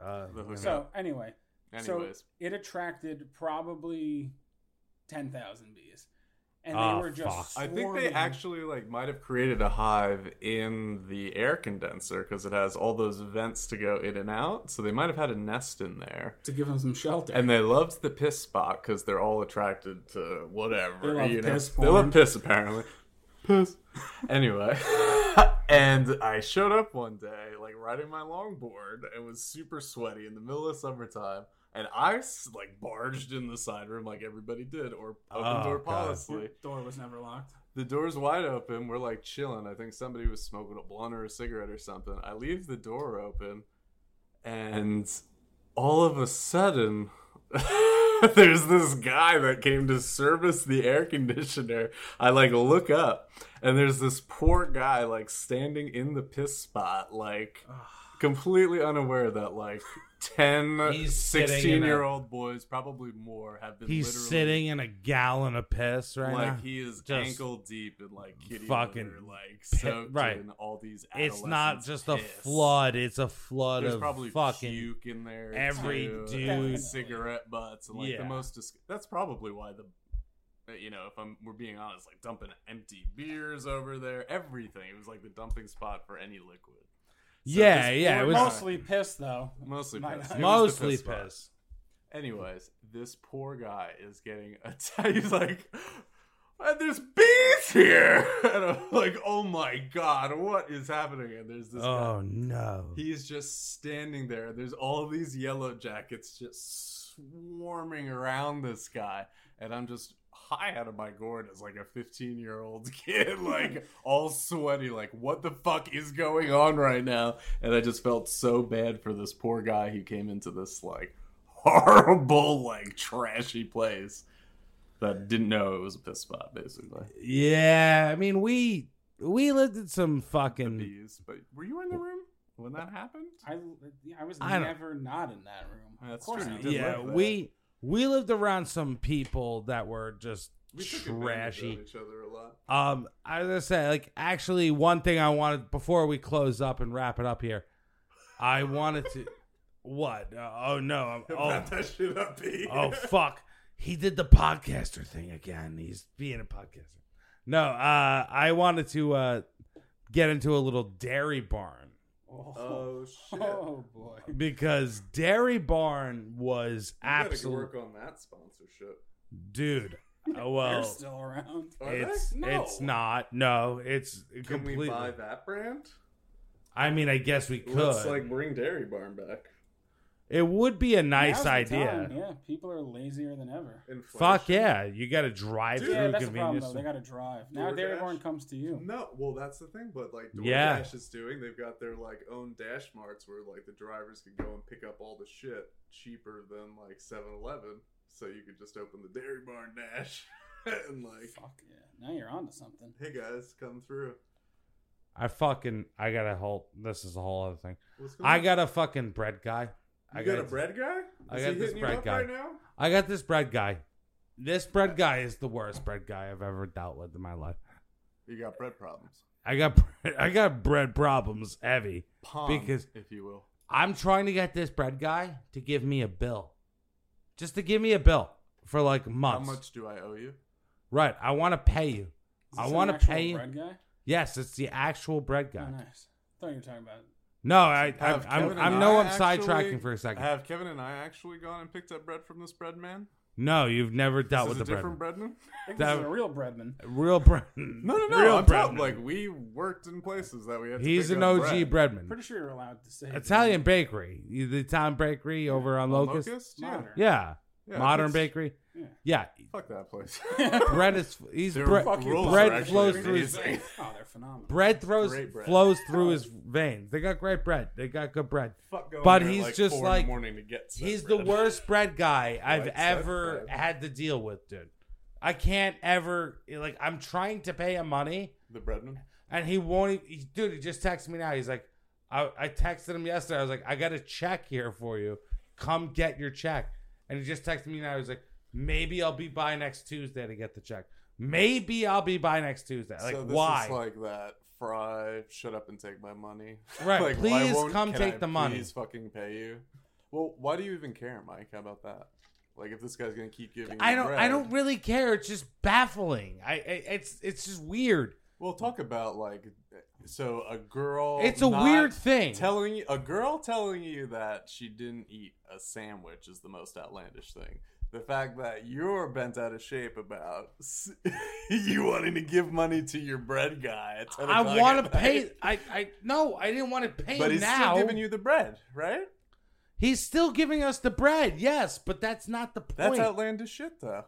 Speaker 2: Uh,
Speaker 3: The hookup.
Speaker 4: So anyway,
Speaker 3: Anyways,
Speaker 4: so it attracted probably ten thousand bees, and
Speaker 2: Ah,
Speaker 4: they were just.
Speaker 2: fuck.
Speaker 3: I think they
Speaker 4: swarming.
Speaker 3: actually like might have created a hive in the air condenser because it has all those vents to go in and out. So they might have had a nest in there.
Speaker 4: to give them some shelter.
Speaker 3: And they loved the piss spot because they're all attracted to whatever.
Speaker 4: They love
Speaker 3: you know?
Speaker 4: piss
Speaker 3: They love
Speaker 4: porn.
Speaker 3: piss apparently. Piss. Anyway, And I showed up one day, like riding my longboard, and was super sweaty in the middle of summertime. And I s- like barged in the side room like everybody did, or open
Speaker 2: Oh,
Speaker 3: door
Speaker 2: God.
Speaker 3: policy.
Speaker 4: Door was never locked.
Speaker 3: The door's wide open. We're like chilling. I think somebody was smoking a blunt or a cigarette or something. I leave the door open, and all of a sudden, there's this guy that came to service the air conditioner. I like look up, and there's this poor guy like standing in the piss spot, like completely unaware that like 10,
Speaker 2: He's sitting in a-
Speaker 3: 16 year old boys, probably more, have been
Speaker 2: He's
Speaker 3: literally
Speaker 2: sitting in a gallon of piss right
Speaker 3: like
Speaker 2: now.
Speaker 3: he is
Speaker 2: Just
Speaker 3: ankle deep in like kitty
Speaker 2: fucking
Speaker 3: litter, like soaked
Speaker 2: right.
Speaker 3: in all these.
Speaker 2: it's not
Speaker 3: adolescents'
Speaker 2: just a
Speaker 3: piss.
Speaker 2: flood; it's a flood
Speaker 3: There's
Speaker 2: of
Speaker 3: probably
Speaker 2: fucking.
Speaker 3: puke in there.
Speaker 2: every
Speaker 3: too, and
Speaker 2: dude-
Speaker 3: cigarette butts, and like the
Speaker 2: Yeah.
Speaker 3: most. Dis- that's probably why the. uh, You know, if I'm we're being honest, like dumping empty beers over there, everything. It was like the dumping spot for any liquid.
Speaker 2: yeah,
Speaker 3: this
Speaker 2: yeah,
Speaker 4: We
Speaker 2: it
Speaker 4: were
Speaker 2: was
Speaker 4: mostly pissed though.
Speaker 3: Mostly
Speaker 4: My-
Speaker 3: piss.
Speaker 4: it was the
Speaker 2: mostly
Speaker 3: spot.
Speaker 2: piss.
Speaker 3: Anyways, this poor guy is getting attacked. He's like, "And there's bees here, and I'm like, oh my god, what is happening? And there's this
Speaker 2: Oh
Speaker 3: guy.
Speaker 2: no!
Speaker 3: He's just standing there. There's all these yellow jackets just swarming around this guy, and I'm just high out of my gourd as like a 15 year old kid, like all sweaty, like what the fuck is going on right now? And I just felt so bad for this poor guy who came into this like horrible, like trashy place that didn't know it was a piss spot, basically.
Speaker 2: yeah, I mean we we lived in some
Speaker 3: The
Speaker 2: fucking.
Speaker 3: bees. But were you in the room when that happened?
Speaker 4: I, I was
Speaker 2: I don't-
Speaker 4: never not in that room.
Speaker 3: That's
Speaker 4: of course
Speaker 3: true,
Speaker 4: I
Speaker 3: you
Speaker 4: was.
Speaker 3: did
Speaker 2: Yeah,
Speaker 3: like that.
Speaker 2: we we lived around some people that were just
Speaker 3: took advantage
Speaker 2: trashy.
Speaker 3: of each other a lot.
Speaker 2: Um, I was gonna say, like, actually, one thing I wanted before we close up and wrap it up here, I wanted to. what? Uh, oh no! I'm, oh,
Speaker 3: Wrap that shit up, B.
Speaker 2: oh fuck! He did the podcaster thing again. He's being a podcaster. No, uh, I wanted to uh, get into a little dairy barn
Speaker 4: Oh,
Speaker 3: Oh, shit.
Speaker 4: oh, boy.
Speaker 2: because dairy barn was
Speaker 3: You gotta go
Speaker 2: absolute
Speaker 3: work on that sponsorship.
Speaker 2: dude. Uh,
Speaker 4: They're
Speaker 2: well,
Speaker 4: still around.
Speaker 3: Are they?
Speaker 2: it's
Speaker 4: No.
Speaker 2: it's not. No, it's
Speaker 3: Can
Speaker 2: completely.
Speaker 3: we buy that brand?
Speaker 2: I mean, I guess we could.
Speaker 3: Let's like bring Dairy Barn back.
Speaker 2: It would be a nice
Speaker 4: Now's the
Speaker 2: idea.
Speaker 4: time, Yeah, people are lazier than ever.
Speaker 3: Inflation.
Speaker 2: Fuck yeah, you got to drive
Speaker 3: Dude,
Speaker 2: through
Speaker 4: yeah, that's the problem
Speaker 2: convenience.
Speaker 4: though. They got to drive. Now
Speaker 3: DoorDash?
Speaker 4: Dairy Barn comes to you.
Speaker 3: No, well that's the thing. But like DoorDash
Speaker 2: Yeah.
Speaker 3: is doing, they've got their like own dash marts where like the drivers can go and pick up all the shit cheaper than like 7-Eleven. So you could just open the Dairy Barn dash and like,
Speaker 4: Fuck yeah. Now you're onto something.
Speaker 3: hey guys, come through.
Speaker 2: I fucking I got a whole. This is a whole other thing.
Speaker 3: What's going
Speaker 2: I
Speaker 3: on?
Speaker 2: got a fucking bread guy.
Speaker 3: You
Speaker 2: I
Speaker 3: got,
Speaker 2: got
Speaker 3: a bread guy?
Speaker 2: I
Speaker 3: Is
Speaker 2: got
Speaker 3: he
Speaker 2: this
Speaker 3: hitting you
Speaker 2: bread
Speaker 3: up
Speaker 2: guy.
Speaker 3: right now?
Speaker 2: I got this bread guy. This bread guy is the worst bread guy I've ever dealt with in my life.
Speaker 3: You got bread problems.
Speaker 2: I got I got bread problems heavy.
Speaker 3: Pong,
Speaker 2: Because-
Speaker 3: if you will.
Speaker 2: I'm trying to get this bread guy to give me a bill, just to give me a bill for like
Speaker 3: How
Speaker 2: months.
Speaker 3: much do I owe you?
Speaker 2: Right. I want to pay you.
Speaker 4: Is
Speaker 2: I
Speaker 4: this an
Speaker 2: wanna
Speaker 4: actual
Speaker 2: pay you-
Speaker 4: Bread guy.
Speaker 2: Yes, it's the actual bread guy.
Speaker 4: Oh, nice. thought you were talking about.
Speaker 2: No, I, I,
Speaker 3: Have
Speaker 2: I'm,
Speaker 3: Kevin
Speaker 2: I'm,
Speaker 3: and
Speaker 2: I'm no,
Speaker 3: I
Speaker 2: I'm
Speaker 3: actually-
Speaker 2: sidetracking for a second.
Speaker 3: Have Kevin and I actually gone and picked up bread from this bread man?
Speaker 2: no, you've never dealt
Speaker 3: This
Speaker 2: with
Speaker 3: is
Speaker 2: the
Speaker 3: a
Speaker 2: bread.
Speaker 3: different bread man?
Speaker 4: I think
Speaker 2: That-
Speaker 4: this is a real breadman.
Speaker 2: Real bread.
Speaker 3: No, no, no.
Speaker 2: Real
Speaker 3: I'm
Speaker 2: bread
Speaker 3: talking,
Speaker 2: man.
Speaker 3: like we worked in places that we had.
Speaker 2: He's
Speaker 3: to pick
Speaker 2: an
Speaker 3: up
Speaker 2: OG
Speaker 3: bread.
Speaker 2: breadman.
Speaker 4: Pretty sure you're allowed to say.
Speaker 2: Italian bakery, You- the Italian bakery over on Locust.
Speaker 3: Yeah.
Speaker 4: Modern.
Speaker 2: Yeah.
Speaker 3: Yeah,
Speaker 2: modern
Speaker 3: that's-
Speaker 2: bakery.
Speaker 4: Yeah.
Speaker 2: Yeah,
Speaker 3: Fuck that place.
Speaker 2: bread is he's
Speaker 3: Their
Speaker 2: bread.
Speaker 3: fucking
Speaker 4: rules
Speaker 2: bread
Speaker 4: are actually
Speaker 2: flows through his
Speaker 3: amazing.
Speaker 4: Oh, they're phenomenal.
Speaker 2: bread throws
Speaker 3: Great bread.
Speaker 2: flows
Speaker 3: Oh.
Speaker 2: through his veins. They got great bread. They got good bread.
Speaker 3: Fuck going
Speaker 2: But
Speaker 3: there at,
Speaker 2: he's
Speaker 3: like,
Speaker 2: just
Speaker 3: four
Speaker 2: like-
Speaker 3: in the morning to get to that
Speaker 2: He's the
Speaker 3: bread.
Speaker 2: worst bread guy I've
Speaker 3: Like that
Speaker 2: ever
Speaker 3: bread.
Speaker 2: had to deal with, dude. I can't ever like I'm trying to pay him money.
Speaker 3: The breadman.
Speaker 2: And he won't. e- He, dude, he just texted me now. He's like, I, I texted him yesterday. I was like, I got a check here for you. Come get your check. And he just texted me now. He's like, maybe I'll be by next Tuesday to get the check. Maybe I'll be by next Tuesday. Like,
Speaker 3: so this
Speaker 2: why?
Speaker 3: Is like that. Fry, shut up and take my money.
Speaker 2: Right,
Speaker 3: like,
Speaker 2: please
Speaker 3: why won't,
Speaker 2: come
Speaker 3: can
Speaker 2: take
Speaker 3: I
Speaker 2: the money.
Speaker 3: Please fucking pay you. Well, why do you even care, Mike? How about that? Like, if this guy's gonna keep giving,
Speaker 2: I
Speaker 3: you
Speaker 2: don't.
Speaker 3: Bread,
Speaker 2: I don't really care. It's just baffling. I. I it's. It's just weird.
Speaker 3: Well, talk about like so a girl.
Speaker 2: It's a
Speaker 3: not
Speaker 2: weird thing.
Speaker 3: Telling you, a girl telling you that she didn't eat a sandwich is the most outlandish thing. the fact that you're bent out of shape about s- you wanting to give money to your bread guy. At 10
Speaker 2: I
Speaker 3: o'clock
Speaker 2: want to
Speaker 3: at night.
Speaker 2: pay. I, I no, I didn't want to pay
Speaker 3: but he's
Speaker 2: now.
Speaker 3: still giving you the bread, right?
Speaker 2: he's still giving us the bread, yes, but that's not the point.
Speaker 3: That's outlandish shit, though.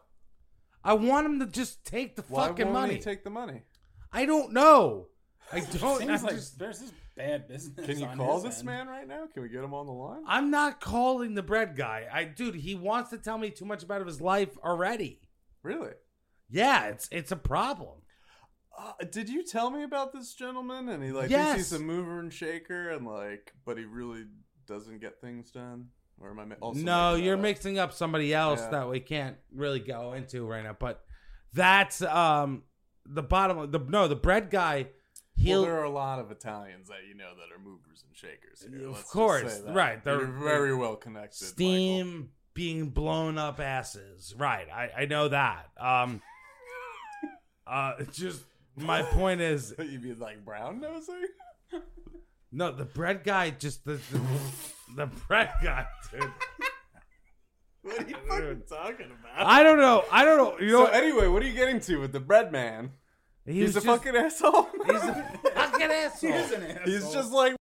Speaker 2: I want him to just take the
Speaker 3: Why
Speaker 2: fucking
Speaker 3: won't
Speaker 2: money.
Speaker 3: he take the money?
Speaker 2: I don't know. I don't.
Speaker 4: Seems
Speaker 2: I'm,
Speaker 4: like
Speaker 2: just-
Speaker 4: there's this bad business.
Speaker 3: Can you
Speaker 4: on
Speaker 3: call
Speaker 4: his
Speaker 3: this
Speaker 4: end.
Speaker 3: man right now? Can we get him on the line?
Speaker 2: I'm not calling the bread guy. I dude, he wants to tell me too much about his life already.
Speaker 3: Really?
Speaker 2: Yeah, it's it's a problem.
Speaker 3: Uh, did you tell me about this gentleman? And he like
Speaker 2: Yes.
Speaker 3: thinks he's a mover and shaker, and like, but he really doesn't get things done. Or am I ma- also
Speaker 2: no,
Speaker 3: making that
Speaker 2: you're
Speaker 3: up?
Speaker 2: mixing up somebody else
Speaker 3: Yeah.
Speaker 2: that we can't really go into right now. But that's um the bottom. The no, the bread guy. He'll
Speaker 3: Well, there are a lot of Italians that you know that are movers and shakers. Here.
Speaker 2: Of
Speaker 3: Let's just
Speaker 2: course,
Speaker 3: say that.
Speaker 2: right, they're-
Speaker 3: They're very well connected. Michael.
Speaker 2: steam being blown up asses. Right, I I know that. Um, uh, just my point is
Speaker 3: You'd be like brown nosing.
Speaker 2: No, the bread guy just the the, the bread guy, dude.
Speaker 3: What are you fucking talking about?
Speaker 2: I don't know. I don't know. You know,
Speaker 3: so anyway, what are you getting to with the bread man?
Speaker 2: he was
Speaker 3: He's a
Speaker 2: just-
Speaker 3: fucking asshole.
Speaker 2: He's a fucking asshole. Ah,
Speaker 3: He's just like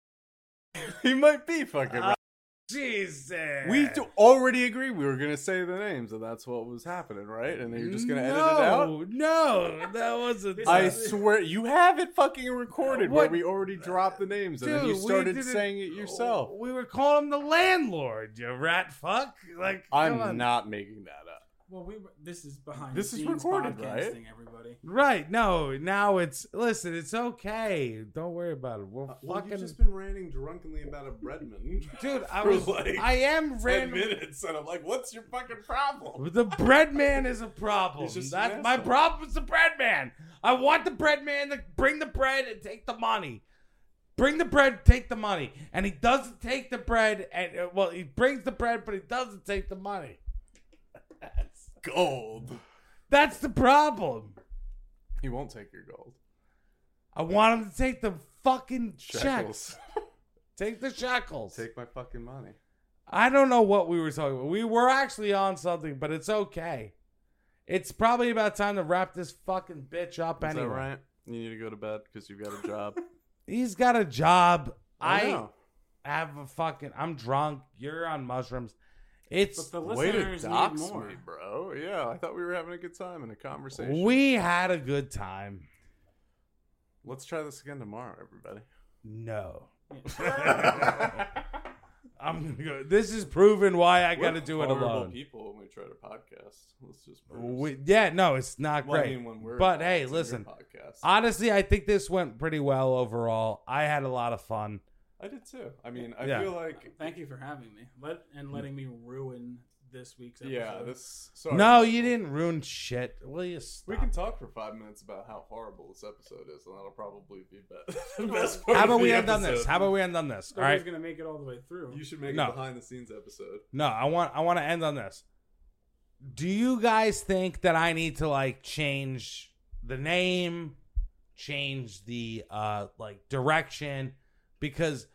Speaker 3: he might be fucking. right.
Speaker 2: Jesus.
Speaker 3: We do already agree we were gonna say the names, and that's what was happening, right? And you're just gonna edit it out.
Speaker 2: No, no, that wasn't.
Speaker 3: I swear you have it fucking recorded where
Speaker 2: What?
Speaker 3: we already dropped the names, and then
Speaker 2: Dude,
Speaker 3: you
Speaker 2: we Oh,
Speaker 3: started
Speaker 2: didn't-
Speaker 3: saying it yourself.
Speaker 2: We were calling him the landlord, you rat fuck. Like come
Speaker 3: I'm
Speaker 2: on.
Speaker 3: not making that up.
Speaker 4: Well, we were- this is behind.
Speaker 3: This
Speaker 4: the
Speaker 3: is
Speaker 4: scenes
Speaker 3: recorded,
Speaker 4: podcasting,
Speaker 3: right?
Speaker 4: Everybody.
Speaker 2: Right, no, now it's listen, it's okay. Don't worry about it.
Speaker 3: Uh,
Speaker 2: We're fucking
Speaker 3: been ranting drunkenly about a breadman,
Speaker 2: dude, I
Speaker 3: for
Speaker 2: was
Speaker 3: like
Speaker 2: I am random
Speaker 3: minutes, and I'm like, "What's your fucking problem?"
Speaker 2: The bread man is a problem.
Speaker 3: He's just an
Speaker 2: That's my
Speaker 3: asshole.
Speaker 2: problem. Is the bread man? I want the bread man to bring the bread and take the money. Bring the bread, take the money, and he doesn't take the bread. And uh, well, he brings the bread, but he doesn't take the money.
Speaker 3: Gold.
Speaker 2: That's the problem.
Speaker 3: He won't take your gold.
Speaker 2: I want him to take the fucking checks.
Speaker 3: Shackles.
Speaker 2: Take the shackles.
Speaker 3: take my fucking money.
Speaker 2: I don't know what we were talking about. We were actually on something, but it's okay. It's probably about time to wrap this fucking bitch up
Speaker 3: Is
Speaker 2: anyway.
Speaker 3: that right? You need to go to bed because you've got a job.
Speaker 2: He's got a job. I,
Speaker 3: know.
Speaker 2: have a fucking. I'm drunk. You're on mushrooms. It's
Speaker 4: But the
Speaker 3: way to
Speaker 4: listeners need
Speaker 3: dox
Speaker 4: more.
Speaker 3: me, bro. Yeah, I thought we were having a good time in a conversation.
Speaker 2: we had a good time.
Speaker 3: Let's try this again tomorrow, everybody.
Speaker 2: No, I'm gonna go. This is proven why I got to do it alone.
Speaker 3: People, when we try to podcast, let's just.
Speaker 2: We- yeah, no, it's not
Speaker 3: Well, I
Speaker 2: great.
Speaker 3: mean, when we're
Speaker 2: but
Speaker 3: involved,
Speaker 2: hey,
Speaker 3: it's in your
Speaker 2: listen.
Speaker 3: podcast.
Speaker 2: Honestly, I think this went pretty well overall. I had a lot of fun.
Speaker 3: I did too. I mean, I
Speaker 2: Yeah.
Speaker 3: feel like
Speaker 4: Thank you for having me. Let and letting me ruin this week's episode.
Speaker 3: yeah, this. Sorry,
Speaker 2: No, you didn't ruin shit. Will you stop?
Speaker 3: We can talk for five minutes about how horrible this episode is, and that'll probably be bet- the best part.
Speaker 2: How
Speaker 3: of
Speaker 2: about
Speaker 3: the
Speaker 2: we have done
Speaker 3: episode.
Speaker 2: this? How about we have done this? All
Speaker 4: Nobody's
Speaker 2: right.
Speaker 4: gonna make it all the way through.
Speaker 3: You should make
Speaker 2: No.
Speaker 3: a behind-the-scenes episode.
Speaker 2: No, I want I want to end on this. Do you guys think that I need to like change the name, change the uh like direction because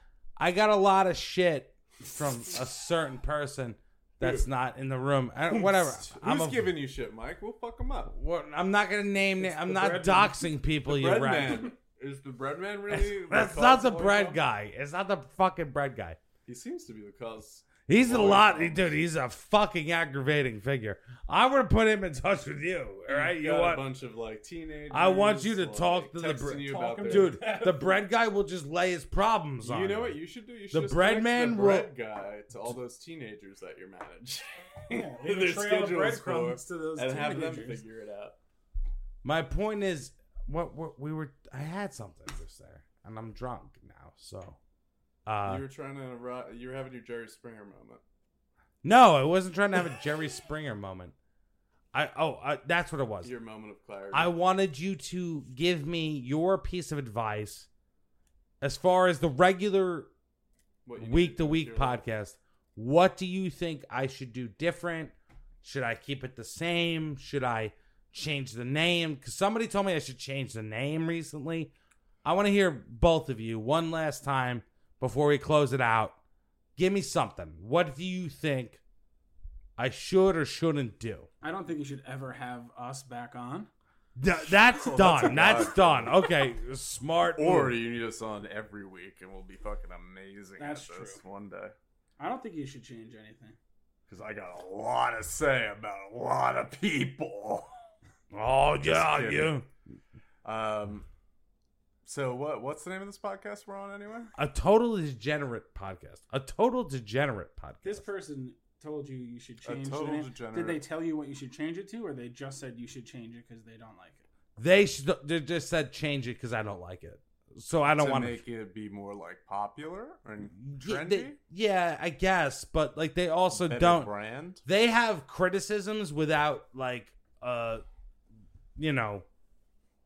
Speaker 2: I got a lot of shit from a certain person that's not in the room. I, don't- whatever. I'm
Speaker 3: Who's
Speaker 2: a-
Speaker 3: giving you shit, Mike? We'll fuck him up.
Speaker 2: what- I'm not gonna name.
Speaker 4: It's
Speaker 2: I'm
Speaker 4: the
Speaker 2: not
Speaker 4: bread
Speaker 2: doxing people. You
Speaker 3: bread
Speaker 2: rat.
Speaker 3: man. Is the bread man really?
Speaker 2: That's
Speaker 3: the
Speaker 2: not
Speaker 3: cause
Speaker 2: the
Speaker 3: of all your
Speaker 2: bread
Speaker 3: problems?
Speaker 2: guy. It's not the fucking bread guy.
Speaker 3: He seems to be the cause.
Speaker 2: He's a
Speaker 3: Well,
Speaker 2: lot,
Speaker 3: um,
Speaker 2: dude. He's a fucking aggravating figure. I would put him in touch with you. All right,
Speaker 3: You've
Speaker 2: you
Speaker 3: got a
Speaker 2: want,
Speaker 3: bunch of like teenagers.
Speaker 2: I want you to
Speaker 3: like,
Speaker 2: talk to the
Speaker 3: texting
Speaker 2: bre-
Speaker 3: you
Speaker 4: Talk
Speaker 3: about
Speaker 4: him
Speaker 3: their-
Speaker 2: dude. The bread guy will just lay his problems on.
Speaker 3: You know what you should do? You should
Speaker 2: The
Speaker 3: just
Speaker 2: bread
Speaker 3: text
Speaker 2: man
Speaker 3: the
Speaker 2: will-
Speaker 3: bread guy to all those teenagers that you're managing.
Speaker 4: Yeah, leave a
Speaker 3: Their
Speaker 4: trail of
Speaker 3: schedules
Speaker 4: breadcrumbs
Speaker 3: for,
Speaker 4: to those
Speaker 3: and have them
Speaker 4: teenagers.
Speaker 3: figure it out.
Speaker 2: My point is, what, what we were, I had something just there, and I'm drunk now. So, uh,
Speaker 3: you were trying to. ri- You were having your Jerry Springer moment.
Speaker 2: no, I wasn't trying to have a Jerry Springer moment. I oh, I, that's what it was.
Speaker 3: Your moment of clarity.
Speaker 2: I wanted you to give me your piece of advice as far as the regular
Speaker 3: What you need
Speaker 2: week
Speaker 3: do
Speaker 2: to
Speaker 3: with
Speaker 2: week
Speaker 3: your life.
Speaker 2: podcast. What do you think I should do different? Should I keep it the same? Should I change the name? Because somebody told me I should change the name recently. I want to hear both of you one last time before we close it out. Give me something. What do you think I should or shouldn't do.
Speaker 4: I don't think you should ever have us back on.
Speaker 2: Th- that's
Speaker 3: Oh,
Speaker 2: done. That's, done. Okay, smart.
Speaker 3: Or
Speaker 2: move.
Speaker 3: you need us on every week, and we'll be fucking amazing
Speaker 4: That's
Speaker 3: at this
Speaker 4: true.
Speaker 3: one day.
Speaker 4: I don't think you should change anything.
Speaker 3: Because I got a lot to say about a lot of people.
Speaker 2: oh yeah,
Speaker 3: kidding.
Speaker 2: you
Speaker 3: Um, so what? What's the name of this podcast we're on anyway?
Speaker 2: a total degenerate podcast. A total degenerate podcast.
Speaker 4: This person told you you should
Speaker 3: A
Speaker 4: change the
Speaker 3: total
Speaker 4: name. Did they
Speaker 3: degenerate.
Speaker 4: tell you what you should change it to, or they just said you should change it because they don't like it?
Speaker 2: they should, they just said change it because I don't like it. So I don't
Speaker 3: to
Speaker 2: want
Speaker 3: make it be more like popular and
Speaker 2: Yeah,
Speaker 3: trendy.
Speaker 2: they- yeah, I guess, but like they also
Speaker 3: Better
Speaker 2: don't.
Speaker 3: brand.
Speaker 2: They have criticisms without like uh, you know,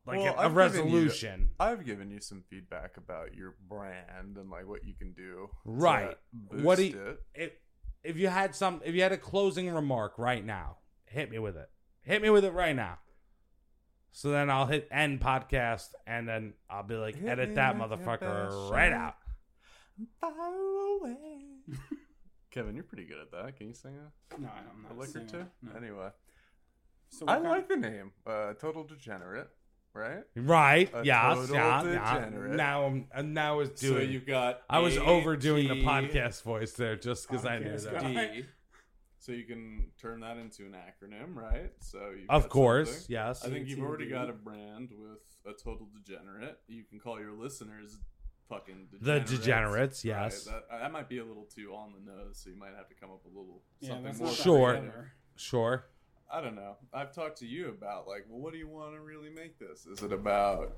Speaker 2: like
Speaker 3: Well,
Speaker 2: a- a,
Speaker 3: I've given you-
Speaker 2: resolution.
Speaker 3: I've given you some feedback about your brand and like what you can do. to
Speaker 2: Right. What do
Speaker 3: boost
Speaker 2: you,
Speaker 3: it.
Speaker 2: if if you had some if you had a closing remark right now, hit me with it. Hit me with it right now. So then I'll hit end podcast and then I'll be like,
Speaker 3: Hit
Speaker 2: edit
Speaker 3: me
Speaker 2: that
Speaker 3: like a
Speaker 2: motherfucker
Speaker 3: bad
Speaker 2: right
Speaker 3: shot.
Speaker 2: out.
Speaker 3: Far away. Kevin, you're pretty good at that. Can you sing a,
Speaker 4: No, I don't
Speaker 3: a
Speaker 4: know.
Speaker 3: lick or two? Anyway,
Speaker 4: So
Speaker 3: I
Speaker 4: what kind-
Speaker 3: like the name. Uh, Total Degenerate, right?
Speaker 2: Right.
Speaker 3: A
Speaker 2: yeah.
Speaker 3: total
Speaker 2: Yeah. yeah.
Speaker 3: degenerate.
Speaker 2: Now I'm uh, now it's
Speaker 3: so
Speaker 2: doing
Speaker 3: you've got.
Speaker 2: I was
Speaker 3: A,
Speaker 2: overdoing the
Speaker 3: T,
Speaker 2: podcast voice there just because I knew
Speaker 4: Podcast
Speaker 2: that.
Speaker 4: guy.
Speaker 3: D. So you can turn that into an acronym, right? So you've
Speaker 2: Of
Speaker 3: got
Speaker 2: course,
Speaker 3: something.
Speaker 2: yes.
Speaker 3: I think you've already
Speaker 4: CTD.
Speaker 3: got a brand with a total degenerate. You can call your listeners fucking
Speaker 2: The
Speaker 3: degenerates.
Speaker 2: degenerates,
Speaker 3: Right,
Speaker 2: yes.
Speaker 3: That, that might be a little too on the nose, so you might have to come up a little
Speaker 4: Yeah,
Speaker 3: something
Speaker 4: that's
Speaker 3: more.
Speaker 4: not that
Speaker 2: Sure.
Speaker 4: clever.
Speaker 2: Sure.
Speaker 3: I don't know. I've talked to you about like, well, what do you want to really make this? Is it about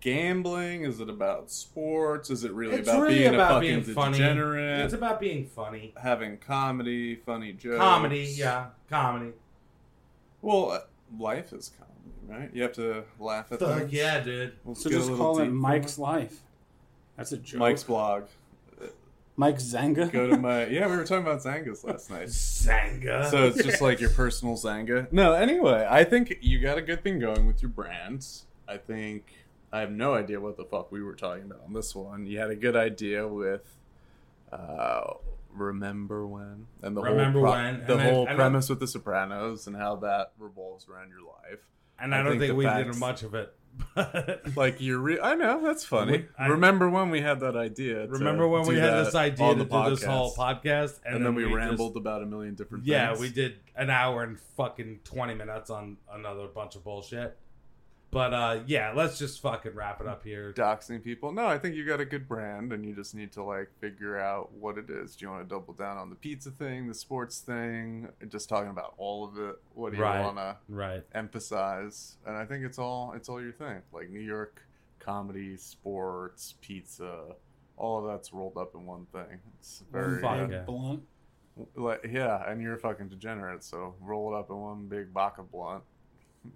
Speaker 3: gambling? Is it about sports? Is it really about being a fucking degenerate? Uh,
Speaker 2: about being funny.
Speaker 3: having comedy, funny jokes.
Speaker 2: Comedy, yeah. Comedy.
Speaker 3: Well, uh, life is comedy, right? You have to laugh at
Speaker 2: Fuck
Speaker 3: things.
Speaker 2: yeah, dude.
Speaker 3: Let's
Speaker 4: So
Speaker 3: get a
Speaker 4: just
Speaker 3: little
Speaker 4: call it
Speaker 3: deep.
Speaker 4: Mike's life. That's a joke.
Speaker 3: Mike's blog.
Speaker 4: Mike Zanga.
Speaker 3: Go to my yeah. We were talking about Zangas last night.
Speaker 2: Zanga.
Speaker 3: So it's just like your personal Zanga. No, anyway, I think you got a good thing going with your brands. I think I have no idea what the fuck we were talking about on this one. You had a good idea with uh, remember when and the
Speaker 2: Remember
Speaker 3: whole
Speaker 2: When, and
Speaker 3: the
Speaker 2: then-
Speaker 3: whole
Speaker 2: and
Speaker 3: premise with the Sopranos and how that revolves around your life.
Speaker 2: and I,
Speaker 3: I
Speaker 2: don't
Speaker 3: think
Speaker 2: think,
Speaker 3: the
Speaker 2: we did
Speaker 3: facts-
Speaker 2: much of it. but-
Speaker 3: Like you're, re- I know that's funny.
Speaker 2: We- I-
Speaker 3: remember when we had that idea? to
Speaker 2: Remember when
Speaker 3: do
Speaker 2: we had
Speaker 3: that
Speaker 2: this idea
Speaker 3: on
Speaker 2: to
Speaker 3: the
Speaker 2: do this whole podcast,
Speaker 3: and, then, we,
Speaker 2: just-
Speaker 3: rambled about a million different
Speaker 2: yeah,
Speaker 3: things.
Speaker 2: we did an hour and fucking twenty minutes on another bunch of bullshit. But uh, yeah, let's just fucking wrap it up here.
Speaker 3: doxing people. No, I think you got a good brand, and you just need to like figure out what it is. Do you want to double down on the pizza thing, the sports thing, just talking about all of it? What do you
Speaker 2: Right.
Speaker 3: want to
Speaker 2: Right.
Speaker 3: emphasize? And I think it's all it's all your thing, like New York comedy, sports, pizza. All of that's rolled up in one thing. It's very
Speaker 2: Fuck
Speaker 3: uh,
Speaker 2: yeah.
Speaker 4: Blunt.
Speaker 3: like, yeah, and you're a fucking degenerate, so roll it up in one big bock of blunt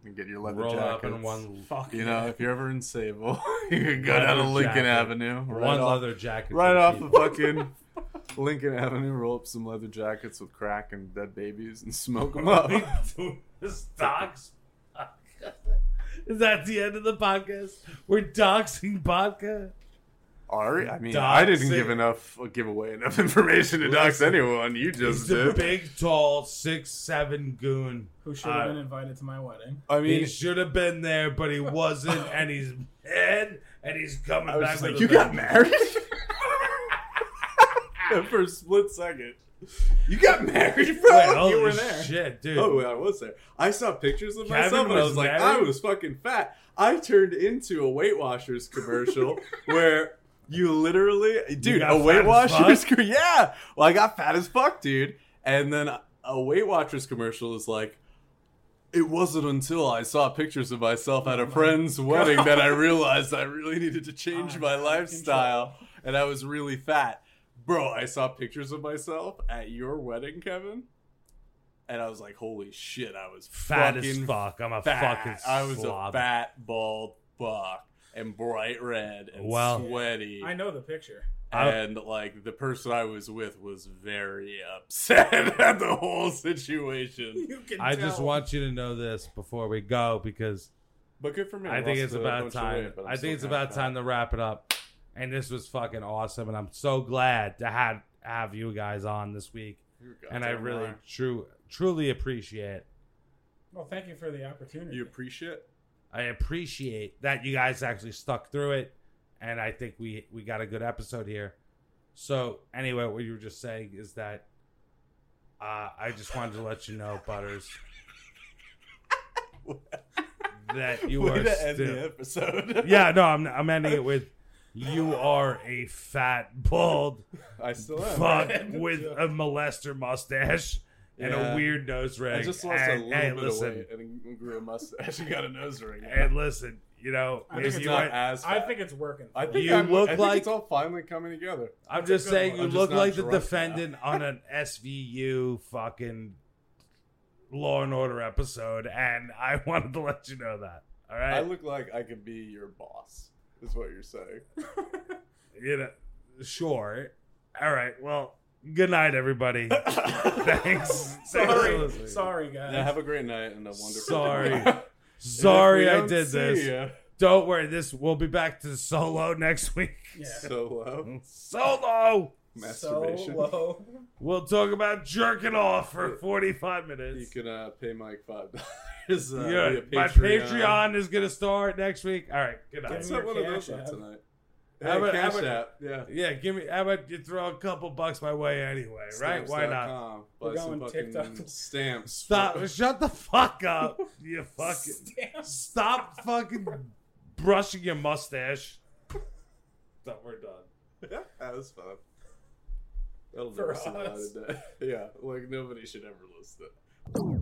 Speaker 3: and get your leather
Speaker 2: Roll it
Speaker 3: jackets.
Speaker 2: up in one
Speaker 4: Fuck
Speaker 3: You
Speaker 4: yeah.
Speaker 3: know, if you're ever in Sable, you could go
Speaker 2: Leather
Speaker 3: down to Lincoln
Speaker 2: jacket.
Speaker 3: Avenue, right
Speaker 2: one
Speaker 3: off,
Speaker 2: leather jacket,
Speaker 3: right
Speaker 2: for
Speaker 3: off
Speaker 2: cheap.
Speaker 3: of fucking Lincoln Avenue, roll up some leather jackets with crack and dead babies and smoke them up.
Speaker 2: Stocks. Is that the end of the podcast? We're doxing vodka.
Speaker 3: Ari, I mean, I didn't give
Speaker 2: Doxing.
Speaker 3: enough, uh, give away enough information to dox
Speaker 2: Listen,
Speaker 3: anyone. You just
Speaker 2: He's a
Speaker 3: did.
Speaker 2: big, tall, six seven goon.
Speaker 4: Who should have
Speaker 2: Uh,
Speaker 4: been invited to my wedding?
Speaker 3: I
Speaker 2: He
Speaker 3: mean,
Speaker 2: should have been there, but he wasn't, and he's mad, and he's coming
Speaker 3: I was
Speaker 2: back.
Speaker 3: just
Speaker 2: with
Speaker 3: like,
Speaker 2: a
Speaker 3: you got
Speaker 2: vengeance."
Speaker 3: married? For a split second. You got married, bro?
Speaker 2: Wait, holy
Speaker 3: you were there.
Speaker 2: shit, dude.
Speaker 3: Oh, I was there. I saw pictures of
Speaker 2: Kevin
Speaker 3: myself, and I
Speaker 2: was
Speaker 3: was like,
Speaker 2: married?
Speaker 3: I was fucking fat. I turned into a Weight Washers commercial where you literally, dude,
Speaker 2: got
Speaker 3: a Weight
Speaker 2: fat as
Speaker 3: Washers, co- yeah. Well, I got fat as fuck, dude. And then a Weight Watchers commercial is like. It wasn't until I saw pictures of myself
Speaker 2: Oh
Speaker 3: at a friend's wedding that I realized I really needed to change
Speaker 4: I'm
Speaker 3: my
Speaker 4: out of
Speaker 3: lifestyle and I was really fat. Bro, I saw pictures of myself at your wedding, Kevin and I was like, "Holy shit!" I was
Speaker 2: fat
Speaker 3: fucking
Speaker 2: as fuck. I'm a
Speaker 3: fat.
Speaker 2: fucking.
Speaker 3: I was
Speaker 2: slob.
Speaker 3: a fat bald fuck and bright red and
Speaker 2: Wow.
Speaker 3: sweaty,
Speaker 4: I know the picture.
Speaker 2: I-
Speaker 3: and like the person I was with was very upset at the whole situation.
Speaker 4: You can
Speaker 2: I just want you to know this before we go because
Speaker 3: But good for me.
Speaker 2: I think it's about time. I think it's about time to wrap it up. And this was fucking awesome, and I'm so glad to have have you guys on this week. and I really, true, truly appreciate.
Speaker 4: Well, thank you for the opportunity.
Speaker 3: You appreciate?
Speaker 2: I appreciate that you guys actually stuck through it, and I think we we got a good episode here. So anyway, what you were just saying is that uh, I just wanted to let you know, Butters, that you
Speaker 3: Way
Speaker 2: are
Speaker 3: to end
Speaker 2: still.
Speaker 3: the episode.
Speaker 2: Yeah, no, I'm I'm ending it with you are a fat bald
Speaker 3: I still am.
Speaker 2: fuck with a molester mustache and
Speaker 3: Yeah.
Speaker 2: a weird nose ring.
Speaker 3: I just lost
Speaker 2: and,
Speaker 3: a little
Speaker 2: hey,
Speaker 3: bit
Speaker 2: listen,
Speaker 3: of weight and grew a mustache and got a nose ring.
Speaker 2: and listen, you know,
Speaker 4: I
Speaker 2: if
Speaker 4: think
Speaker 3: it's
Speaker 4: it's
Speaker 2: you
Speaker 3: not
Speaker 2: went,
Speaker 3: as
Speaker 4: I
Speaker 3: fat.
Speaker 4: think it's working.
Speaker 3: I think
Speaker 2: You
Speaker 3: I'm-
Speaker 2: look
Speaker 3: I think
Speaker 2: like-
Speaker 3: it's all finally coming together.
Speaker 2: I'm
Speaker 4: That's a
Speaker 2: just
Speaker 4: good
Speaker 2: saying
Speaker 4: one.
Speaker 2: you
Speaker 3: I'm just
Speaker 2: look
Speaker 3: not
Speaker 2: like the
Speaker 3: drunk now.
Speaker 2: defendant on an SVU fucking Law and Order episode, and I wanted to let you know that. All
Speaker 3: I
Speaker 2: right,
Speaker 3: look like I could be your boss. Is what you're saying?
Speaker 2: you know, sure. All right, well, good night, everybody. Thanks.
Speaker 4: sorry,
Speaker 3: Seriously.
Speaker 4: sorry, guys.
Speaker 3: Now have a great night and a wonderful.
Speaker 2: Sorry.
Speaker 3: If
Speaker 2: Sorry
Speaker 3: we
Speaker 2: I
Speaker 3: don't
Speaker 2: did
Speaker 3: see
Speaker 2: this.
Speaker 3: ya
Speaker 2: Don't worry, this we'll be back to solo next week.
Speaker 4: yeah.
Speaker 3: Solo
Speaker 2: Solo!
Speaker 3: masturbation.
Speaker 4: So low.
Speaker 2: We'll talk about jerking off for 45
Speaker 3: You
Speaker 2: minutes.
Speaker 3: can uh, pay Mike five dollars. Uh,
Speaker 2: Yeah,
Speaker 3: via
Speaker 2: my Patreon is going to start next week. All right, good night.
Speaker 3: Let's
Speaker 4: Give me
Speaker 3: have
Speaker 4: your
Speaker 3: one of those
Speaker 4: Cash App.
Speaker 3: tonight.
Speaker 2: How
Speaker 3: Hey,
Speaker 2: about- how
Speaker 3: cash
Speaker 2: about-
Speaker 3: app. Yeah.
Speaker 2: Yeah, give me. How about you throw a couple bucks my way anyway, right? Why not?
Speaker 3: Stamps.com. Buy
Speaker 4: We're
Speaker 3: some
Speaker 4: going
Speaker 3: fucking
Speaker 4: TikTok.
Speaker 3: stamps.
Speaker 2: Stop! Shut the fuck up! You fucking stop fucking brushing your mustache. That we're done.
Speaker 3: Yeah, that was fun. That'll
Speaker 4: For
Speaker 3: never see the light
Speaker 4: us.
Speaker 3: of day. Yeah, like nobody should ever listen. to it.